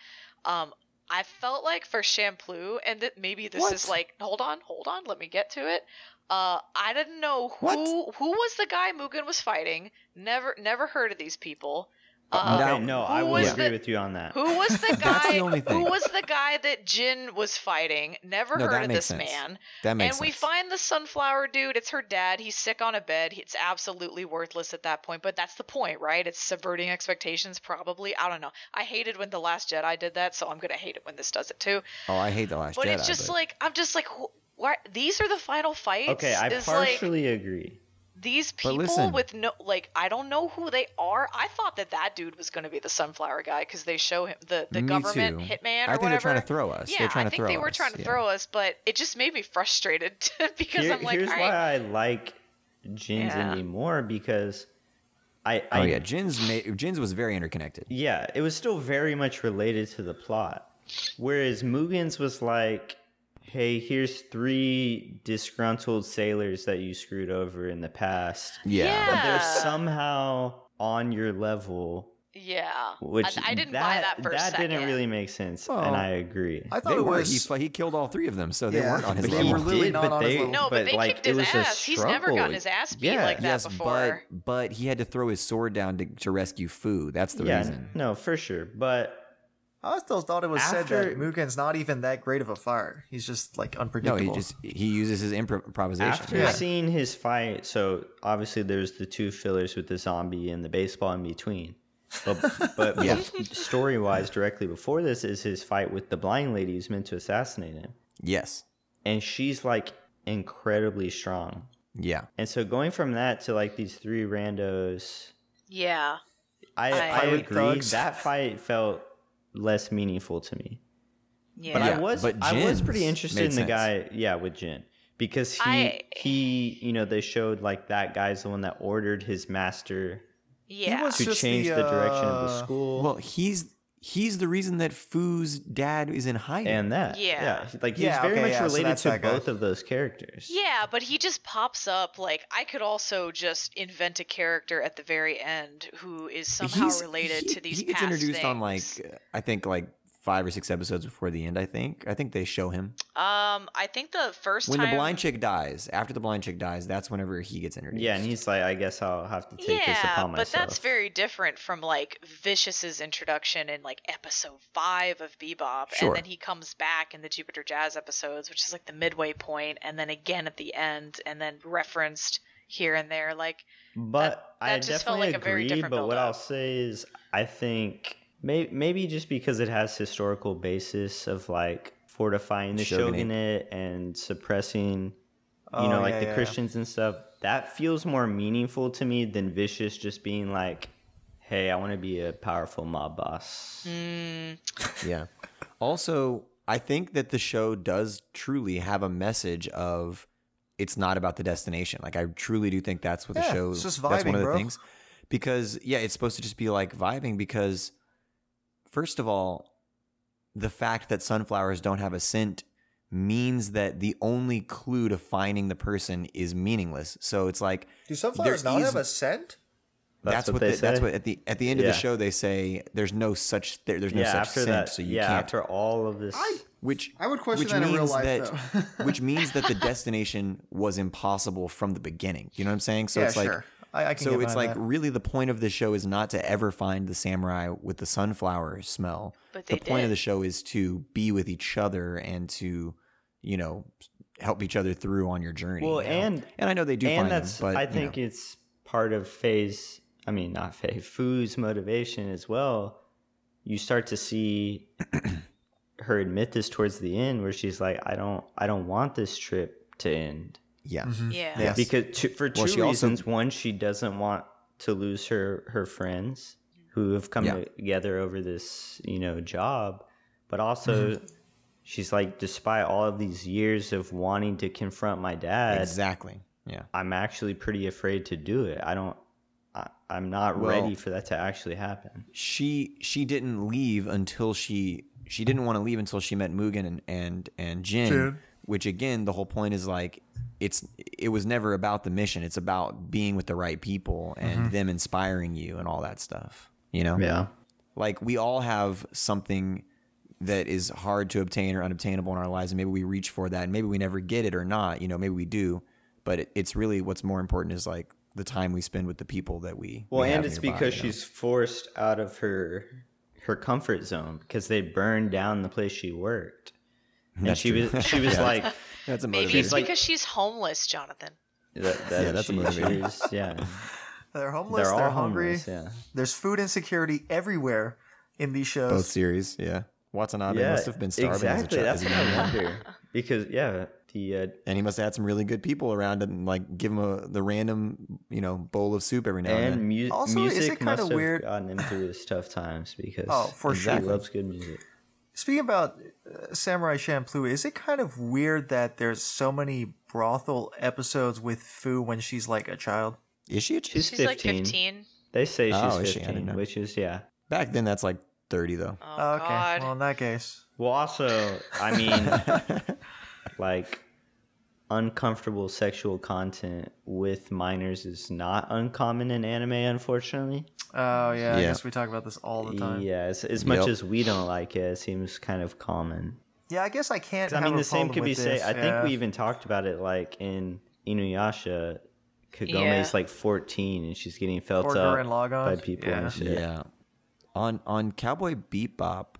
Speaker 5: Um, I felt like for Shampoo, and that maybe this is like, hold on, hold on, let me get to it. Uh, I didn't know who who was the guy Mugen was fighting. Never never heard of these people. Uh,
Speaker 2: Okay, no, I
Speaker 5: who
Speaker 2: will
Speaker 5: was
Speaker 2: agree
Speaker 5: the-
Speaker 2: with you on that.
Speaker 5: Who was the guy?
Speaker 1: That's the only thing.
Speaker 5: Who was the guy that Jin was fighting? Never
Speaker 1: No,
Speaker 5: heard
Speaker 1: that
Speaker 5: of this
Speaker 1: makes sense.
Speaker 5: man.
Speaker 1: that
Speaker 5: And
Speaker 1: makes
Speaker 5: we
Speaker 1: sense.
Speaker 5: find the sunflower dude. It's her dad. He's sick on a bed. It's absolutely worthless at that point. But that's the point, right? It's subverting expectations, probably. I don't know. I hated when the Last Jedi did that, so I'm gonna hate it when this does it too.
Speaker 4: Oh, I hate the last
Speaker 5: But
Speaker 4: Jedi.
Speaker 5: it's just like I'm just like, wh- why? These are the final fights.
Speaker 2: Okay, I
Speaker 5: It's like
Speaker 2: partially agree.
Speaker 5: these people
Speaker 4: listen.
Speaker 5: with no like I don't know who they are. I thought that that dude was gonna be the sunflower guy because they show him the the
Speaker 4: Me
Speaker 5: government
Speaker 4: too.
Speaker 5: hitman.
Speaker 4: I think they're
Speaker 5: or whatever.
Speaker 4: trying to throw us.
Speaker 5: Yeah,
Speaker 4: they're trying to
Speaker 5: I think
Speaker 4: throw
Speaker 5: they were
Speaker 4: us.
Speaker 5: trying to
Speaker 4: yeah.
Speaker 5: throw us, but it just made me frustrated because
Speaker 2: Here-
Speaker 5: I'm like,
Speaker 2: here's
Speaker 5: all right,
Speaker 2: why I like Jin's
Speaker 5: Yeah.
Speaker 2: ending more because I, I
Speaker 4: Oh yeah, Jin's ma- Jin's was very interconnected.
Speaker 2: yeah, it was still very much related to the plot. Whereas Mugen's was like, hey, here's three disgruntled sailors that you screwed over in the past.
Speaker 4: Yeah.
Speaker 5: Yeah.
Speaker 2: But they're somehow on your level,
Speaker 5: Yeah.
Speaker 2: which
Speaker 5: I, I didn't buy
Speaker 2: that,
Speaker 5: that for a
Speaker 2: that
Speaker 5: second.
Speaker 2: didn't really make sense,
Speaker 1: Well,
Speaker 2: and I agree.
Speaker 3: I thought
Speaker 4: They
Speaker 3: it
Speaker 4: were.
Speaker 3: was.
Speaker 4: He, fu- he killed all three of them, so they
Speaker 3: Yeah,
Speaker 4: weren't on his
Speaker 3: but
Speaker 4: level.
Speaker 3: were literally
Speaker 2: did,
Speaker 3: not
Speaker 2: but
Speaker 3: on his
Speaker 2: they,
Speaker 3: level.
Speaker 5: No, but they
Speaker 2: like,
Speaker 5: kicked
Speaker 2: it
Speaker 5: his
Speaker 2: was a
Speaker 5: ass. He's never
Speaker 2: struggle.
Speaker 5: gotten his ass beat
Speaker 2: yeah.
Speaker 5: like that
Speaker 4: yes, but
Speaker 5: before.
Speaker 4: but he had to throw his sword down to, to rescue Fu. That's the
Speaker 2: yeah,
Speaker 4: reason.
Speaker 2: no, for sure. But
Speaker 3: I still thought it was said
Speaker 2: After-
Speaker 3: that Mugen's not even that great of a fire. He's just like
Speaker 4: No,
Speaker 3: unpredictable.
Speaker 4: he just he uses his impro- improvisation.
Speaker 2: After seeing his fight, so obviously there's the two fillers with the zombie and the baseball in between. But, but
Speaker 4: Yeah.
Speaker 2: story wise, directly before this is his fight with the blind lady who's meant to assassinate him.
Speaker 4: yes,
Speaker 2: And she's like incredibly strong.
Speaker 4: yeah.
Speaker 2: And so going from that to like these three randos,
Speaker 5: Yeah.
Speaker 2: I,
Speaker 5: I-
Speaker 2: I,
Speaker 5: Pirate
Speaker 2: agree.
Speaker 3: thugs.
Speaker 2: That fight felt less meaningful to me.
Speaker 5: Yeah.
Speaker 2: But
Speaker 4: Yeah,
Speaker 2: I was
Speaker 4: but
Speaker 2: I was
Speaker 4: Jin's
Speaker 2: pretty interested
Speaker 4: made
Speaker 2: in the
Speaker 4: sense.
Speaker 2: guy, yeah, with Jin because he
Speaker 5: I-
Speaker 2: he you know they showed like that guy's the one that ordered his master
Speaker 5: yeah.
Speaker 3: was- It's
Speaker 2: to
Speaker 3: just
Speaker 2: change the,
Speaker 3: the,
Speaker 2: direction of the
Speaker 3: uh,
Speaker 2: school
Speaker 1: Well, he's he's the reason that Fu's dad is in hiding.
Speaker 2: and that
Speaker 5: Yeah.
Speaker 2: like he's
Speaker 3: Yeah,
Speaker 2: very
Speaker 3: okay,
Speaker 2: much
Speaker 3: yeah, so
Speaker 2: related
Speaker 3: that's
Speaker 2: to
Speaker 3: that guy.
Speaker 2: both of those characters.
Speaker 5: yeah, but he just pops up like I could also just invent a character at the very end who is somehow
Speaker 4: He's-
Speaker 5: related
Speaker 4: he-
Speaker 5: to these
Speaker 4: He gets
Speaker 5: past
Speaker 4: introduced on like
Speaker 5: things.
Speaker 4: I think like five or six episodes before the end. I think I think they show him
Speaker 5: um I think the first
Speaker 4: when
Speaker 5: time
Speaker 4: the blind chick dies. After the blind chick dies, that's whenever he gets introduced.
Speaker 2: Yeah, and he's like, I guess I'll have to take this
Speaker 5: yeah,
Speaker 2: upon
Speaker 5: but
Speaker 2: myself.
Speaker 5: that's very different from like Vicious's introduction in like episode five of Bebop,
Speaker 4: Sure.
Speaker 5: and then he comes back in the Jupiter Jazz episodes, which is like the midway point, and then again at the end, and then referenced here and there. Like
Speaker 2: But
Speaker 5: that
Speaker 2: I
Speaker 5: just felt
Speaker 2: definitely
Speaker 5: like a very
Speaker 2: agree.
Speaker 5: different
Speaker 2: but what
Speaker 5: build-up.
Speaker 2: I'll say is, I think may, maybe just because it has historical basis of like fortifying the shogunate,
Speaker 9: Shogunate.
Speaker 2: and suppressing,
Speaker 3: Oh,
Speaker 2: you know, like
Speaker 3: yeah,
Speaker 2: the
Speaker 3: yeah.
Speaker 2: Christians and stuff. That feels more meaningful to me than vicious just being like, "Hey, I want to be a powerful mob boss."
Speaker 5: Mm.
Speaker 1: Yeah. Also, I think that the show does truly have a message of it's not about the destination. Like I truly do think that's what the
Speaker 3: Yeah,
Speaker 1: show
Speaker 3: it's just
Speaker 1: that's one
Speaker 3: vibing,
Speaker 1: of the
Speaker 3: bro.
Speaker 1: things. Because yeah, it's supposed to just be like vibing because first of all, the fact that sunflowers don't have a scent means that the only clue to finding the person is meaningless. So it's like
Speaker 3: Do sunflowers
Speaker 1: there
Speaker 3: not
Speaker 1: is-
Speaker 3: have a scent?
Speaker 2: That's
Speaker 1: that's,
Speaker 2: what
Speaker 1: what,
Speaker 2: they
Speaker 1: the, that's
Speaker 2: say?
Speaker 1: what at the at the end of
Speaker 2: Yeah.
Speaker 1: the show they say there's no such there, there's no
Speaker 2: yeah,
Speaker 1: such
Speaker 2: after
Speaker 1: scent,
Speaker 2: that,
Speaker 1: so you
Speaker 2: yeah,
Speaker 1: can't
Speaker 2: after all of this,
Speaker 10: I-
Speaker 1: which
Speaker 10: I would question
Speaker 1: which
Speaker 10: that in real
Speaker 1: means
Speaker 10: life,
Speaker 1: that-
Speaker 10: though.
Speaker 1: which means that the destination was impossible from the beginning. You know what I'm saying? So
Speaker 10: yeah,
Speaker 1: it's like
Speaker 10: sure.
Speaker 3: I, I can
Speaker 1: so
Speaker 3: get
Speaker 1: it's
Speaker 3: behind
Speaker 1: like
Speaker 3: that.
Speaker 1: really the point of the show is not to ever find the samurai with the sunflower smell.
Speaker 5: But
Speaker 1: the
Speaker 5: they
Speaker 1: point of
Speaker 5: did.
Speaker 1: the show is to be with each other and to, you know, help each other through on your journey.
Speaker 2: Well,
Speaker 1: you know?
Speaker 2: and-
Speaker 1: and I know they do
Speaker 2: and
Speaker 1: find them,
Speaker 2: that's
Speaker 1: but
Speaker 2: I
Speaker 1: you know.
Speaker 2: think it's part of Faye's. I mean, not Faye, Fu's motivation as well. You start to see her admit this towards the end, where she's like, "I don't, I don't want this trip to end."
Speaker 1: yeah.
Speaker 10: Mm-hmm.
Speaker 4: Mm-hmm.
Speaker 5: yeah.
Speaker 1: Yes.
Speaker 2: because two, for two
Speaker 1: Well, she also-
Speaker 2: reasons one she doesn't want to lose her her friends who have come
Speaker 1: Yeah.
Speaker 2: together over this you know job but also
Speaker 1: Mm-hmm.
Speaker 2: she's like despite all of these years of wanting to confront my dad
Speaker 1: Exactly. Yeah.
Speaker 2: i'm actually pretty afraid to do it i don't I, i'm not
Speaker 1: Well-
Speaker 2: ready for that to actually happen
Speaker 1: she she didn't leave until she she didn't want to leave until she met Mugen and and and Jin,
Speaker 3: Jin.
Speaker 1: which again the whole point is like it's it was never about the mission. It's about being with the right people and them inspiring you and all that stuff. You know,
Speaker 2: Mm-hmm. yeah
Speaker 1: like we all have something that is hard to obtain or unobtainable in our lives, and maybe we reach for that, and maybe we never get it or not. You know, maybe we do, but it, it's really what's more important is like the time we spend with the people that we
Speaker 2: Well,
Speaker 1: we have
Speaker 2: and it's
Speaker 1: nearby,
Speaker 2: because
Speaker 1: you know?
Speaker 2: she's forced out of her her comfort zone because they burned down the place she worked, and
Speaker 1: That's
Speaker 2: she
Speaker 1: true.
Speaker 2: was she was like
Speaker 1: that's a
Speaker 5: Maybe it's
Speaker 1: motivator.
Speaker 2: like-
Speaker 5: because she's homeless, Jonathan.
Speaker 2: that, that
Speaker 1: Yeah, that's a
Speaker 2: she-
Speaker 1: motivator.
Speaker 2: she was- yeah,
Speaker 3: they're homeless.
Speaker 2: they're
Speaker 3: They're,
Speaker 2: all
Speaker 3: hungry.
Speaker 2: homeless. Yeah,
Speaker 3: There's food insecurity everywhere in these shows.
Speaker 1: both series. Yeah, Watanabe
Speaker 2: yeah,
Speaker 1: must have been starving
Speaker 2: Exactly,
Speaker 1: as
Speaker 2: that's
Speaker 1: a
Speaker 2: what
Speaker 1: child,
Speaker 2: I wonder because yeah, the uh,
Speaker 1: and he must have had some really good people around him, and, like give him a the random you know bowl of soup every now and,
Speaker 2: and
Speaker 1: then.
Speaker 2: mu-
Speaker 3: Also, is
Speaker 2: music
Speaker 3: it kinda
Speaker 2: must have
Speaker 3: weird-
Speaker 2: gotten him through his tough times because
Speaker 3: Oh, for
Speaker 2: she
Speaker 3: sure.
Speaker 2: loves good music.
Speaker 3: Speaking about uh, Samurai Champloo, is it kind of weird that there's so many brothel episodes with Fu when she's like a child?
Speaker 1: Is she? A ch-
Speaker 2: She's,
Speaker 5: She's
Speaker 2: 15.
Speaker 5: like 15.
Speaker 2: They say she's
Speaker 1: Oh, is she? I didn't
Speaker 2: fifteen,
Speaker 1: know.
Speaker 2: which is yeah.
Speaker 1: Back then, that's like thirty though.
Speaker 5: Oh,
Speaker 3: Ah, okay.
Speaker 5: God.
Speaker 3: Well, in that case,
Speaker 2: Well, also, I mean, like, uncomfortable sexual content with minors is not uncommon in anime, unfortunately.
Speaker 3: oh yeah, I
Speaker 1: Yeah.
Speaker 3: guess we talk about this all the time. Yeah,
Speaker 2: Yeah, as, as much
Speaker 1: Yep.
Speaker 2: as we don't like it, it seems kind of common.
Speaker 3: I guess I can't.
Speaker 2: 'Cause, I
Speaker 3: have
Speaker 2: mean,
Speaker 3: a
Speaker 2: the same
Speaker 3: problem
Speaker 2: could be
Speaker 3: with
Speaker 2: said.
Speaker 3: this,
Speaker 2: I
Speaker 3: yeah.
Speaker 2: think we even talked about it, like, in Inuyasha. Kagome
Speaker 5: Yeah.
Speaker 2: is like 14 and she's getting felt
Speaker 3: Or
Speaker 2: up
Speaker 3: Gurren Lagann.
Speaker 2: by people
Speaker 3: Yeah.
Speaker 2: and shit.
Speaker 1: Yeah. On on Cowboy Bebop,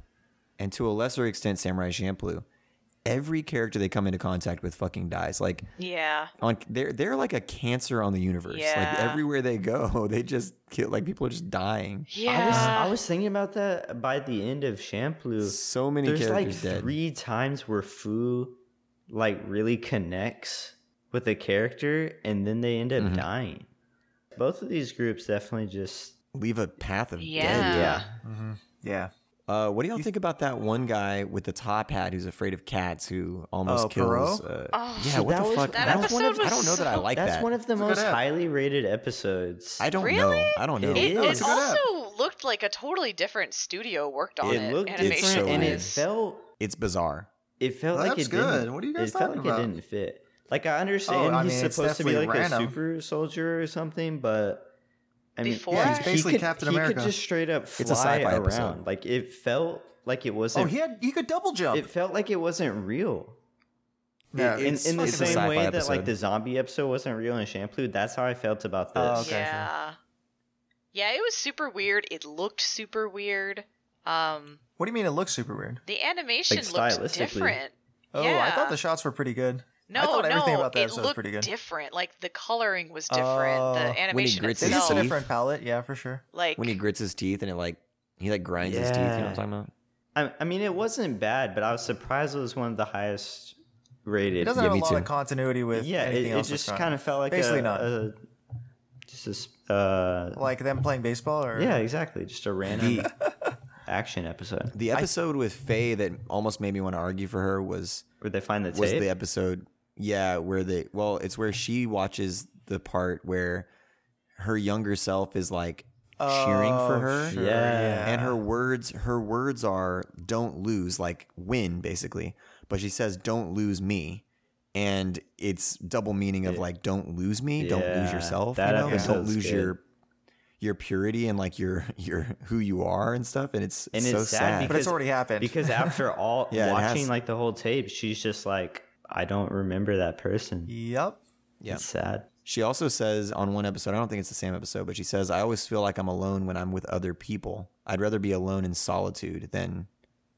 Speaker 1: and to a lesser extent Samurai Champloo, every character they come into contact with fucking dies. Like
Speaker 5: Yeah.
Speaker 1: on they're they're like a cancer on the universe.
Speaker 5: Yeah.
Speaker 1: Like everywhere they go, they just kill. Like people are just dying.
Speaker 2: I was, I
Speaker 5: Yeah.
Speaker 2: was thinking about that by the end of Shampoo.
Speaker 1: So many
Speaker 2: There's like
Speaker 1: characters dead.
Speaker 2: three times where Fu like really connects with a character and then they end up
Speaker 1: Mm-hmm.
Speaker 2: dying. Both of these groups definitely just
Speaker 1: Leave a path of
Speaker 5: Yeah.
Speaker 1: dead.
Speaker 3: Mm-hmm. yeah.
Speaker 1: Uh, what do y'all think about that one guy with the top hat who's afraid of cats who almost
Speaker 3: Oh,
Speaker 1: kills?
Speaker 3: Perot?
Speaker 1: Uh,
Speaker 5: Oh,
Speaker 1: yeah,
Speaker 5: see,
Speaker 1: what
Speaker 2: that
Speaker 1: the
Speaker 2: was-
Speaker 1: fuck?
Speaker 5: that
Speaker 1: that's one of,
Speaker 5: episode
Speaker 1: I don't know that I
Speaker 5: was
Speaker 1: like
Speaker 2: That's
Speaker 1: that.
Speaker 2: one of the
Speaker 3: good
Speaker 2: most
Speaker 3: app.
Speaker 2: highly rated episodes.
Speaker 1: I don't
Speaker 5: Really?
Speaker 1: know. I don't know.
Speaker 2: It
Speaker 5: It,
Speaker 2: No,
Speaker 5: it
Speaker 2: it's a good
Speaker 5: also looked like a totally different studio worked on it.
Speaker 2: it looked
Speaker 5: animation
Speaker 2: different and it
Speaker 5: wise.
Speaker 2: felt
Speaker 1: It's bizarre.
Speaker 2: it felt
Speaker 3: Well,
Speaker 2: like
Speaker 3: that's
Speaker 2: it
Speaker 3: good.
Speaker 2: didn't.
Speaker 3: What are you guys
Speaker 2: it felt
Speaker 3: talking
Speaker 2: like
Speaker 3: about?
Speaker 2: It didn't fit. Like I understand
Speaker 3: Oh, I
Speaker 2: he's
Speaker 3: mean, it's
Speaker 2: supposed to be
Speaker 3: definitely
Speaker 2: like a
Speaker 3: random.
Speaker 2: super soldier or something, but I mean,
Speaker 5: Before? Yeah, he's
Speaker 2: he
Speaker 3: basically
Speaker 2: could-
Speaker 3: Captain
Speaker 2: He
Speaker 3: America.
Speaker 2: could just straight up fly
Speaker 1: It's a sci-fi
Speaker 2: around.
Speaker 1: episode.
Speaker 2: Like it felt like it
Speaker 3: Oh,
Speaker 2: wasn't.
Speaker 3: he had he could double jump.
Speaker 2: it felt like it wasn't real.
Speaker 3: yeah,
Speaker 2: In,
Speaker 3: it's
Speaker 2: in the
Speaker 3: fucking-
Speaker 1: a
Speaker 2: same
Speaker 1: sci-fi
Speaker 2: way that like
Speaker 1: episode.
Speaker 2: the zombie episode wasn't real in Shampoo, that's how I felt about this.
Speaker 3: Oh, okay.
Speaker 5: yeah. Yeah, it was super weird. It looked super weird. Um,
Speaker 3: What do you mean? It looks super weird.
Speaker 5: the animation
Speaker 2: Like,
Speaker 5: looked
Speaker 2: stylistically.
Speaker 5: different.
Speaker 3: Oh, I
Speaker 5: Yeah.
Speaker 3: thought the shots were pretty good.
Speaker 5: No,
Speaker 3: thought
Speaker 5: no,
Speaker 3: everything about that
Speaker 5: it
Speaker 3: episode was
Speaker 5: looked
Speaker 3: pretty good.
Speaker 5: different. Like the coloring was different.
Speaker 3: Oh. When
Speaker 5: the
Speaker 3: he
Speaker 5: animation
Speaker 4: grits
Speaker 3: They
Speaker 4: his
Speaker 3: used a
Speaker 4: teeth.
Speaker 5: itself,
Speaker 3: different palette, yeah, for sure.
Speaker 5: like
Speaker 1: when he grits his teeth and it like he like grinds his teeth. You know what I'm
Speaker 2: Yeah.
Speaker 1: talking about?
Speaker 2: I, I mean, it wasn't bad, but I was surprised it was one of the highest rated.
Speaker 3: It doesn't
Speaker 1: yeah,
Speaker 3: have a
Speaker 1: me
Speaker 3: lot of
Speaker 1: too.
Speaker 3: continuity with
Speaker 2: yeah, it,
Speaker 3: anything
Speaker 2: it
Speaker 3: else.
Speaker 2: just kind of felt like
Speaker 3: Basically
Speaker 2: a,
Speaker 3: not.
Speaker 2: a- just this. Uh,
Speaker 3: like them playing baseball, or
Speaker 2: yeah, exactly. Just a random action episode
Speaker 1: The episode with Faye that almost made me want to argue for her was
Speaker 2: where they find the
Speaker 1: was
Speaker 2: tape.
Speaker 1: the episode yeah where they well it's where she watches the part where her younger self is like cheering for
Speaker 3: Oh,
Speaker 1: her
Speaker 3: sure,
Speaker 2: Yeah.
Speaker 1: and
Speaker 2: Ah.
Speaker 1: her words her words are don't lose like win basically but she says don't lose me and it's double meaning of like don't lose me don't lose
Speaker 2: Yeah,
Speaker 1: yourself you
Speaker 2: that
Speaker 1: know and don't
Speaker 2: episode's
Speaker 1: lose
Speaker 2: good.
Speaker 1: your your purity and like your your who you are and stuff and it's,
Speaker 2: And
Speaker 1: so
Speaker 2: it's sad
Speaker 1: sad,
Speaker 3: but it's
Speaker 2: because-
Speaker 3: already happened.
Speaker 2: because after all
Speaker 1: Yeah, it
Speaker 2: watching
Speaker 1: has-
Speaker 2: like the whole tape, she's just like, I don't remember that person.
Speaker 3: yep,
Speaker 1: Yeah.
Speaker 2: It's sad.
Speaker 1: She also says on one episode, I don't think it's the same episode, but she says, I always feel like I'm alone when I'm with other people. I'd rather be alone in solitude than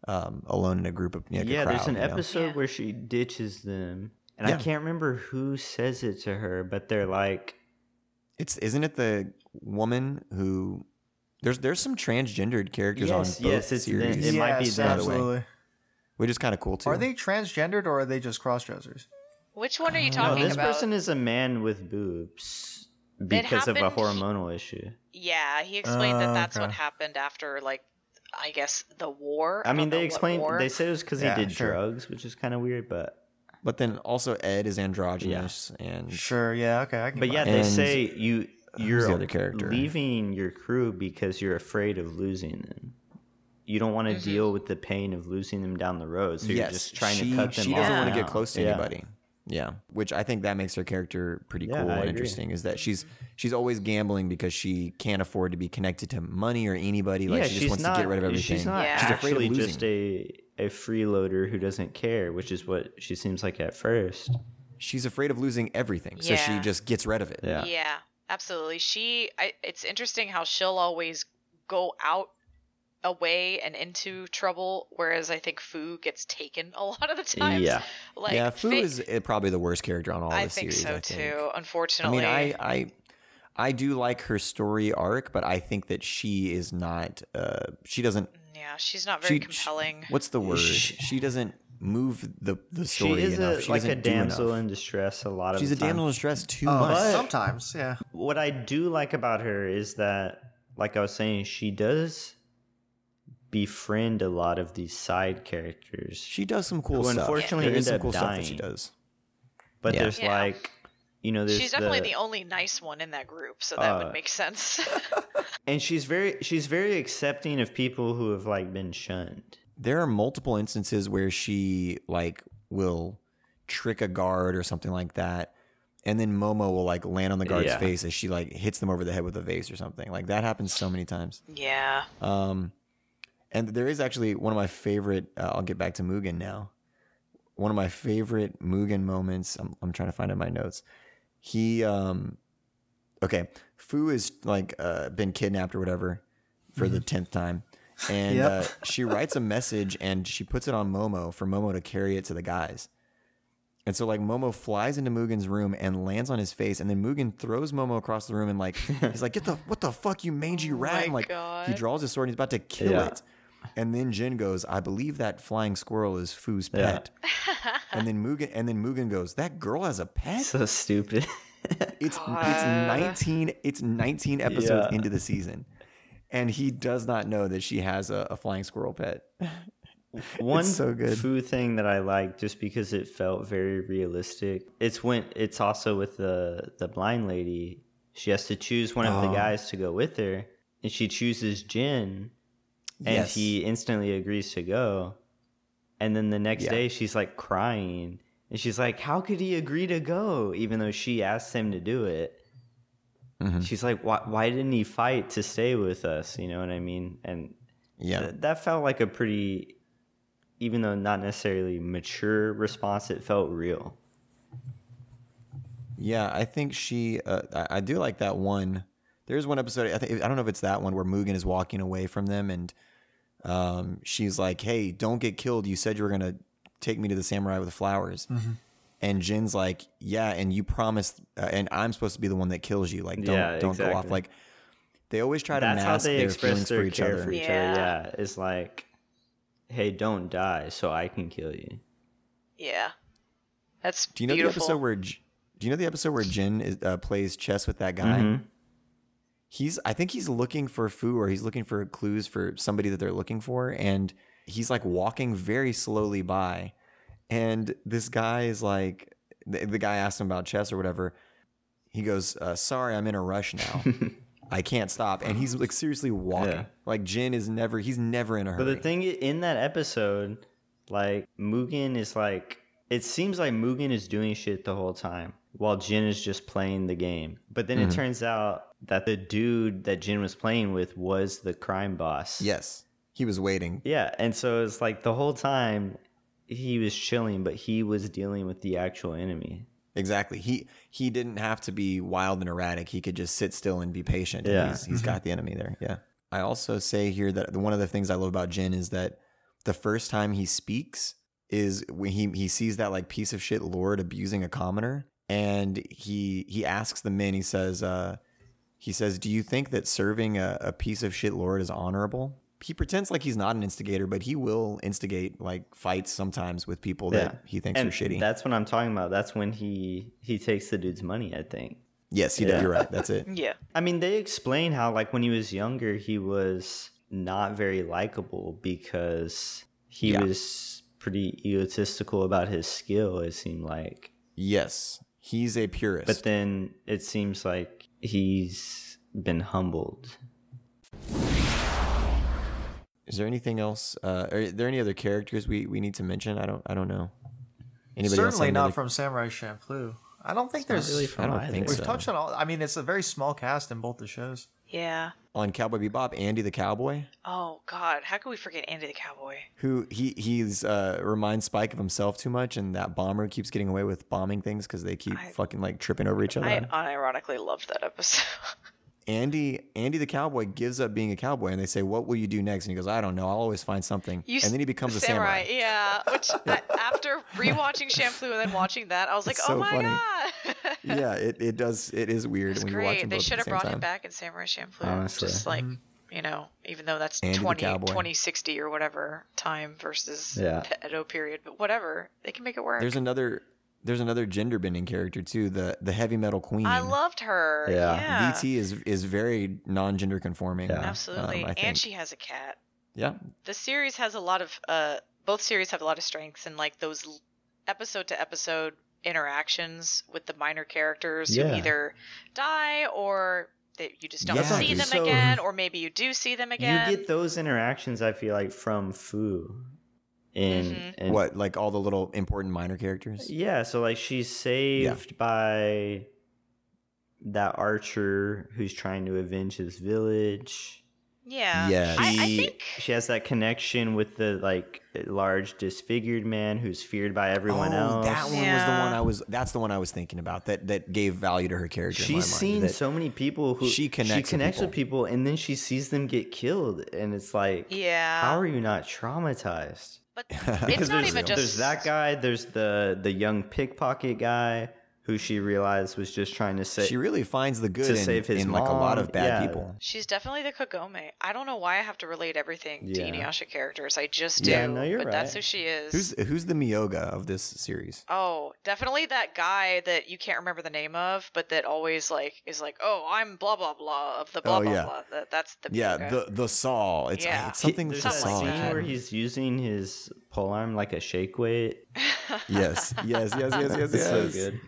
Speaker 1: um, alone in a group of, you know, like a
Speaker 2: yeah, there's
Speaker 1: crowd, you
Speaker 2: an
Speaker 1: know?
Speaker 2: episode
Speaker 5: Yeah.
Speaker 2: where she ditches them, and I
Speaker 1: Yeah.
Speaker 2: can't remember who says it to her, but they're like,
Speaker 1: It's, isn't it the woman who, there's, there's some transgendered characters
Speaker 2: Yes,
Speaker 1: on both
Speaker 2: yes, it's the-
Speaker 1: series,
Speaker 2: it might be
Speaker 3: Yes,
Speaker 2: the other way.
Speaker 3: absolutely.
Speaker 1: which is kind of cool too.
Speaker 3: Are they transgendered or are they just cross dressers?
Speaker 5: which one are you
Speaker 2: "No,
Speaker 5: talking
Speaker 2: this
Speaker 5: about?
Speaker 2: person is a man with boobs because of a
Speaker 5: happened-
Speaker 2: hormonal issue."
Speaker 5: Yeah, he explained that
Speaker 3: Oh,
Speaker 5: that's what
Speaker 3: okay.
Speaker 5: happened after like I guess the war.
Speaker 2: I mean,
Speaker 5: don't know
Speaker 2: they
Speaker 5: what
Speaker 2: explained
Speaker 5: war.
Speaker 2: they said it was because
Speaker 3: Yeah,
Speaker 2: he did
Speaker 3: sure.
Speaker 2: drugs, which is kind of weird, but
Speaker 1: but then also Ed is androgynous and
Speaker 3: Sure, yeah, okay. I can
Speaker 2: but
Speaker 3: buy
Speaker 2: yeah,
Speaker 3: it.
Speaker 2: they
Speaker 1: And
Speaker 2: say you you're
Speaker 1: the other character?
Speaker 2: leaving your crew because you're afraid of losing them. You don't want to deal with the pain of losing them down the road, so you're
Speaker 1: yes,
Speaker 2: just trying
Speaker 1: she,
Speaker 2: to cut them.
Speaker 1: she doesn't
Speaker 2: off
Speaker 1: want to get
Speaker 2: now.
Speaker 1: close to
Speaker 2: Yeah.
Speaker 1: anybody. Yeah, which I think that makes her character pretty
Speaker 2: Yeah,
Speaker 1: cool
Speaker 2: I
Speaker 1: and
Speaker 2: agree.
Speaker 1: interesting. Is that she's she's always gambling because she can't afford to be connected to money or anybody. Like she just
Speaker 2: she's
Speaker 1: wants to get rid of everything.
Speaker 2: She's not
Speaker 5: Yeah.
Speaker 1: She's afraid of
Speaker 2: actually
Speaker 1: losing.
Speaker 2: just a a freeloader who doesn't care, which is what she seems like at first.
Speaker 1: She's afraid of losing everything, so she
Speaker 5: Yeah.
Speaker 1: just gets rid of it.
Speaker 2: Yeah.
Speaker 5: Yeah, absolutely. She, I, it's interesting how she'll always go out away and into trouble, whereas I think Fu gets taken a lot of the times.
Speaker 2: Yeah.
Speaker 5: like
Speaker 1: yeah, Fu
Speaker 5: Fi-
Speaker 1: is uh, probably the worst character on all
Speaker 5: I
Speaker 1: the
Speaker 5: think
Speaker 1: series.
Speaker 5: so
Speaker 1: I think.
Speaker 5: too.
Speaker 1: I
Speaker 5: Unfortunately,
Speaker 1: mean, I, I I do like her story arc, but I think that she is not. Uh, she doesn't.
Speaker 5: yeah, she's not very
Speaker 1: she- she-
Speaker 5: compelling.
Speaker 1: What's the word?
Speaker 2: She-
Speaker 1: She doesn't move the the
Speaker 2: She
Speaker 1: story
Speaker 2: is
Speaker 1: enough.
Speaker 2: a,
Speaker 1: she
Speaker 2: like a
Speaker 1: doesn't do
Speaker 2: damsel
Speaker 1: enough.
Speaker 2: in distress a lot of
Speaker 1: She's
Speaker 2: the
Speaker 1: a
Speaker 2: time.
Speaker 1: damsel in distress too
Speaker 3: Oh,
Speaker 11: Uh,
Speaker 1: much.
Speaker 11: sometimes, yeah.
Speaker 2: what I do like about her is that, like I was saying, she does befriend a lot of these side characters.
Speaker 1: She does some cool
Speaker 2: Who
Speaker 1: stuff.
Speaker 2: unfortunately
Speaker 1: there is
Speaker 2: end
Speaker 1: some
Speaker 2: up
Speaker 1: cool stuff that she
Speaker 2: dying.
Speaker 1: does.
Speaker 2: but
Speaker 1: Yeah.
Speaker 2: there's
Speaker 5: Yeah.
Speaker 2: like, you know, there's
Speaker 5: She's definitely
Speaker 2: the
Speaker 5: the only nice one in that group, so that
Speaker 2: Uh,
Speaker 5: would make sense.
Speaker 2: and she's very she's very accepting of people who have like been shunned.
Speaker 1: There are multiple instances where she like will trick a guard or something like that, and then Momo will like land on the guard's
Speaker 2: Yeah.
Speaker 1: face as she like hits them over the head with a vase or something. Like that happens so many times.
Speaker 5: yeah,
Speaker 1: Um, and there is actually one of my favorite. Uh, I'll get back to Mugen now. One of my favorite Mugen moments. I'm, I'm trying to find it in my notes. He, um, okay, Fu is like uh, been kidnapped or whatever for
Speaker 5: Mm-hmm.
Speaker 1: the tenth time, and
Speaker 11: Yep.
Speaker 1: uh, she writes a message and she puts it on Momo for Momo to carry it to the guys. And so like Momo flies into Mugen's room and lands on his face, and then Mugen throws Momo across the room and like he's like, "Get the what the fuck, you mangy
Speaker 5: Oh
Speaker 1: rat!"
Speaker 5: my
Speaker 1: And, like he
Speaker 5: God.
Speaker 1: draws his sword and he's about to kill
Speaker 2: Yeah.
Speaker 1: it. And then Jin goes, "I believe that flying squirrel is Fu's
Speaker 2: Yeah.
Speaker 1: pet." and then Mugen and then Mugen goes, "That girl has a pet."
Speaker 2: So stupid.
Speaker 1: It's it's
Speaker 5: God.
Speaker 1: nineteen it's nineteen episodes
Speaker 2: Yeah.
Speaker 1: into the season, and he does not know that she has a, a flying squirrel pet.
Speaker 2: One
Speaker 1: so good.
Speaker 2: food thing that I like just because it felt very realistic. It's when it's also with the the blind lady. She has to choose one of the
Speaker 1: Oh.
Speaker 2: guys to go with her, and she chooses Jin, and
Speaker 1: Yes.
Speaker 2: he instantly agrees to go. And then the next
Speaker 1: Yeah.
Speaker 2: day, she's like crying, and she's like, "How could he agree to go?" Even though she asked him to do it,
Speaker 1: Mhm.
Speaker 2: she's like, "Why? Why didn't he fight to stay with us?" You know what I mean? And
Speaker 1: Yeah,
Speaker 2: Th- that felt like a pretty, even though not necessarily mature response, it felt real.
Speaker 1: yeah. I think she. Uh, I, I do like that one. There's one episode. I think I don't know if it's that one where Mugen is walking away from them, and
Speaker 2: Mm-hmm.
Speaker 1: um, she's like, "Hey, don't get killed. You said you were gonna take me to the samurai with flowers." And Jin's like, yeah, and you promised, uh, and I'm supposed to be the one that kills you. Like, don't
Speaker 2: Yeah,
Speaker 1: don't go off.
Speaker 2: exactly.
Speaker 1: Like, they always try to
Speaker 2: That's how
Speaker 1: mask
Speaker 2: they
Speaker 1: their
Speaker 2: express
Speaker 1: feelings
Speaker 2: their
Speaker 1: for each
Speaker 2: care
Speaker 1: other.
Speaker 2: for each
Speaker 5: Yeah.
Speaker 2: other. Yeah, it's like, hey, don't die so I can kill you.
Speaker 5: Yeah. That's
Speaker 1: Do you know
Speaker 5: beautiful.
Speaker 1: the episode where? J- Do you know the episode where Jin is, uh, plays chess with that guy?
Speaker 2: Mhm.
Speaker 1: He's, I think he's looking for Fu, or he's looking for clues for somebody that they're looking for, and he's like walking very slowly by, and this guy is like, the, the guy asks him about chess or whatever. He goes, uh, "Sorry, I'm in a rush now.
Speaker 2: Mm-hmm.
Speaker 1: I can't stop." And he's like seriously walking.
Speaker 2: Yeah.
Speaker 1: Like Jin is never, he's never in a hurry.
Speaker 2: But the thing i- in that episode, like Mugen is like it seems like Mugen is doing shit the whole time while Jin is just playing the game. But then it
Speaker 1: Mm-hmm.
Speaker 2: turns out that the dude that Jin was playing with was the crime boss.
Speaker 1: yes, he was waiting.
Speaker 2: Yeah, and so it's like the whole time he was chilling, but he was dealing with the actual enemy.
Speaker 1: Exactly. He he didn't have to be wild and erratic. He could just sit still and be patient.
Speaker 2: Yeah. Mm-hmm.
Speaker 1: Yeah. He's, he's got the enemy there. Yeah. I also say here that one of the things I love about Jin is that the first time he speaks is when he he sees that like piece of shit lord abusing a commoner and he he asks the men he says uh he says do you think that serving a, a piece of shit lord is honorable he pretends like he's not an instigator but he will instigate like fights sometimes with people
Speaker 2: Yeah.
Speaker 1: that he thinks
Speaker 2: and
Speaker 1: are shitty
Speaker 2: That's what I'm talking about. That's when he he takes the dude's money, I think.
Speaker 1: yes he
Speaker 2: Yeah.
Speaker 1: did you're right that's it
Speaker 5: Yeah.
Speaker 2: I mean, they explain how, like, when he was younger, he was not very likable because he
Speaker 1: Yeah.
Speaker 2: was pretty egotistical about his skill, it seemed like.
Speaker 1: Yes, he's a purist.
Speaker 2: But then it seems like he's been humbled.
Speaker 1: is there anything else? Uh, are there any other characters we, we need to mention? I don't I don't know. Anybody else
Speaker 3: Certainly
Speaker 1: have
Speaker 3: not
Speaker 1: another-
Speaker 3: from Samurai Champloo. I don't think
Speaker 2: Not
Speaker 3: there's.
Speaker 2: really
Speaker 1: I
Speaker 2: from
Speaker 1: don't
Speaker 2: either.
Speaker 1: think
Speaker 3: we've
Speaker 1: so.
Speaker 3: touched on all. I mean, it's a very small cast in both the shows.
Speaker 5: Yeah.
Speaker 1: on Cowboy Bebop. Andy the cowboy,
Speaker 5: Oh God, how could we forget Andy the Cowboy?
Speaker 1: who he he's uh, reminds Spike of himself too much, and that bomber keeps getting away with bombing things because they keep
Speaker 5: I-
Speaker 1: fucking like tripping over each other.
Speaker 5: I unironically loved that episode.
Speaker 1: Andy Andy the cowboy gives up being a cowboy, and they say, "What will you do next?" And he goes, "I don't know. I'll always find something."
Speaker 5: You
Speaker 1: and then he
Speaker 5: s-
Speaker 1: becomes a samurai.
Speaker 5: Yeah. Which I, after rewatching Shampoo and then watching that, I was like,
Speaker 1: It's
Speaker 5: oh
Speaker 1: so
Speaker 5: my
Speaker 1: funny.
Speaker 5: god.
Speaker 1: yeah, it, it does. It is weird
Speaker 5: It's
Speaker 1: when you watch
Speaker 5: great.
Speaker 1: them
Speaker 5: They
Speaker 1: both at
Speaker 5: should
Speaker 1: the
Speaker 5: have
Speaker 1: same
Speaker 5: brought
Speaker 1: time.
Speaker 5: him back in Samurai Champloo.
Speaker 2: Honestly.
Speaker 5: Just like
Speaker 2: Mm-hmm.
Speaker 5: you know, even though that's
Speaker 1: Andy the
Speaker 5: 20,
Speaker 1: Cowboy.
Speaker 5: 2060 or whatever time versus
Speaker 2: Yeah.
Speaker 5: the Edo period, but whatever, they can make it work.
Speaker 1: There's another there's another gender bending character too, the the heavy metal queen.
Speaker 5: I loved her.
Speaker 2: Yeah.
Speaker 5: Yeah.
Speaker 1: VT is is very non gender conforming.
Speaker 2: Yeah.
Speaker 1: um,
Speaker 5: Absolutely.
Speaker 1: I
Speaker 5: and
Speaker 1: think.
Speaker 5: she has a cat.
Speaker 1: Yeah.
Speaker 5: The series has a lot of uh both series have a lot of strengths and like those l- episode to episode interactions with the minor characters
Speaker 2: Yeah.
Speaker 5: who either die or that you just don't
Speaker 1: Yeah,
Speaker 5: see
Speaker 1: dude.
Speaker 5: them
Speaker 2: So-
Speaker 5: again or maybe you do see them again.
Speaker 2: You get those interactions, I feel like, from Fu. In,
Speaker 5: Mhm.
Speaker 2: in
Speaker 1: what, like all the little important minor characters?
Speaker 2: Yeah, so like she's saved by that archer who's trying to avenge his village.
Speaker 5: yeah.
Speaker 1: Yes.
Speaker 5: I, I
Speaker 2: She-
Speaker 5: think
Speaker 2: she has that connection with the like large disfigured man who's feared by everyone
Speaker 1: oh,
Speaker 2: else.
Speaker 1: that one was the
Speaker 5: Yeah.
Speaker 1: one I was that's the one I was thinking about that that gave value to her character. in my
Speaker 2: She's
Speaker 1: mind,
Speaker 2: seen
Speaker 1: that-
Speaker 2: so many people who
Speaker 1: she connects with
Speaker 2: with people, and then she sees them get killed, and it's like,
Speaker 5: yeah.
Speaker 2: how are you not traumatized?
Speaker 5: but
Speaker 1: Because
Speaker 5: it's not
Speaker 2: there's,
Speaker 5: even just
Speaker 2: there's that guy, there's the the young pickpocket guy who she realized was just trying to say
Speaker 1: she really finds the good
Speaker 2: to
Speaker 1: in,
Speaker 2: save his
Speaker 1: in like a lot
Speaker 2: mom,
Speaker 1: of bad
Speaker 2: yeah.
Speaker 1: people.
Speaker 5: She's definitely the Kagome. I don't know why I have to relate everything
Speaker 2: Yeah.
Speaker 5: to Inuyasha characters. I just do.
Speaker 2: Yeah, no, you're
Speaker 5: but
Speaker 2: right.
Speaker 5: that's who she is.
Speaker 1: Who's who's the Miyoga of this series?
Speaker 5: Oh, definitely that guy that you can't remember the name of, but that always like is like, "Oh, I'm blah blah blah of the blah
Speaker 1: Oh,
Speaker 5: blah
Speaker 1: yeah.
Speaker 5: blah." That, that's the
Speaker 1: Yeah,
Speaker 5: guy.
Speaker 1: the the Saul. It's,
Speaker 5: Yeah.
Speaker 1: it's something
Speaker 2: There's
Speaker 1: with
Speaker 2: that
Speaker 1: the
Speaker 5: something
Speaker 1: Saul.
Speaker 5: like
Speaker 2: scene
Speaker 5: that.
Speaker 2: where he's using his pole arm like a shake weight.
Speaker 1: yes, yes, yes, yes, yes,
Speaker 2: It's
Speaker 1: yes.
Speaker 2: so good.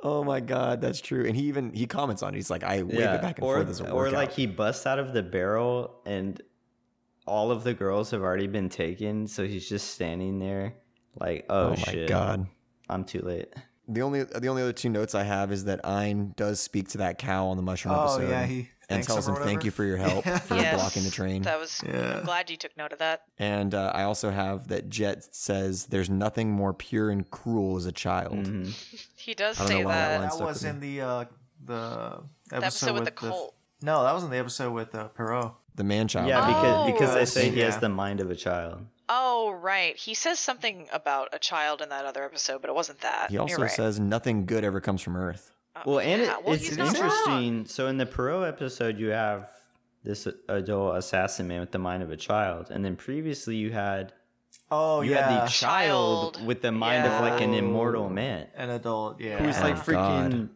Speaker 1: Oh my god, that's true. And he even he comments on it. He's like, I wave it back and
Speaker 2: or,
Speaker 1: forth as a workout.
Speaker 2: or like he busts out of the barrel and all of the girls have already been taken, so he's just standing there like, oh,
Speaker 1: oh, my
Speaker 2: shit,
Speaker 1: god.
Speaker 2: I'm too late.
Speaker 1: The only the only other two notes I have is that Ein does speak to that cow on the mushroom
Speaker 3: Oh
Speaker 1: episode
Speaker 3: yeah, he
Speaker 1: and
Speaker 3: thanks
Speaker 1: tells him
Speaker 3: or
Speaker 1: thank
Speaker 3: whatever.
Speaker 1: you for your help for
Speaker 5: Yes.
Speaker 1: blocking the train.
Speaker 5: That was.
Speaker 3: Yeah.
Speaker 5: I'm glad you took note of that.
Speaker 1: and uh, I also have that Jet says there's nothing more pure and cruel as a child.
Speaker 2: Mhm.
Speaker 5: He does
Speaker 1: I don't know
Speaker 5: say
Speaker 1: why that
Speaker 5: that.
Speaker 1: line-
Speaker 3: That
Speaker 1: stuck
Speaker 3: was
Speaker 1: with
Speaker 3: in the uh, the
Speaker 5: That
Speaker 3: episode,
Speaker 5: episode with the
Speaker 3: f-
Speaker 5: cult.
Speaker 3: no, that was in the episode with uh, Perot.
Speaker 1: The man child.
Speaker 2: Yeah, because
Speaker 5: Oh.
Speaker 2: because they say he
Speaker 3: Yeah.
Speaker 2: has the mind of a child.
Speaker 5: Oh, right. He says something about a child in that other episode, but it wasn't that.
Speaker 1: He also
Speaker 5: You're right.
Speaker 1: says nothing good ever comes from Earth.
Speaker 5: Uh,
Speaker 2: Well, and
Speaker 5: yeah,
Speaker 2: it,
Speaker 5: well,
Speaker 2: it's
Speaker 5: he's not wrong.
Speaker 2: interesting. So in the Perot episode, you have this adult assassin man with the mind of a child, and then previously you had
Speaker 3: Oh
Speaker 2: you
Speaker 3: yeah,
Speaker 2: had the child,
Speaker 5: Child.
Speaker 2: with the mind of like an
Speaker 3: Yeah.
Speaker 2: immortal man,
Speaker 3: an adult. Yeah,
Speaker 2: who's like
Speaker 1: Oh,
Speaker 2: freaking
Speaker 1: God.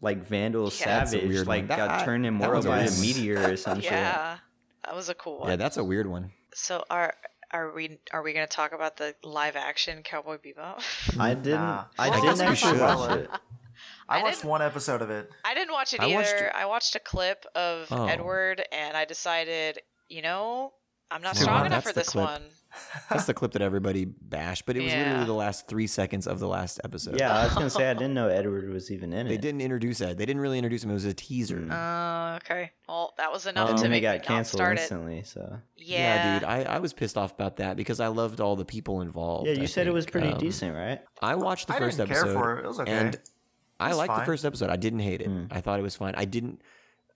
Speaker 2: like Vandal
Speaker 5: Yeah. That's
Speaker 1: a
Speaker 2: Savage,
Speaker 1: weird
Speaker 2: like
Speaker 1: one.
Speaker 2: got
Speaker 1: That-
Speaker 2: turned
Speaker 1: that
Speaker 2: immortal
Speaker 1: one's
Speaker 2: by a
Speaker 1: weird.
Speaker 2: meteor or some shit.
Speaker 5: Yeah, that was a cool one.
Speaker 1: Yeah, that's a weird one.
Speaker 5: so are are we are we gonna talk about the live action Cowboy Bebop?
Speaker 2: I didn't.
Speaker 3: Nah.
Speaker 2: I
Speaker 3: Well, I
Speaker 2: didn't
Speaker 5: guess we
Speaker 2: actually
Speaker 3: should.
Speaker 2: watch it.
Speaker 3: I
Speaker 5: I
Speaker 3: watched
Speaker 5: didn't-
Speaker 3: one episode of it.
Speaker 5: I didn't watch it
Speaker 1: I
Speaker 5: either.
Speaker 1: watched it-
Speaker 5: I watched a clip of
Speaker 1: Oh.
Speaker 5: Edward, and I decided, you know, I'm not
Speaker 1: Wow,
Speaker 5: strong enough
Speaker 1: that's
Speaker 5: for
Speaker 1: the
Speaker 5: this
Speaker 1: clip.
Speaker 5: one.
Speaker 1: That's the clip that everybody bashed, but it was
Speaker 5: Yeah.
Speaker 1: literally the last three seconds of the last episode.
Speaker 2: Yeah, I was gonna say I didn't know Edward was even in it.
Speaker 1: They didn't introduce Ed. They didn't really introduce him. It was a teaser.
Speaker 2: Mm.
Speaker 5: Uh, okay. Well, that was enough
Speaker 2: And
Speaker 5: to
Speaker 2: then they
Speaker 5: make
Speaker 2: got
Speaker 5: me not
Speaker 2: canceled
Speaker 5: start it.
Speaker 2: instantly. So
Speaker 5: Yeah.
Speaker 1: Um, dude. I, I was pissed off about that because I loved all the people involved.
Speaker 2: yeah, you
Speaker 1: I
Speaker 2: said it was
Speaker 1: think.
Speaker 2: pretty
Speaker 1: Um,
Speaker 2: decent, right?
Speaker 1: I watched the
Speaker 3: I
Speaker 1: first
Speaker 3: didn't
Speaker 1: episode.
Speaker 3: care for it. It was okay.
Speaker 1: And I
Speaker 3: It's
Speaker 1: liked
Speaker 3: fine.
Speaker 1: the first episode. I didn't hate it.
Speaker 2: Mm.
Speaker 1: I thought it was fine. I didn't.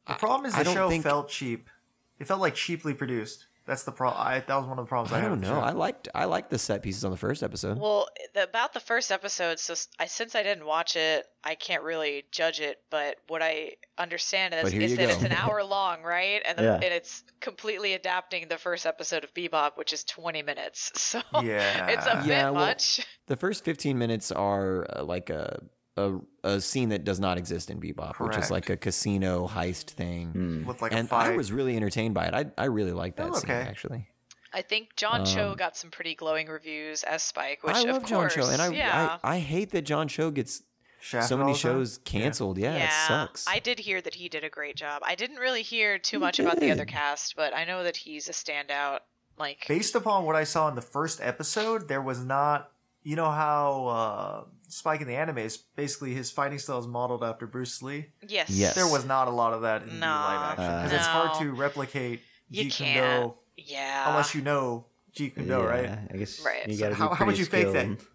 Speaker 3: the problem is
Speaker 1: I
Speaker 3: the
Speaker 1: don't
Speaker 3: show
Speaker 1: think-
Speaker 3: felt cheap. It felt like cheaply produced. That's the problem. I that was one of the problems I,
Speaker 1: I
Speaker 3: had
Speaker 1: don't
Speaker 3: with the
Speaker 1: know.
Speaker 3: show.
Speaker 1: I liked I liked the set pieces on the first episode.
Speaker 5: Well, the, about the first episode, so s- I since I didn't watch it, I can't really judge it. But what I understand
Speaker 1: But
Speaker 5: is,
Speaker 1: here
Speaker 5: is
Speaker 1: you
Speaker 5: that
Speaker 1: go.
Speaker 5: it's an hour long, right? And, the,
Speaker 2: Yeah.
Speaker 5: and it's completely adapting the first episode of Bebop, which is 20 minutes. So
Speaker 3: yeah,
Speaker 5: it's
Speaker 1: Yeah,
Speaker 5: a bit
Speaker 1: well-
Speaker 5: much.
Speaker 1: The first 15 minutes are uh, like a, a a scene that does not exist in Bebop, which
Speaker 3: Correct.
Speaker 1: is like a casino heist thing.
Speaker 2: Mm.
Speaker 3: with like a
Speaker 1: and
Speaker 3: fight.
Speaker 1: I was really entertained by it. I I really liked
Speaker 3: Oh,
Speaker 1: that scene
Speaker 3: okay.
Speaker 1: actually.
Speaker 5: I think John Cho
Speaker 1: Um,
Speaker 5: got some pretty glowing reviews as Spike, which
Speaker 1: I love
Speaker 5: of
Speaker 1: John
Speaker 5: course,
Speaker 1: Cho, and I,
Speaker 5: yeah.
Speaker 1: I I hate that John Cho gets
Speaker 3: Shafted
Speaker 1: so
Speaker 3: all
Speaker 1: many
Speaker 3: the time?
Speaker 1: shows canceled. Yeah, it sucks.
Speaker 5: I did hear that he did a great job. I didn't really hear too much about the other cast, but I know that he's a standout. Like,
Speaker 3: Based upon what I saw in the first episode, there was not. You know how uh, Spike in the anime is basically his fighting style is modeled after Bruce Lee.
Speaker 5: yes,
Speaker 1: Yes.
Speaker 3: There was not a lot of that in the
Speaker 5: No.
Speaker 3: live action because it's
Speaker 5: Uh,
Speaker 3: hard
Speaker 5: No.
Speaker 3: to replicate
Speaker 5: You
Speaker 3: Jeet Kune
Speaker 5: can't. Uh.
Speaker 3: Do
Speaker 5: yeah,
Speaker 3: unless you know Jeet Kune Do, right?
Speaker 2: I guess
Speaker 5: Right.
Speaker 2: you
Speaker 5: So
Speaker 2: gotta be
Speaker 3: how- how
Speaker 2: pretty
Speaker 3: would you fake that?
Speaker 2: skilled.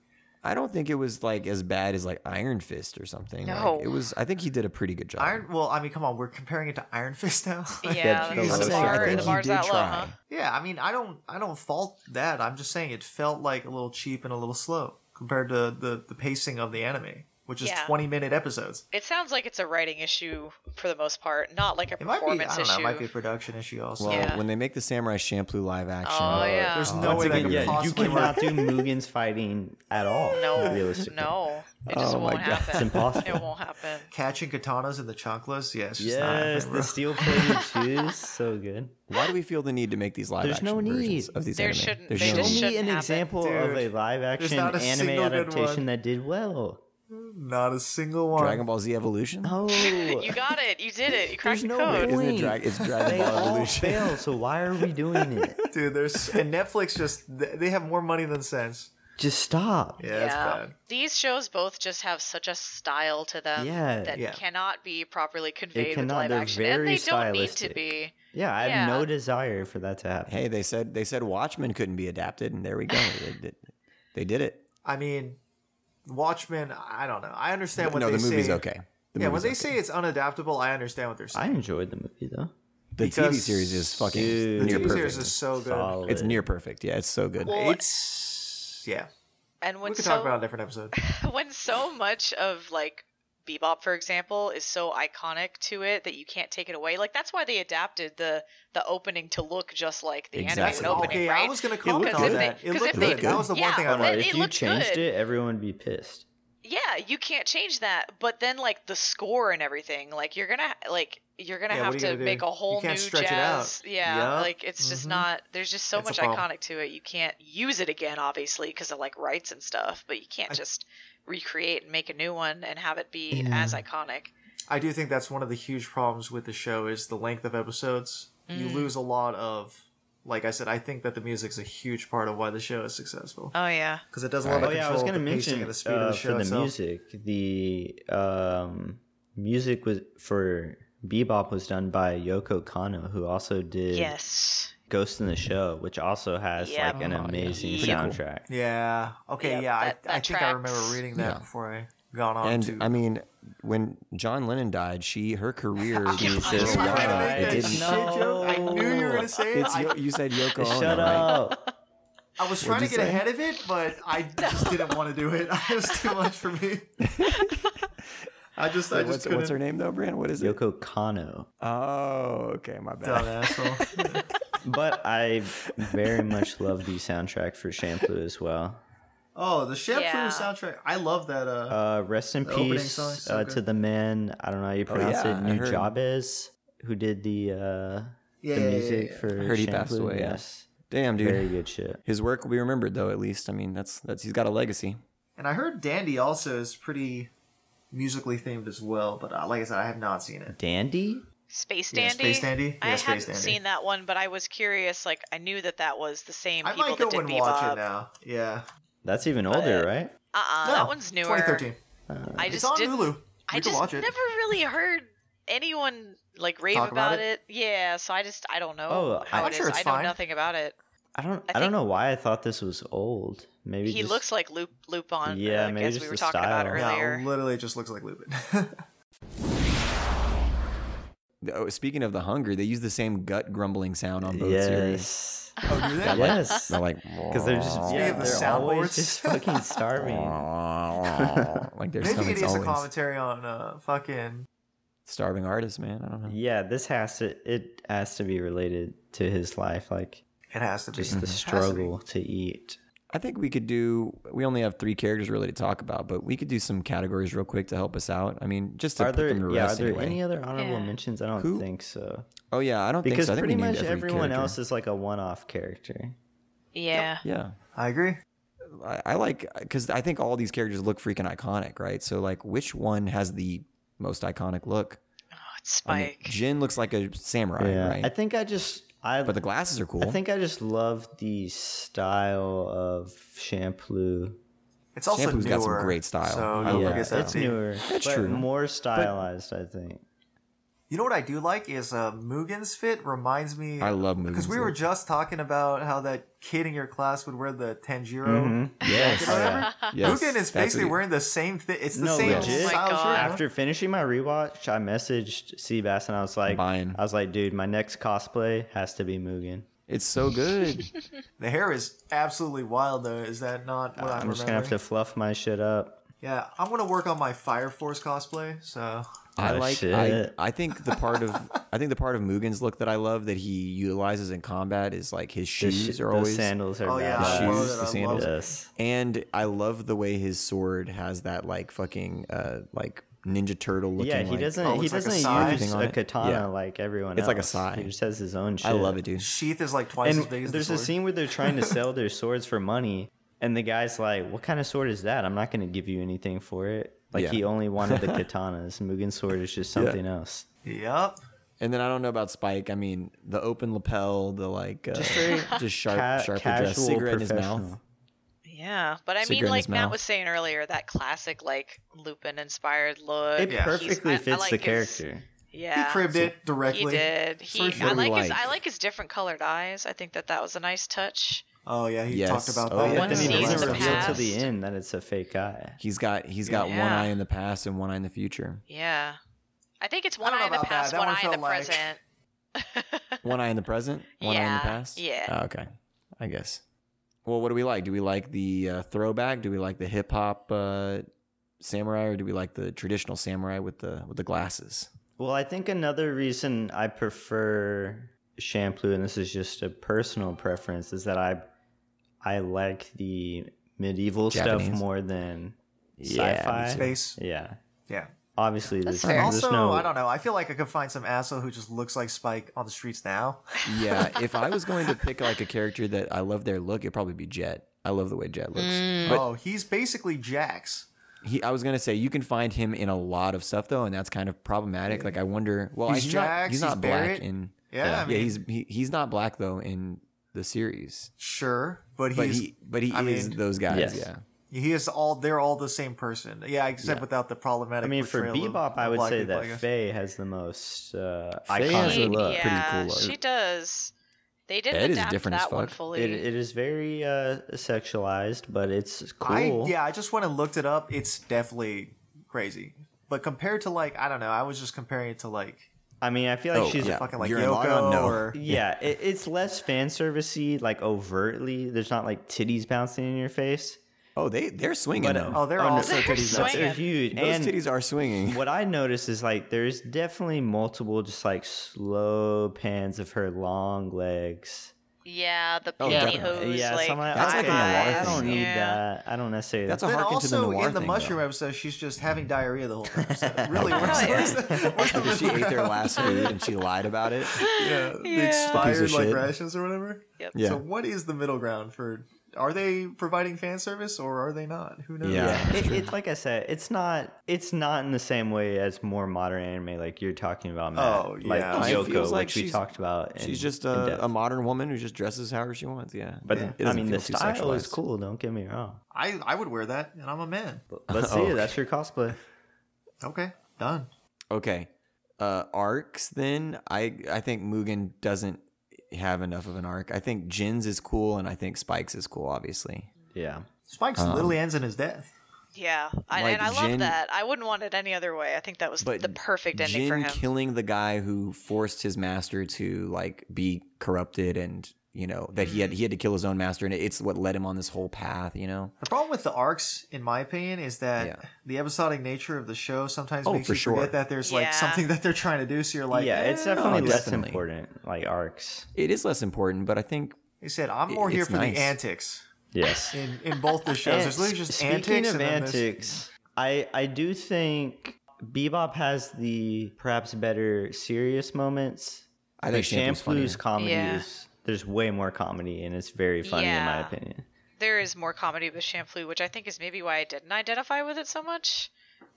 Speaker 1: I don't think it was like as bad as like Iron Fist or something. Like,
Speaker 5: No.
Speaker 1: it was. I think he did a pretty good job.
Speaker 3: Iron. Well, I mean, come on, we're comparing it to Iron Fist now.
Speaker 5: Yeah,
Speaker 2: the
Speaker 1: I'm
Speaker 5: the,
Speaker 2: low
Speaker 1: saying
Speaker 5: bar,
Speaker 1: I think
Speaker 5: the
Speaker 1: he
Speaker 5: bar's
Speaker 1: did
Speaker 5: that low,
Speaker 1: try.
Speaker 5: huh?
Speaker 3: Yeah, I mean, I don't, I don't fault that. I'm just saying it felt like a little cheap and a little slow compared to the the pacing of the anime, which is
Speaker 5: Yeah.
Speaker 3: 20 minute episodes.
Speaker 5: It sounds like it's a writing issue for the most part, not like a
Speaker 3: It might be, I
Speaker 5: performance
Speaker 3: don't know,
Speaker 5: issue.
Speaker 3: it might be a production issue also.
Speaker 1: Well,
Speaker 5: Yeah.
Speaker 1: when they make the Samurai Champloo live action,
Speaker 5: Oh, yeah.
Speaker 3: There's
Speaker 1: Oh,
Speaker 3: no
Speaker 1: once
Speaker 3: way that
Speaker 1: again,
Speaker 3: could
Speaker 1: yeah, you
Speaker 2: you
Speaker 3: possibly work.
Speaker 2: cannot do Mugen's fighting at all.
Speaker 5: no,
Speaker 2: realistically.
Speaker 5: no, it just
Speaker 1: Oh my
Speaker 5: won't
Speaker 1: God.
Speaker 5: happen.
Speaker 2: It's impossible.
Speaker 5: It won't happen.
Speaker 3: Catching katanas in the chanclas, yeah, it's just not
Speaker 2: Yes,
Speaker 3: happening,
Speaker 2: the steel plated shoes, so good.
Speaker 1: Why do we feel the need to make these live
Speaker 2: There's
Speaker 1: action
Speaker 2: no
Speaker 1: versions
Speaker 2: need.
Speaker 1: of these
Speaker 5: There
Speaker 1: anime?
Speaker 5: shouldn't-
Speaker 1: There's
Speaker 5: they
Speaker 1: no
Speaker 2: Show
Speaker 5: just
Speaker 1: need.
Speaker 2: me
Speaker 5: shouldn't
Speaker 2: an
Speaker 5: happen.
Speaker 2: example of a
Speaker 3: Dude,
Speaker 2: live action
Speaker 3: not a
Speaker 2: anime
Speaker 3: single good
Speaker 2: adaptation
Speaker 3: one.
Speaker 2: that did well.
Speaker 3: bro. Not a single one.
Speaker 1: Dragon Ball Z Evolution.
Speaker 5: Oh,
Speaker 2: No,
Speaker 5: You got it. You did it. You
Speaker 2: there's
Speaker 5: cracked
Speaker 2: no
Speaker 5: the code.
Speaker 1: Isn't it
Speaker 2: point.
Speaker 1: dra- it's Dragon
Speaker 2: they
Speaker 1: Ball
Speaker 2: all
Speaker 1: Evolution.
Speaker 2: fail. So why are we doing it?
Speaker 3: Dude, there's and Netflix just they they have more money than sense.
Speaker 2: Just stop.
Speaker 3: Yeah, it's bad.
Speaker 5: These shows both just have such a style to them
Speaker 2: Yeah.
Speaker 5: that
Speaker 3: Yeah.
Speaker 5: cannot be properly conveyed
Speaker 2: cannot.
Speaker 5: with live
Speaker 2: They're
Speaker 5: action.
Speaker 2: very
Speaker 5: and they
Speaker 2: stylistic.
Speaker 5: don't need to be.
Speaker 2: Yeah, I have
Speaker 5: Yeah.
Speaker 2: no desire for that to happen.
Speaker 1: Hey, they said they said Watchmen couldn't be adapted, and there we go. They did, they did it.
Speaker 3: I mean, Watchmen. I don't know. I understand what
Speaker 1: no,
Speaker 3: they
Speaker 1: the movie's
Speaker 3: say.
Speaker 1: okay. The
Speaker 3: yeah, when
Speaker 1: movie's
Speaker 3: they
Speaker 1: okay.
Speaker 3: say it's unadaptable, I understand what they're
Speaker 2: I
Speaker 3: saying.
Speaker 2: enjoyed the movie though.
Speaker 1: the TV
Speaker 3: because-
Speaker 1: series is fucking
Speaker 2: Dude.
Speaker 3: the
Speaker 1: near
Speaker 3: TV
Speaker 1: perfect.
Speaker 3: series is so good.
Speaker 2: Solid.
Speaker 1: it's near perfect. Yeah, it's so good.
Speaker 3: It's yeah.
Speaker 5: And when
Speaker 3: we could
Speaker 5: so
Speaker 3: talk about a different episode.
Speaker 5: when so much of like bebop for example is so iconic to it that you can't take it away like that's why they adapted the the opening to look just like the
Speaker 1: Exactly.
Speaker 5: anime opening
Speaker 3: Oh, okay,
Speaker 5: right
Speaker 3: I was gonna comment
Speaker 5: Because
Speaker 3: on
Speaker 5: if
Speaker 3: that.
Speaker 5: they-
Speaker 3: it
Speaker 5: because
Speaker 3: looked
Speaker 5: if they-
Speaker 3: good. That was the one
Speaker 5: yeah,
Speaker 3: thing I
Speaker 5: well,
Speaker 3: liked.
Speaker 5: it-
Speaker 2: if
Speaker 5: it
Speaker 2: you
Speaker 5: looked
Speaker 2: changed
Speaker 5: good.
Speaker 2: it, everyone would be pissed.
Speaker 5: yeah you can't change that but then like the score and everything like you're gonna like you're gonna
Speaker 3: Yeah, what
Speaker 5: have
Speaker 3: are you
Speaker 5: to
Speaker 3: gonna do?
Speaker 5: make a
Speaker 3: You
Speaker 5: whole
Speaker 3: can't
Speaker 5: new
Speaker 3: stretch it
Speaker 5: jazz
Speaker 3: out.
Speaker 5: yeah
Speaker 3: Yup.
Speaker 5: like it's just
Speaker 3: Mhm.
Speaker 5: not there's just so
Speaker 3: It's a
Speaker 5: much
Speaker 3: problem.
Speaker 5: iconic to it you can't use it again obviously because of like rights and stuff but you can't
Speaker 3: I-
Speaker 5: just recreate and make a new one and have it be
Speaker 2: Yeah.
Speaker 5: as iconic
Speaker 3: I do think that's one of the huge problems with the show is the length of episodes. You lose a lot of. Like I said, I think that the music's a huge part of why the show is successful
Speaker 5: oh yeah
Speaker 3: because it does a lot of
Speaker 2: oh yeah, I was
Speaker 3: going to
Speaker 2: mention
Speaker 3: and the speed
Speaker 2: uh,
Speaker 3: of the
Speaker 2: for
Speaker 3: show
Speaker 2: the
Speaker 3: itself.
Speaker 2: music. The um, music was for Bebop was done by Yoko Kano, who also did
Speaker 5: yes
Speaker 2: Ghost in the Shell, which also has
Speaker 5: Yep.
Speaker 2: like an
Speaker 1: Oh, yeah.
Speaker 2: amazing
Speaker 5: Pretty cool.
Speaker 2: soundtrack.
Speaker 3: Yeah. Okay.
Speaker 5: Yeah,
Speaker 3: Yeah. I,
Speaker 5: that- that
Speaker 3: I think I remember
Speaker 5: tracks.
Speaker 3: reading that
Speaker 1: Yeah.
Speaker 3: before I got on
Speaker 1: and
Speaker 3: to.
Speaker 1: I mean, when John Lennon died, she her career was
Speaker 5: Jesus
Speaker 1: just
Speaker 5: Christ.
Speaker 1: wild. It
Speaker 2: It's
Speaker 1: didn't.
Speaker 2: no- Oh,
Speaker 3: I knew you were gonna say it.
Speaker 1: It's Yo- you said Yoko Ono,
Speaker 2: Shut
Speaker 1: right?
Speaker 2: up!
Speaker 3: I was trying to
Speaker 1: you
Speaker 3: get
Speaker 1: say?
Speaker 3: ahead of it, but I just didn't want to do it. It was too much for me. I just, I just
Speaker 1: what's,
Speaker 3: couldn't.
Speaker 1: what's her name though, Brand? What is it?
Speaker 2: Yoko Kano.
Speaker 1: Oh, okay, my bad.
Speaker 3: Dumb asshole.
Speaker 2: But I very much love the soundtrack for Shampoo as well.
Speaker 3: Oh, the Shampoo
Speaker 5: Yeah.
Speaker 3: soundtrack. I love that. Uh,
Speaker 2: Uh, rest in
Speaker 3: The opening
Speaker 2: peace
Speaker 3: song is so
Speaker 2: uh,
Speaker 3: good. Oh,
Speaker 2: to the man. I don't know how you pronounce
Speaker 1: yeah, I
Speaker 2: it. New
Speaker 1: heard-
Speaker 2: Jabez, who did the uh,
Speaker 3: yeah,
Speaker 2: the
Speaker 3: yeah, yeah,
Speaker 2: music
Speaker 3: yeah.
Speaker 2: for.
Speaker 1: heard he passed
Speaker 2: Shampoo,
Speaker 1: away, yeah.
Speaker 2: Yes,
Speaker 1: Damn, dude.
Speaker 2: very good shit.
Speaker 1: His work will be remembered though. At least, I mean, that's that's he's got a legacy.
Speaker 3: And I heard Dandy also is pretty musically themed as well. But uh, like I said, I have not seen it.
Speaker 2: Dandy.
Speaker 5: Space
Speaker 3: Yeah,
Speaker 5: Dandy.
Speaker 3: Space Dandy?
Speaker 5: I
Speaker 3: Yeah, Space
Speaker 5: hadn't
Speaker 3: Dandy.
Speaker 5: seen that one, but I was curious. Like I knew that that was the same
Speaker 3: I
Speaker 5: people
Speaker 3: might go
Speaker 5: that did
Speaker 3: and
Speaker 5: Bebop.
Speaker 3: watch it now. Yeah,
Speaker 2: That's even older, right?
Speaker 5: Uh uh
Speaker 3: No,
Speaker 5: that one's newer.
Speaker 3: 2013.
Speaker 5: I
Speaker 3: It's
Speaker 5: just
Speaker 3: on
Speaker 5: didn't-
Speaker 3: Hulu.
Speaker 5: I
Speaker 3: You can
Speaker 5: just
Speaker 3: watch it.
Speaker 5: never really heard anyone like rave
Speaker 3: Talk
Speaker 5: about,
Speaker 3: about
Speaker 5: it. Yeah, so I just I don't know
Speaker 2: Oh,
Speaker 5: how
Speaker 2: I'm
Speaker 5: it is.
Speaker 3: sure it's
Speaker 5: I know
Speaker 3: fine.
Speaker 5: nothing about it.
Speaker 2: I don't.
Speaker 5: I
Speaker 2: I, don't
Speaker 5: think-
Speaker 2: know why I thought this was old. Maybe
Speaker 5: he
Speaker 2: just-
Speaker 5: looks like Loop Lupin.
Speaker 2: Yeah,
Speaker 5: like,
Speaker 2: maybe
Speaker 5: as
Speaker 2: just
Speaker 5: uh, we were
Speaker 2: the
Speaker 5: talking about
Speaker 2: style.
Speaker 3: Yeah,
Speaker 5: earlier.
Speaker 3: literally just looks like Lupin.
Speaker 1: Oh, speaking of the hunger, they use the same gut grumbling sound on both series.
Speaker 2: Yes.
Speaker 3: oh, do they?
Speaker 2: yes.
Speaker 1: They're like,
Speaker 2: Because they're just
Speaker 3: Speaking
Speaker 2: yeah,
Speaker 3: of the
Speaker 2: they're
Speaker 3: sound
Speaker 2: always
Speaker 3: boards.
Speaker 2: just fucking starving.
Speaker 1: like their
Speaker 3: Maybe it
Speaker 1: stomachs
Speaker 3: is a
Speaker 1: always
Speaker 3: commentary on uh, fucking.
Speaker 1: starving artists, man. I don't know.
Speaker 2: yeah, this has to it has to be related to his life, like
Speaker 3: It has to be
Speaker 1: Mm-hmm.
Speaker 2: just
Speaker 3: It
Speaker 2: the
Speaker 3: has to be.
Speaker 2: struggle to eat.
Speaker 1: I think we could do. We only have three characters really to talk about, but we could do some categories real quick to help us out. I mean, just to
Speaker 2: Are
Speaker 1: put
Speaker 2: there
Speaker 1: them to
Speaker 2: yeah, are
Speaker 1: rest
Speaker 2: there
Speaker 1: anyway.
Speaker 2: any other honorable
Speaker 5: Yeah.
Speaker 2: mentions? I don't
Speaker 1: Who-
Speaker 2: think so.
Speaker 1: oh yeah, I don't think
Speaker 2: Because
Speaker 1: so. I think
Speaker 2: pretty
Speaker 1: we named
Speaker 2: much
Speaker 1: every
Speaker 2: everyone
Speaker 1: character.
Speaker 2: else is like a one off character.
Speaker 5: Yeah.
Speaker 1: Yeah,
Speaker 3: I agree.
Speaker 1: I, I like because I think all these characters look freaking iconic, right? So like, which one has the most iconic look?
Speaker 5: Oh, it's
Speaker 1: I mean,
Speaker 5: Spike.
Speaker 1: Jin looks like a samurai,
Speaker 2: yeah.
Speaker 1: right?
Speaker 2: I think I just I
Speaker 1: but the glasses are cool.
Speaker 2: I think I just love the style of Shampoo.
Speaker 3: It's also
Speaker 1: Shampoo's
Speaker 3: newer,
Speaker 1: got some great style.
Speaker 3: So
Speaker 1: I love
Speaker 3: you
Speaker 2: yeah,
Speaker 3: look at that.
Speaker 2: it's
Speaker 3: too.
Speaker 2: newer.
Speaker 1: That's
Speaker 2: but
Speaker 1: true.
Speaker 2: More stylized, I think.
Speaker 3: You know what I do like is uh, Mugen's fit reminds me.
Speaker 1: I love movies
Speaker 3: because we were just talking about how that kid in your class would wear the Tanjiro.
Speaker 2: Mm-hmm.
Speaker 1: yes,
Speaker 3: jacket or whatever.
Speaker 1: yes,
Speaker 3: Mugen is
Speaker 1: that's what
Speaker 3: basically
Speaker 1: he-
Speaker 3: wearing the same thing. It's the
Speaker 2: No,
Speaker 3: same
Speaker 2: legit.
Speaker 5: Oh my
Speaker 3: style shirt.
Speaker 5: God.
Speaker 3: huh?
Speaker 2: After finishing my rewatch, I messaged Seabass and I was like,
Speaker 1: Buying.
Speaker 2: I was like, dude, my next cosplay has to be Mugen.
Speaker 1: It's so good.
Speaker 3: the hair is absolutely wild, though. Is that not what I'm,
Speaker 2: Uh, I'm just gonna have to fluff my shit up.
Speaker 3: Yeah, I'm gonna work on my Fire Force cosplay. So
Speaker 1: I
Speaker 2: Oh,
Speaker 1: like. I,
Speaker 2: shit.
Speaker 1: I think the part of I think the part of Mugen's look that I love that he utilizes in combat is like his
Speaker 2: The
Speaker 1: shoes
Speaker 2: sh-
Speaker 1: are
Speaker 2: the
Speaker 1: always
Speaker 2: sandals are
Speaker 3: Oh, yeah,
Speaker 1: his
Speaker 2: badass.
Speaker 3: I love
Speaker 1: shoes,
Speaker 3: it,
Speaker 1: the
Speaker 3: I
Speaker 1: sandals,
Speaker 3: love
Speaker 2: Yes.
Speaker 1: and I love the way his sword has that like fucking uh like Ninja Turtle looking.
Speaker 2: Yeah, he
Speaker 1: like-
Speaker 2: doesn't.
Speaker 3: oh,
Speaker 2: he
Speaker 3: it's like a
Speaker 2: doesn't
Speaker 3: side
Speaker 2: use
Speaker 1: thing on
Speaker 2: a
Speaker 1: it.
Speaker 2: katana
Speaker 1: Yeah.
Speaker 2: like everyone.
Speaker 1: It's like a
Speaker 2: else.
Speaker 1: side.
Speaker 2: He just has his own shit.
Speaker 1: I love it, dude.
Speaker 3: sheath is like twice
Speaker 2: And
Speaker 3: as big as
Speaker 2: there's
Speaker 3: the
Speaker 2: a
Speaker 3: sword.
Speaker 2: scene where they're trying to sell their swords for money, and the guy's like, "What kind of sword is that? I'm not gonna give you anything for it." Like
Speaker 1: Yeah.
Speaker 2: he only wanted the katanas. Mugen's sword is just something else.
Speaker 3: Yep.
Speaker 1: And then I don't know about Spike. I mean, the open lapel, the like uh, just, sharp,
Speaker 2: Ca-
Speaker 1: sharp address,
Speaker 2: casual
Speaker 1: cigarette in his
Speaker 2: professional.
Speaker 1: mouth.
Speaker 5: Yeah, but I
Speaker 1: Cigarette
Speaker 5: mean,
Speaker 1: in
Speaker 5: like
Speaker 1: his
Speaker 5: Matt
Speaker 1: mouth.
Speaker 5: was saying earlier, that classic like Lupin-inspired look.
Speaker 2: It
Speaker 5: He's-
Speaker 2: perfectly
Speaker 5: I- I
Speaker 2: fits
Speaker 5: like
Speaker 2: the
Speaker 5: his-
Speaker 2: character.
Speaker 5: Yeah,
Speaker 3: He cribbed it directly.
Speaker 5: He did. He,
Speaker 1: sure.
Speaker 5: I
Speaker 1: What do we
Speaker 5: like, his.
Speaker 1: like?
Speaker 5: I like his different colored eyes. I think that that was a nice touch.
Speaker 3: Oh yeah, he
Speaker 1: Yes.
Speaker 3: talked about
Speaker 1: Oh,
Speaker 3: that.
Speaker 1: yeah.
Speaker 5: One
Speaker 2: But then
Speaker 5: season
Speaker 2: he doesn't
Speaker 5: in the
Speaker 2: reveal till the
Speaker 5: past.
Speaker 2: end that it's a fake eye.
Speaker 1: He's got he's got one
Speaker 5: Yeah.
Speaker 1: eye in the past and one eye in the future.
Speaker 5: Yeah, I think it's
Speaker 3: I
Speaker 5: one
Speaker 3: don't
Speaker 5: eye
Speaker 3: know
Speaker 5: in the
Speaker 3: about that.
Speaker 5: past,
Speaker 3: That
Speaker 5: one,
Speaker 3: one
Speaker 5: eye in the
Speaker 3: felt like-
Speaker 5: present.
Speaker 1: One eye in the present, one eye in the
Speaker 5: Yeah,
Speaker 1: past.
Speaker 5: yeah.
Speaker 1: Ah, okay, I guess. Well, what do we like? Do we like the uh, throwback? Do we like the hip hop uh, samurai, or do we like the traditional samurai with the with the glasses?
Speaker 2: Well, I think another reason I prefer shampoo, and this is just a personal preference, is that I I like the medieval stuff
Speaker 1: Japanese?
Speaker 2: more than
Speaker 1: Yeah, me
Speaker 2: sci-fi.
Speaker 1: too.
Speaker 3: Space.
Speaker 2: Yeah,
Speaker 3: Yeah.
Speaker 2: obviously there's,
Speaker 5: That's fair.
Speaker 2: there's
Speaker 3: Also,
Speaker 2: no.
Speaker 3: I don't know. I feel like I could find some asshole who just looks like Spike on the streets now.
Speaker 1: Yeah, if I was going to pick like a character that I love their look, it'd probably be Jet. I love the way Jet looks.
Speaker 5: Mm.
Speaker 1: But
Speaker 3: oh, he's basically Jax.
Speaker 1: he, I was gonna say you can find him in a lot of stuff though, and that's kind of problematic. Like I wonder. Well,
Speaker 3: He's
Speaker 1: he's not,
Speaker 3: Jax,
Speaker 1: he's
Speaker 3: he's
Speaker 1: not black
Speaker 3: Barrett.
Speaker 1: in.
Speaker 3: Yeah, I mean,
Speaker 1: yeah, he's he, he's not black though in the series,
Speaker 3: sure, but he's
Speaker 1: but he but he
Speaker 3: I
Speaker 1: is
Speaker 3: mean-
Speaker 1: those guys.
Speaker 2: Yes.
Speaker 1: Yeah.
Speaker 3: He is all. They're all the same person. Yeah, except without the problematic.
Speaker 2: I mean, for
Speaker 3: portrayal of-
Speaker 2: Bebop, I
Speaker 3: of
Speaker 2: would
Speaker 3: black
Speaker 2: say
Speaker 3: people, I
Speaker 2: that
Speaker 3: guess.
Speaker 2: Faye has the most uh,
Speaker 1: Faye has
Speaker 2: iconic
Speaker 1: a
Speaker 2: look.
Speaker 1: pretty cool
Speaker 5: yeah,
Speaker 1: look.
Speaker 5: she does. They didn't
Speaker 1: Ed is
Speaker 5: adapt
Speaker 1: different as
Speaker 5: that one
Speaker 1: fuck.
Speaker 5: fully.
Speaker 2: It, it is very uh, sexualized, but it's cool.
Speaker 3: I yeah, I just went and looked it up. It's definitely crazy. But compared to like, I don't know. I was just comparing it to like
Speaker 2: I mean, I feel
Speaker 1: Oh,
Speaker 2: like she's
Speaker 12: yeah.
Speaker 2: yeah.
Speaker 12: fucking like
Speaker 1: You're in Lyon?
Speaker 12: Yoko
Speaker 1: No.
Speaker 12: or
Speaker 2: it, it's less fan servicey, like overtly. There's not like titties bouncing in your face.
Speaker 1: Oh, they they're swinging
Speaker 2: But,
Speaker 1: though.
Speaker 2: uh,
Speaker 12: oh, they're
Speaker 2: Oh, no.
Speaker 12: also
Speaker 5: They're
Speaker 12: titties. That's-
Speaker 5: swinging.
Speaker 2: They're huge.
Speaker 1: Those
Speaker 2: and
Speaker 1: titties are swinging.
Speaker 2: what I noticed is like there's definitely multiple just like slow pans of her long legs.
Speaker 5: Yeah, the
Speaker 1: Oh,
Speaker 5: pantyhose.
Speaker 1: definitely.
Speaker 2: yeah,
Speaker 5: like,
Speaker 2: so I'm like,
Speaker 1: That's
Speaker 2: I,
Speaker 1: like in the water
Speaker 2: I don't
Speaker 1: thing.
Speaker 2: need
Speaker 5: Yeah.
Speaker 2: that. I don't necessarily.
Speaker 1: That's a
Speaker 3: Then
Speaker 1: harken to the
Speaker 3: also
Speaker 1: noir
Speaker 3: in the
Speaker 1: thing,
Speaker 3: mushroom
Speaker 1: though. Oh,
Speaker 3: episode, she's just having diarrhea the whole time. So it really, what's,
Speaker 5: yeah.
Speaker 3: what's the, what's the
Speaker 1: After she ate their last food and she lied about it.
Speaker 3: yeah, the
Speaker 5: Yeah.
Speaker 1: Piece
Speaker 3: expired
Speaker 1: of
Speaker 3: like
Speaker 1: shit.
Speaker 3: rations or whatever.
Speaker 5: Yep.
Speaker 1: Yeah.
Speaker 3: So what is the middle ground for? Are they providing fan service or are they not? Who knows?
Speaker 1: Yeah.
Speaker 2: it, it, like I said, it's not it's not in the same way as more modern anime like you're talking about, Matt.
Speaker 12: Oh,
Speaker 2: like
Speaker 12: yeah.
Speaker 1: It
Speaker 2: Yoko,
Speaker 1: feels like
Speaker 2: which we
Speaker 1: she's-
Speaker 2: talked about. in-
Speaker 1: She's just
Speaker 2: in depth.
Speaker 1: a, a modern woman who just dresses however she wants. Yeah,
Speaker 2: but
Speaker 1: It
Speaker 2: I
Speaker 1: doesn't
Speaker 2: mean, the
Speaker 1: feel too
Speaker 2: style is
Speaker 1: sexualized.
Speaker 2: cool. Don't get me wrong.
Speaker 3: I, I would wear that, and I'm a man.
Speaker 2: But Let's see,
Speaker 1: Okay.
Speaker 2: that's your cosplay.
Speaker 3: Okay, done.
Speaker 1: Okay, uh, arcs. Then I I think Mugen doesn't have enough of an arc. I think Jin's is cool, and I think Spikes is cool. Obviously,
Speaker 2: Yeah,
Speaker 3: Spikes
Speaker 1: Um,
Speaker 3: literally ends in his death.
Speaker 5: Yeah, I,
Speaker 1: Like
Speaker 5: and I love
Speaker 1: Jin-
Speaker 5: that. I wouldn't want it any other way. I think that was
Speaker 1: But
Speaker 5: the perfect ending
Speaker 1: Jin
Speaker 5: for him.
Speaker 1: killing the guy who forced his master to like be corrupted, and you know that he had he had to kill his own master, and it's what led him on this whole path. You know,
Speaker 3: The problem with the arcs, in my opinion, is that
Speaker 1: Yeah.
Speaker 3: the episodic nature of the show sometimes
Speaker 1: Oh,
Speaker 3: makes
Speaker 1: for
Speaker 3: you
Speaker 1: sure.
Speaker 3: forget that there's like
Speaker 5: Yeah.
Speaker 3: something that they're trying to do. So you're like, "Eh."
Speaker 2: yeah, it's definitely less
Speaker 1: eh, oh, definitely.
Speaker 2: important, like arcs.
Speaker 1: it is less important, but I think
Speaker 3: He said, "I'm
Speaker 1: It-
Speaker 3: more here
Speaker 1: it's
Speaker 3: for
Speaker 1: nice.
Speaker 3: the antics."
Speaker 2: Yes.
Speaker 3: In in both the shows,
Speaker 2: And
Speaker 3: there's literally just
Speaker 2: speaking
Speaker 3: antics.
Speaker 2: of
Speaker 3: and then there's-
Speaker 2: antics, I I do think Bebop has the perhaps better serious moments.
Speaker 1: I think
Speaker 2: Like,
Speaker 1: Shampoo's funnier.
Speaker 2: comedy
Speaker 5: Yeah.
Speaker 2: is there's way more comedy and it's very funny in my
Speaker 5: Yeah.
Speaker 2: opinion.
Speaker 5: there is more comedy with Shampoo, which I think is maybe why I didn't identify with it so much.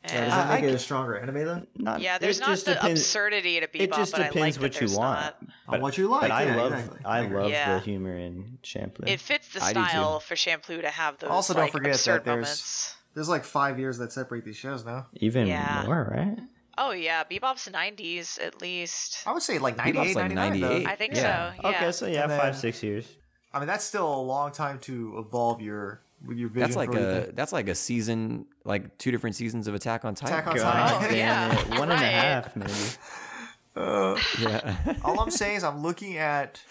Speaker 3: Yeah,
Speaker 5: And
Speaker 3: does that
Speaker 2: I-
Speaker 3: make
Speaker 2: I
Speaker 3: it a stronger anime though?
Speaker 2: Not
Speaker 5: yeah,
Speaker 2: it
Speaker 5: there's not
Speaker 2: just
Speaker 5: the
Speaker 2: depends-
Speaker 5: absurdity to Bebop,
Speaker 2: It just
Speaker 5: but I like
Speaker 2: depends
Speaker 5: that
Speaker 2: what you
Speaker 5: there's
Speaker 2: want.
Speaker 5: not-
Speaker 3: On what you like.
Speaker 2: But I
Speaker 3: yeah,
Speaker 2: love
Speaker 3: exactly.
Speaker 2: I love
Speaker 5: Yeah.
Speaker 2: the humor in Shampoo.
Speaker 5: It fits the
Speaker 1: I do too.
Speaker 5: style for Shampoo to have those
Speaker 3: Also, don't
Speaker 5: like,
Speaker 3: forget that
Speaker 5: absurd
Speaker 3: there's-
Speaker 5: moments.
Speaker 3: There's like five years that separate these shows now.
Speaker 2: Even
Speaker 5: yeah.
Speaker 2: more, right?
Speaker 5: Oh yeah, Bebop's 90s at least.
Speaker 3: I would say like
Speaker 1: Bebop's
Speaker 3: 98,
Speaker 1: like
Speaker 3: 99, though.
Speaker 1: 98.
Speaker 5: I think
Speaker 1: Yeah.
Speaker 5: so. Yeah.
Speaker 2: Okay, so yeah,
Speaker 3: And then-
Speaker 2: five, six years.
Speaker 3: I mean, that's still a long time to evolve your with your vision.
Speaker 1: That's like
Speaker 3: for
Speaker 1: a
Speaker 3: everything.
Speaker 1: that's like a season, like two different seasons of Attack on Titan.
Speaker 3: Attack on
Speaker 2: God
Speaker 3: Titan.
Speaker 2: damn
Speaker 5: Oh, yeah.
Speaker 2: it. One and a
Speaker 5: Right.
Speaker 2: half, maybe.
Speaker 1: Yeah.
Speaker 3: All I'm saying is I'm looking at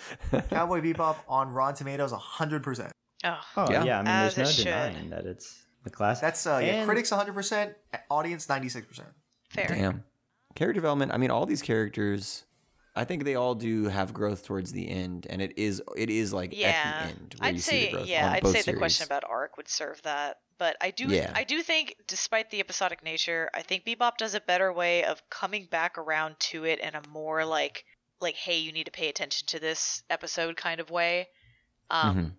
Speaker 3: Cowboy Bebop on Rotten Tomatoes 100%.
Speaker 5: Oh.
Speaker 2: Oh
Speaker 1: Yeah.
Speaker 2: yeah, I mean
Speaker 5: As
Speaker 2: there's no
Speaker 5: it should.
Speaker 2: denying that it's the classic.
Speaker 3: That's uh, yeah,
Speaker 2: And-
Speaker 3: critics 100%, audience 96%.
Speaker 5: Fair.
Speaker 1: Damn. Character development. I mean, all these characters. I think they all do have growth towards the end, and it is it is like
Speaker 5: Yeah.
Speaker 1: at the end where
Speaker 5: I'd
Speaker 1: you
Speaker 5: say
Speaker 1: see the growth
Speaker 5: yeah,
Speaker 1: on
Speaker 5: I'd
Speaker 1: both
Speaker 5: say the
Speaker 1: series.
Speaker 5: question about arc would serve that. But I do
Speaker 1: Yeah.
Speaker 5: I do think despite the episodic nature, I think Bebop does a better way of coming back around to it in a more like like hey, you need to pay attention to this episode kind of way. Um
Speaker 1: Mhm.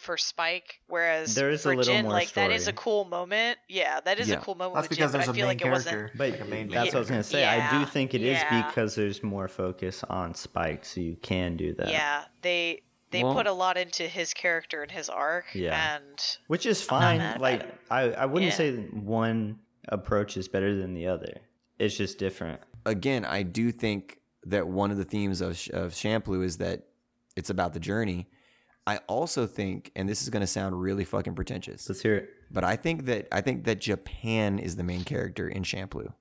Speaker 5: for Spike, whereas
Speaker 2: There is a
Speaker 5: for
Speaker 2: little
Speaker 5: Jin,
Speaker 2: more
Speaker 5: like that is a
Speaker 2: story.
Speaker 5: cool moment. Yeah, that is
Speaker 1: Yeah.
Speaker 5: a cool moment
Speaker 3: That's
Speaker 5: with
Speaker 3: because
Speaker 5: Jin,
Speaker 3: there's
Speaker 5: but
Speaker 3: a
Speaker 5: I feel
Speaker 3: main
Speaker 5: like it wasn't
Speaker 3: character.
Speaker 2: But
Speaker 3: like a main
Speaker 2: that's what I was gonna say. I do
Speaker 5: Yeah,
Speaker 2: think it is
Speaker 5: yeah.
Speaker 2: because there's more focus on Spike, so you can do that.
Speaker 5: Yeah, they they
Speaker 1: Well-
Speaker 5: put a lot into his character and his arc.
Speaker 2: Yeah.
Speaker 5: and
Speaker 2: Which is fine.
Speaker 5: mad
Speaker 2: Like I, I wouldn't
Speaker 5: Yeah.
Speaker 2: say that one approach is better than the other. It's just different.
Speaker 1: Again, I do think that one of the themes of Sh- of Shampoo is that it's about the journey. I also think, and this is going to sound really fucking pretentious,
Speaker 2: Let's hear it.
Speaker 1: But I think that I think that Japan is the main character in Shampoo.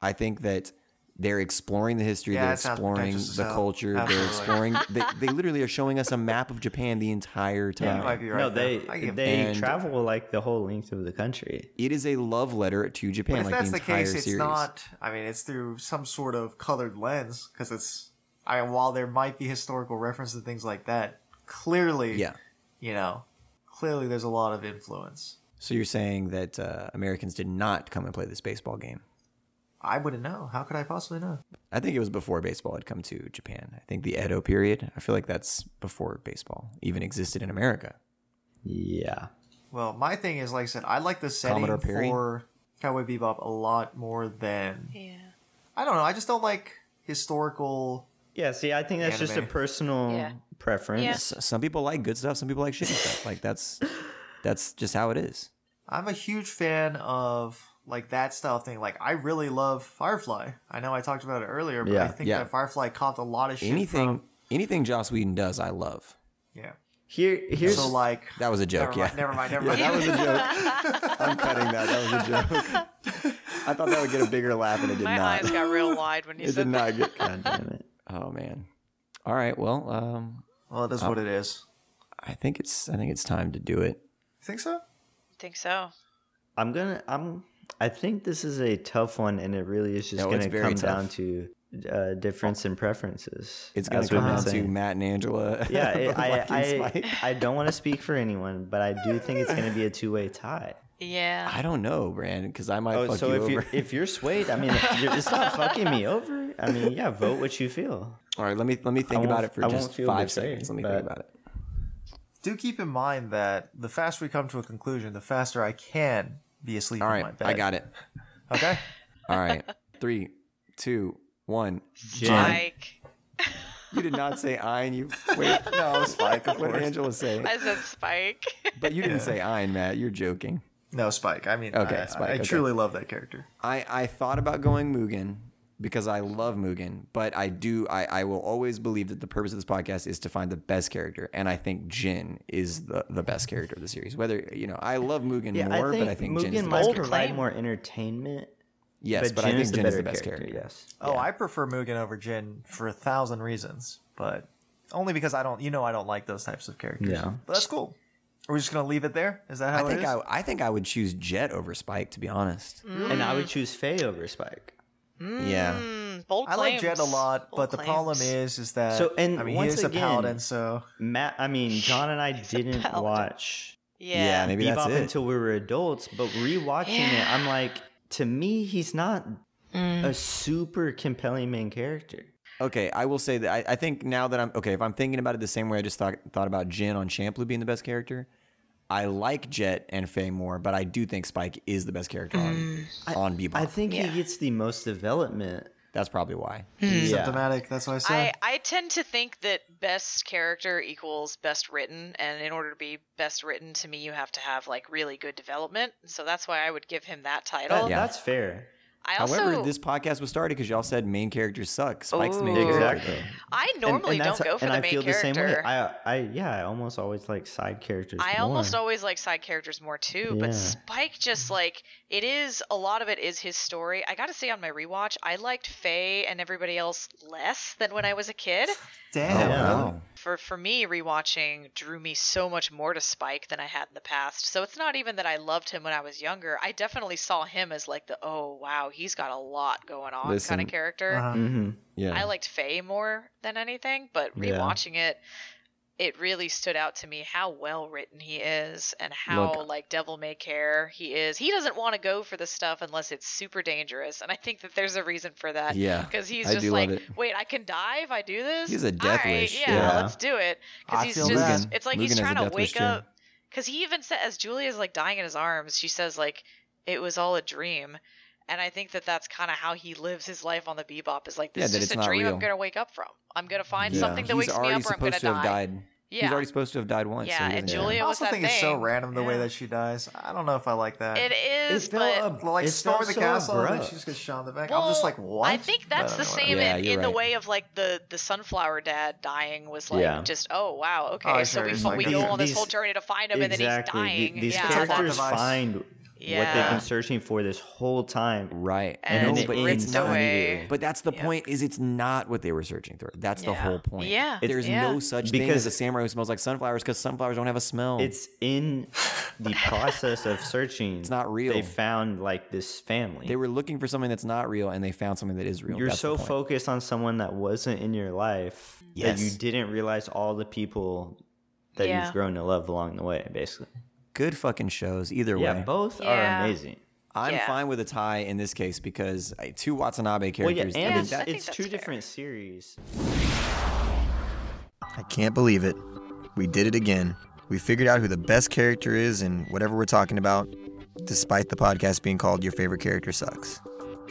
Speaker 1: I think that they're exploring the history,
Speaker 3: Yeah,
Speaker 1: they're
Speaker 3: that sounds
Speaker 1: exploring
Speaker 3: pretentious as
Speaker 1: the
Speaker 3: hell.
Speaker 1: culture,
Speaker 3: Absolutely.
Speaker 1: they're exploring. They, they literally are showing us a map of Japan the entire
Speaker 3: Yeah, you
Speaker 1: time.
Speaker 3: might be right.
Speaker 2: Uh, no,
Speaker 3: though.
Speaker 2: they
Speaker 3: I give-
Speaker 2: they
Speaker 1: And-
Speaker 2: travel like the whole length of the country.
Speaker 1: it is a love letter to
Speaker 3: But
Speaker 1: Japan.
Speaker 3: if
Speaker 1: like
Speaker 3: that's
Speaker 1: the
Speaker 3: the,
Speaker 1: entire
Speaker 3: case, it's
Speaker 1: series.
Speaker 3: not. I mean, it's through some sort of colored lens because it's. I mean, while there might be historical reference and things like that, clearly,
Speaker 1: Yeah.
Speaker 3: you know, clearly there's a lot of influence.
Speaker 1: So you're saying that uh, Americans did not come and play this baseball game.
Speaker 3: I wouldn't know. How could I possibly know?
Speaker 1: I think it was before baseball had come to Japan. I think the Edo period. I feel like that's before baseball even existed in America.
Speaker 2: Yeah.
Speaker 3: Well, my thing is, like I said, I like the setting
Speaker 1: Commodore Perry?
Speaker 3: for Cowboy Bebop a lot more than
Speaker 5: yeah,
Speaker 3: I don't know. I just don't like historical.
Speaker 2: Yeah, see I think that's just a
Speaker 3: Anime.
Speaker 2: personal
Speaker 5: Yeah.
Speaker 2: preference.
Speaker 5: Yeah.
Speaker 1: S- some people like good stuff. Some people like shitty stuff. Like that's that's just how it is.
Speaker 3: I'm a huge fan of like that style of thing. Like I really love Firefly. I know I talked about it earlier, but I
Speaker 2: Yeah,
Speaker 3: think
Speaker 1: yeah.
Speaker 3: that Firefly copped a lot of shit.
Speaker 1: anything
Speaker 3: from-
Speaker 1: anything Joss Whedon does, I love.
Speaker 3: yeah.
Speaker 2: Here here's
Speaker 3: so like
Speaker 1: That was a joke.
Speaker 3: never,
Speaker 1: yeah,
Speaker 3: mind, never mind. Never mind.
Speaker 1: that was a joke. I'm cutting that. That was a joke. I thought that would get a bigger laugh, and it did
Speaker 5: My
Speaker 1: not.
Speaker 5: eyes got real wide when you
Speaker 1: it
Speaker 5: said
Speaker 1: did
Speaker 5: that.
Speaker 1: not get.
Speaker 2: God damn it.
Speaker 1: Oh man. All right. Well, um,
Speaker 3: Well, it is what it is.
Speaker 1: I think it's I think it's time to do it.
Speaker 3: You think so?
Speaker 5: I think so.
Speaker 2: I'm gonna. I'm. I think this is a tough one, and it really is just
Speaker 1: No, it's
Speaker 2: gonna
Speaker 1: very
Speaker 2: come
Speaker 1: tough.
Speaker 2: down to uh, difference in preferences.
Speaker 1: It's gonna
Speaker 2: as we've
Speaker 1: come
Speaker 2: been
Speaker 1: down to
Speaker 2: saying.
Speaker 1: Matt and Angela.
Speaker 2: Yeah, it, I,
Speaker 1: liking Spike.
Speaker 2: I, I don't want to speak for anyone, but I do think it's gonna be a two way tie.
Speaker 5: Yeah.
Speaker 1: I don't know, Brandon, because I might
Speaker 2: Oh,
Speaker 1: fuck
Speaker 2: so
Speaker 1: you
Speaker 2: if
Speaker 1: over.
Speaker 2: you if you're swayed, I mean, you're, it's not fucking me over. I mean, yeah, vote what you feel.
Speaker 1: All right, let me let me think
Speaker 2: won't-
Speaker 1: about it for
Speaker 2: I won't
Speaker 1: just
Speaker 2: feel
Speaker 1: five
Speaker 2: betrayed,
Speaker 1: seconds. Let me
Speaker 2: but-
Speaker 1: think about it.
Speaker 3: Do keep in mind that the faster we come to a conclusion, the faster I can be asleep
Speaker 1: All
Speaker 3: in my
Speaker 1: right,
Speaker 3: bed.
Speaker 1: I got it.
Speaker 3: Okay.
Speaker 1: All right, three, two, one.
Speaker 5: Spike.
Speaker 1: You did not say Ein. You wait.
Speaker 3: No, it's Spike, of
Speaker 1: What did
Speaker 3: course.
Speaker 1: Angela say?
Speaker 5: I said Spike.
Speaker 1: But you didn't say Ein, Matt. You're joking.
Speaker 3: No, Spike. I mean,
Speaker 1: Okay,
Speaker 3: I,
Speaker 1: Spike,
Speaker 3: I
Speaker 1: okay.
Speaker 3: truly love that character.
Speaker 1: I, I thought about going Mugen because I love Mugen, but I do I, I will always believe that the purpose of this podcast is to find the best character, and I think Jin is the, the best character of the series. Whether you know, I love Mugen
Speaker 2: Yeah,
Speaker 1: more,
Speaker 2: I think,
Speaker 1: but I think Jin is
Speaker 2: Mugen
Speaker 1: the
Speaker 2: might
Speaker 1: best character.
Speaker 5: character.
Speaker 2: provide more entertainment.
Speaker 1: Yes, but, I
Speaker 2: Jin
Speaker 1: think Jin is the
Speaker 2: better
Speaker 1: best character.
Speaker 2: Yes.
Speaker 3: Oh, I prefer Mugen over Jin for a thousand reasons, but only because I don't, you know, I don't like those types of characters.
Speaker 2: Yeah.
Speaker 3: But that's cool. Are we just gonna leave it there? Is that how
Speaker 1: I
Speaker 3: it
Speaker 1: think
Speaker 3: is?
Speaker 1: I, I think I would choose Jet over Spike to be honest.
Speaker 2: And I would choose Faye over Spike.
Speaker 1: Yeah.
Speaker 5: Mm, bold
Speaker 3: I like Jed a
Speaker 5: claims.
Speaker 3: lot,
Speaker 5: Bold
Speaker 3: but the problem
Speaker 5: claims.
Speaker 3: is, is that
Speaker 2: So, and
Speaker 3: I mean,
Speaker 2: once
Speaker 3: he is
Speaker 2: again-
Speaker 3: a paladin, so
Speaker 2: Matt, I mean, John and I didn't
Speaker 5: paladin.
Speaker 2: watch
Speaker 5: Yeah.
Speaker 1: maybe
Speaker 2: Bebop
Speaker 1: that's it.
Speaker 2: until we were adults, but rewatching it, I'm like, to me, he's not
Speaker 5: Mm.
Speaker 2: a super compelling main character.
Speaker 1: Okay, I will say that I, I think now that I'm okay, if I'm thinking about it the same way I just thought thought about Jin on Champloo being the best character, I like Jet and Faye more, but I do think Spike is the best character
Speaker 5: Mm,
Speaker 1: on on Bebop.
Speaker 2: I think
Speaker 5: Yeah. Hmm.
Speaker 2: he gets the most development.
Speaker 1: That's probably why.
Speaker 2: Yeah.
Speaker 3: symptomatic. That's what I said.
Speaker 5: I, I tend to think that best character equals best written, and in order to be best written, to me, you have to have like really good development. So that's why I would give him that title.
Speaker 2: That- That's fair.
Speaker 5: I also,
Speaker 1: However, this podcast was started because y'all said main characters suck. Spike's the main
Speaker 5: Ooh.
Speaker 1: character.
Speaker 2: Exactly.
Speaker 5: I
Speaker 2: And-
Speaker 5: normally
Speaker 2: and that's-
Speaker 5: don't go for
Speaker 2: and
Speaker 5: the
Speaker 2: I
Speaker 5: main
Speaker 2: feel
Speaker 5: character.
Speaker 2: the same way. I, I, yeah, I almost always like side characters.
Speaker 5: I
Speaker 2: more.
Speaker 5: almost always like side characters more too,
Speaker 2: Yeah.
Speaker 5: but Spike just like it is a lot of it is his story. I gotta say on my rewatch, I liked Faye and everybody else less than when I was a kid.
Speaker 3: Damn.
Speaker 2: Oh, Yeah.
Speaker 3: really?
Speaker 1: Oh, Wow.
Speaker 5: For for me, rewatching drew me so much more to Spike than I had in the past. So it's not even that I loved him when I was younger. I definitely saw him as like the oh wow, he's got a lot going on
Speaker 1: Listen,
Speaker 5: kind of character.
Speaker 3: Uh-huh.
Speaker 2: Mm-hmm.
Speaker 1: Yeah.
Speaker 5: I liked Faye more than anything, but
Speaker 2: Yeah.
Speaker 5: rewatching it, it really stood out to me how well written he is and how
Speaker 1: Look-
Speaker 5: like devil may care he is. He doesn't want to go for this stuff unless it's super dangerous, and I think that there's a reason for that.
Speaker 1: Yeah,
Speaker 5: because he's
Speaker 1: I
Speaker 5: just
Speaker 1: do love
Speaker 5: like,
Speaker 1: it.
Speaker 5: wait, I can die if I do this.
Speaker 1: He's a death
Speaker 5: All right,
Speaker 1: wish,
Speaker 5: Yeah,
Speaker 2: yeah.
Speaker 5: let's do it. Because
Speaker 3: I
Speaker 5: he's
Speaker 3: feel
Speaker 5: just,
Speaker 3: that.
Speaker 5: it's like
Speaker 1: Mugen
Speaker 5: he's
Speaker 1: has a
Speaker 5: trying
Speaker 1: death
Speaker 5: to
Speaker 1: wish,
Speaker 5: wake
Speaker 1: too.
Speaker 5: up. Because he even said, as Julia's like dying in his arms, she says like, it was all a dream. And I think that that's kind of how he lives his life on the Bebop is like
Speaker 1: Yeah,
Speaker 5: this
Speaker 1: that
Speaker 5: is
Speaker 1: it's
Speaker 5: just a
Speaker 1: not
Speaker 5: dream
Speaker 1: real.
Speaker 5: I'm gonna wake up from. I'm gonna find
Speaker 1: Yeah.
Speaker 5: something that
Speaker 1: He's
Speaker 5: wakes me
Speaker 1: already
Speaker 5: up or I'm gonna
Speaker 1: supposed to
Speaker 5: die.
Speaker 1: have died.
Speaker 5: Yeah,
Speaker 1: He's already supposed to have died once. so
Speaker 5: yeah.
Speaker 1: he
Speaker 5: and
Speaker 1: doesn't die.
Speaker 5: Julia
Speaker 3: I
Speaker 5: was
Speaker 3: also
Speaker 5: that
Speaker 3: think
Speaker 5: thing.
Speaker 3: it's so random the way
Speaker 5: Yeah.
Speaker 3: that she dies. I don't know if I like that.
Speaker 5: It
Speaker 2: It
Speaker 5: is,
Speaker 2: felt
Speaker 5: but
Speaker 2: ab-
Speaker 3: like
Speaker 2: it
Speaker 3: storm
Speaker 2: felt
Speaker 3: of the
Speaker 2: so
Speaker 3: castle, and then
Speaker 2: abrupt.
Speaker 3: she just gets shot in the back.
Speaker 5: Well,
Speaker 3: I'm just like, what?
Speaker 5: I think that's
Speaker 3: But
Speaker 5: the
Speaker 3: anyway.
Speaker 5: same
Speaker 1: Yeah,
Speaker 5: in,
Speaker 1: you're
Speaker 5: in the
Speaker 1: right.
Speaker 5: way of like the the sunflower dad dying was like
Speaker 2: Yeah.
Speaker 5: just oh wow okay
Speaker 3: Oh,
Speaker 5: so
Speaker 3: sure,
Speaker 5: we,
Speaker 3: it's like
Speaker 5: we
Speaker 3: these-
Speaker 5: go on this
Speaker 2: these-
Speaker 5: whole journey to find him and
Speaker 2: exactly.
Speaker 5: then
Speaker 2: The-
Speaker 5: he's dying.
Speaker 2: These
Speaker 5: yeah,
Speaker 2: characters
Speaker 5: that's-
Speaker 3: device.
Speaker 2: find what they've
Speaker 5: Yeah.
Speaker 2: been searching for this whole time.
Speaker 1: Right.
Speaker 5: and
Speaker 1: No,
Speaker 5: it
Speaker 1: but
Speaker 5: ripped
Speaker 1: it's
Speaker 5: away.
Speaker 1: not. But that's the
Speaker 5: Yeah.
Speaker 1: point: is it's not what they were searching for. That's the
Speaker 5: Yeah.
Speaker 1: whole point.
Speaker 5: Yeah. It's-
Speaker 1: There's
Speaker 5: yeah.
Speaker 1: no such thing as
Speaker 2: Because-
Speaker 1: a samurai who smells like sunflowers because sunflowers don't have a smell.
Speaker 2: It's in the process of searching. It's
Speaker 1: not real.
Speaker 2: They found like this family.
Speaker 1: they were looking for something that's not real, and they found something that is real.
Speaker 2: You're
Speaker 1: That's the
Speaker 2: so
Speaker 1: point.
Speaker 2: focused on someone that wasn't in your life that you
Speaker 1: Yes.
Speaker 2: didn't realize all the people that
Speaker 5: Yeah.
Speaker 2: you've grown to love along the way, basically.
Speaker 1: good fucking shows either
Speaker 2: Yeah,
Speaker 1: way.
Speaker 2: both
Speaker 5: Yeah.
Speaker 2: are amazing.
Speaker 1: I'm
Speaker 5: Yeah.
Speaker 1: fine with a tie in this case because uh, two Watanabe
Speaker 2: Well, yeah,
Speaker 1: characters.
Speaker 2: and
Speaker 1: I mean,
Speaker 2: it's,
Speaker 5: I
Speaker 1: that-
Speaker 5: think
Speaker 2: it's
Speaker 5: that's
Speaker 2: two
Speaker 5: fair.
Speaker 2: different series.
Speaker 1: I can't believe it. We did it again. We figured out who the best character is in whatever we're talking about, despite the podcast being called Your Favorite Character Sucks.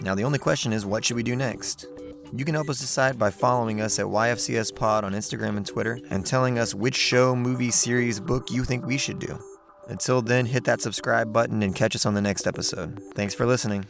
Speaker 1: Now, the only question is what should we do next? You can help us decide by following us at YFCS Pod on Instagram and Twitter and telling us which show, movie, series, book you think we should do. Until then, hit that subscribe button and catch us on the next episode. Thanks for listening.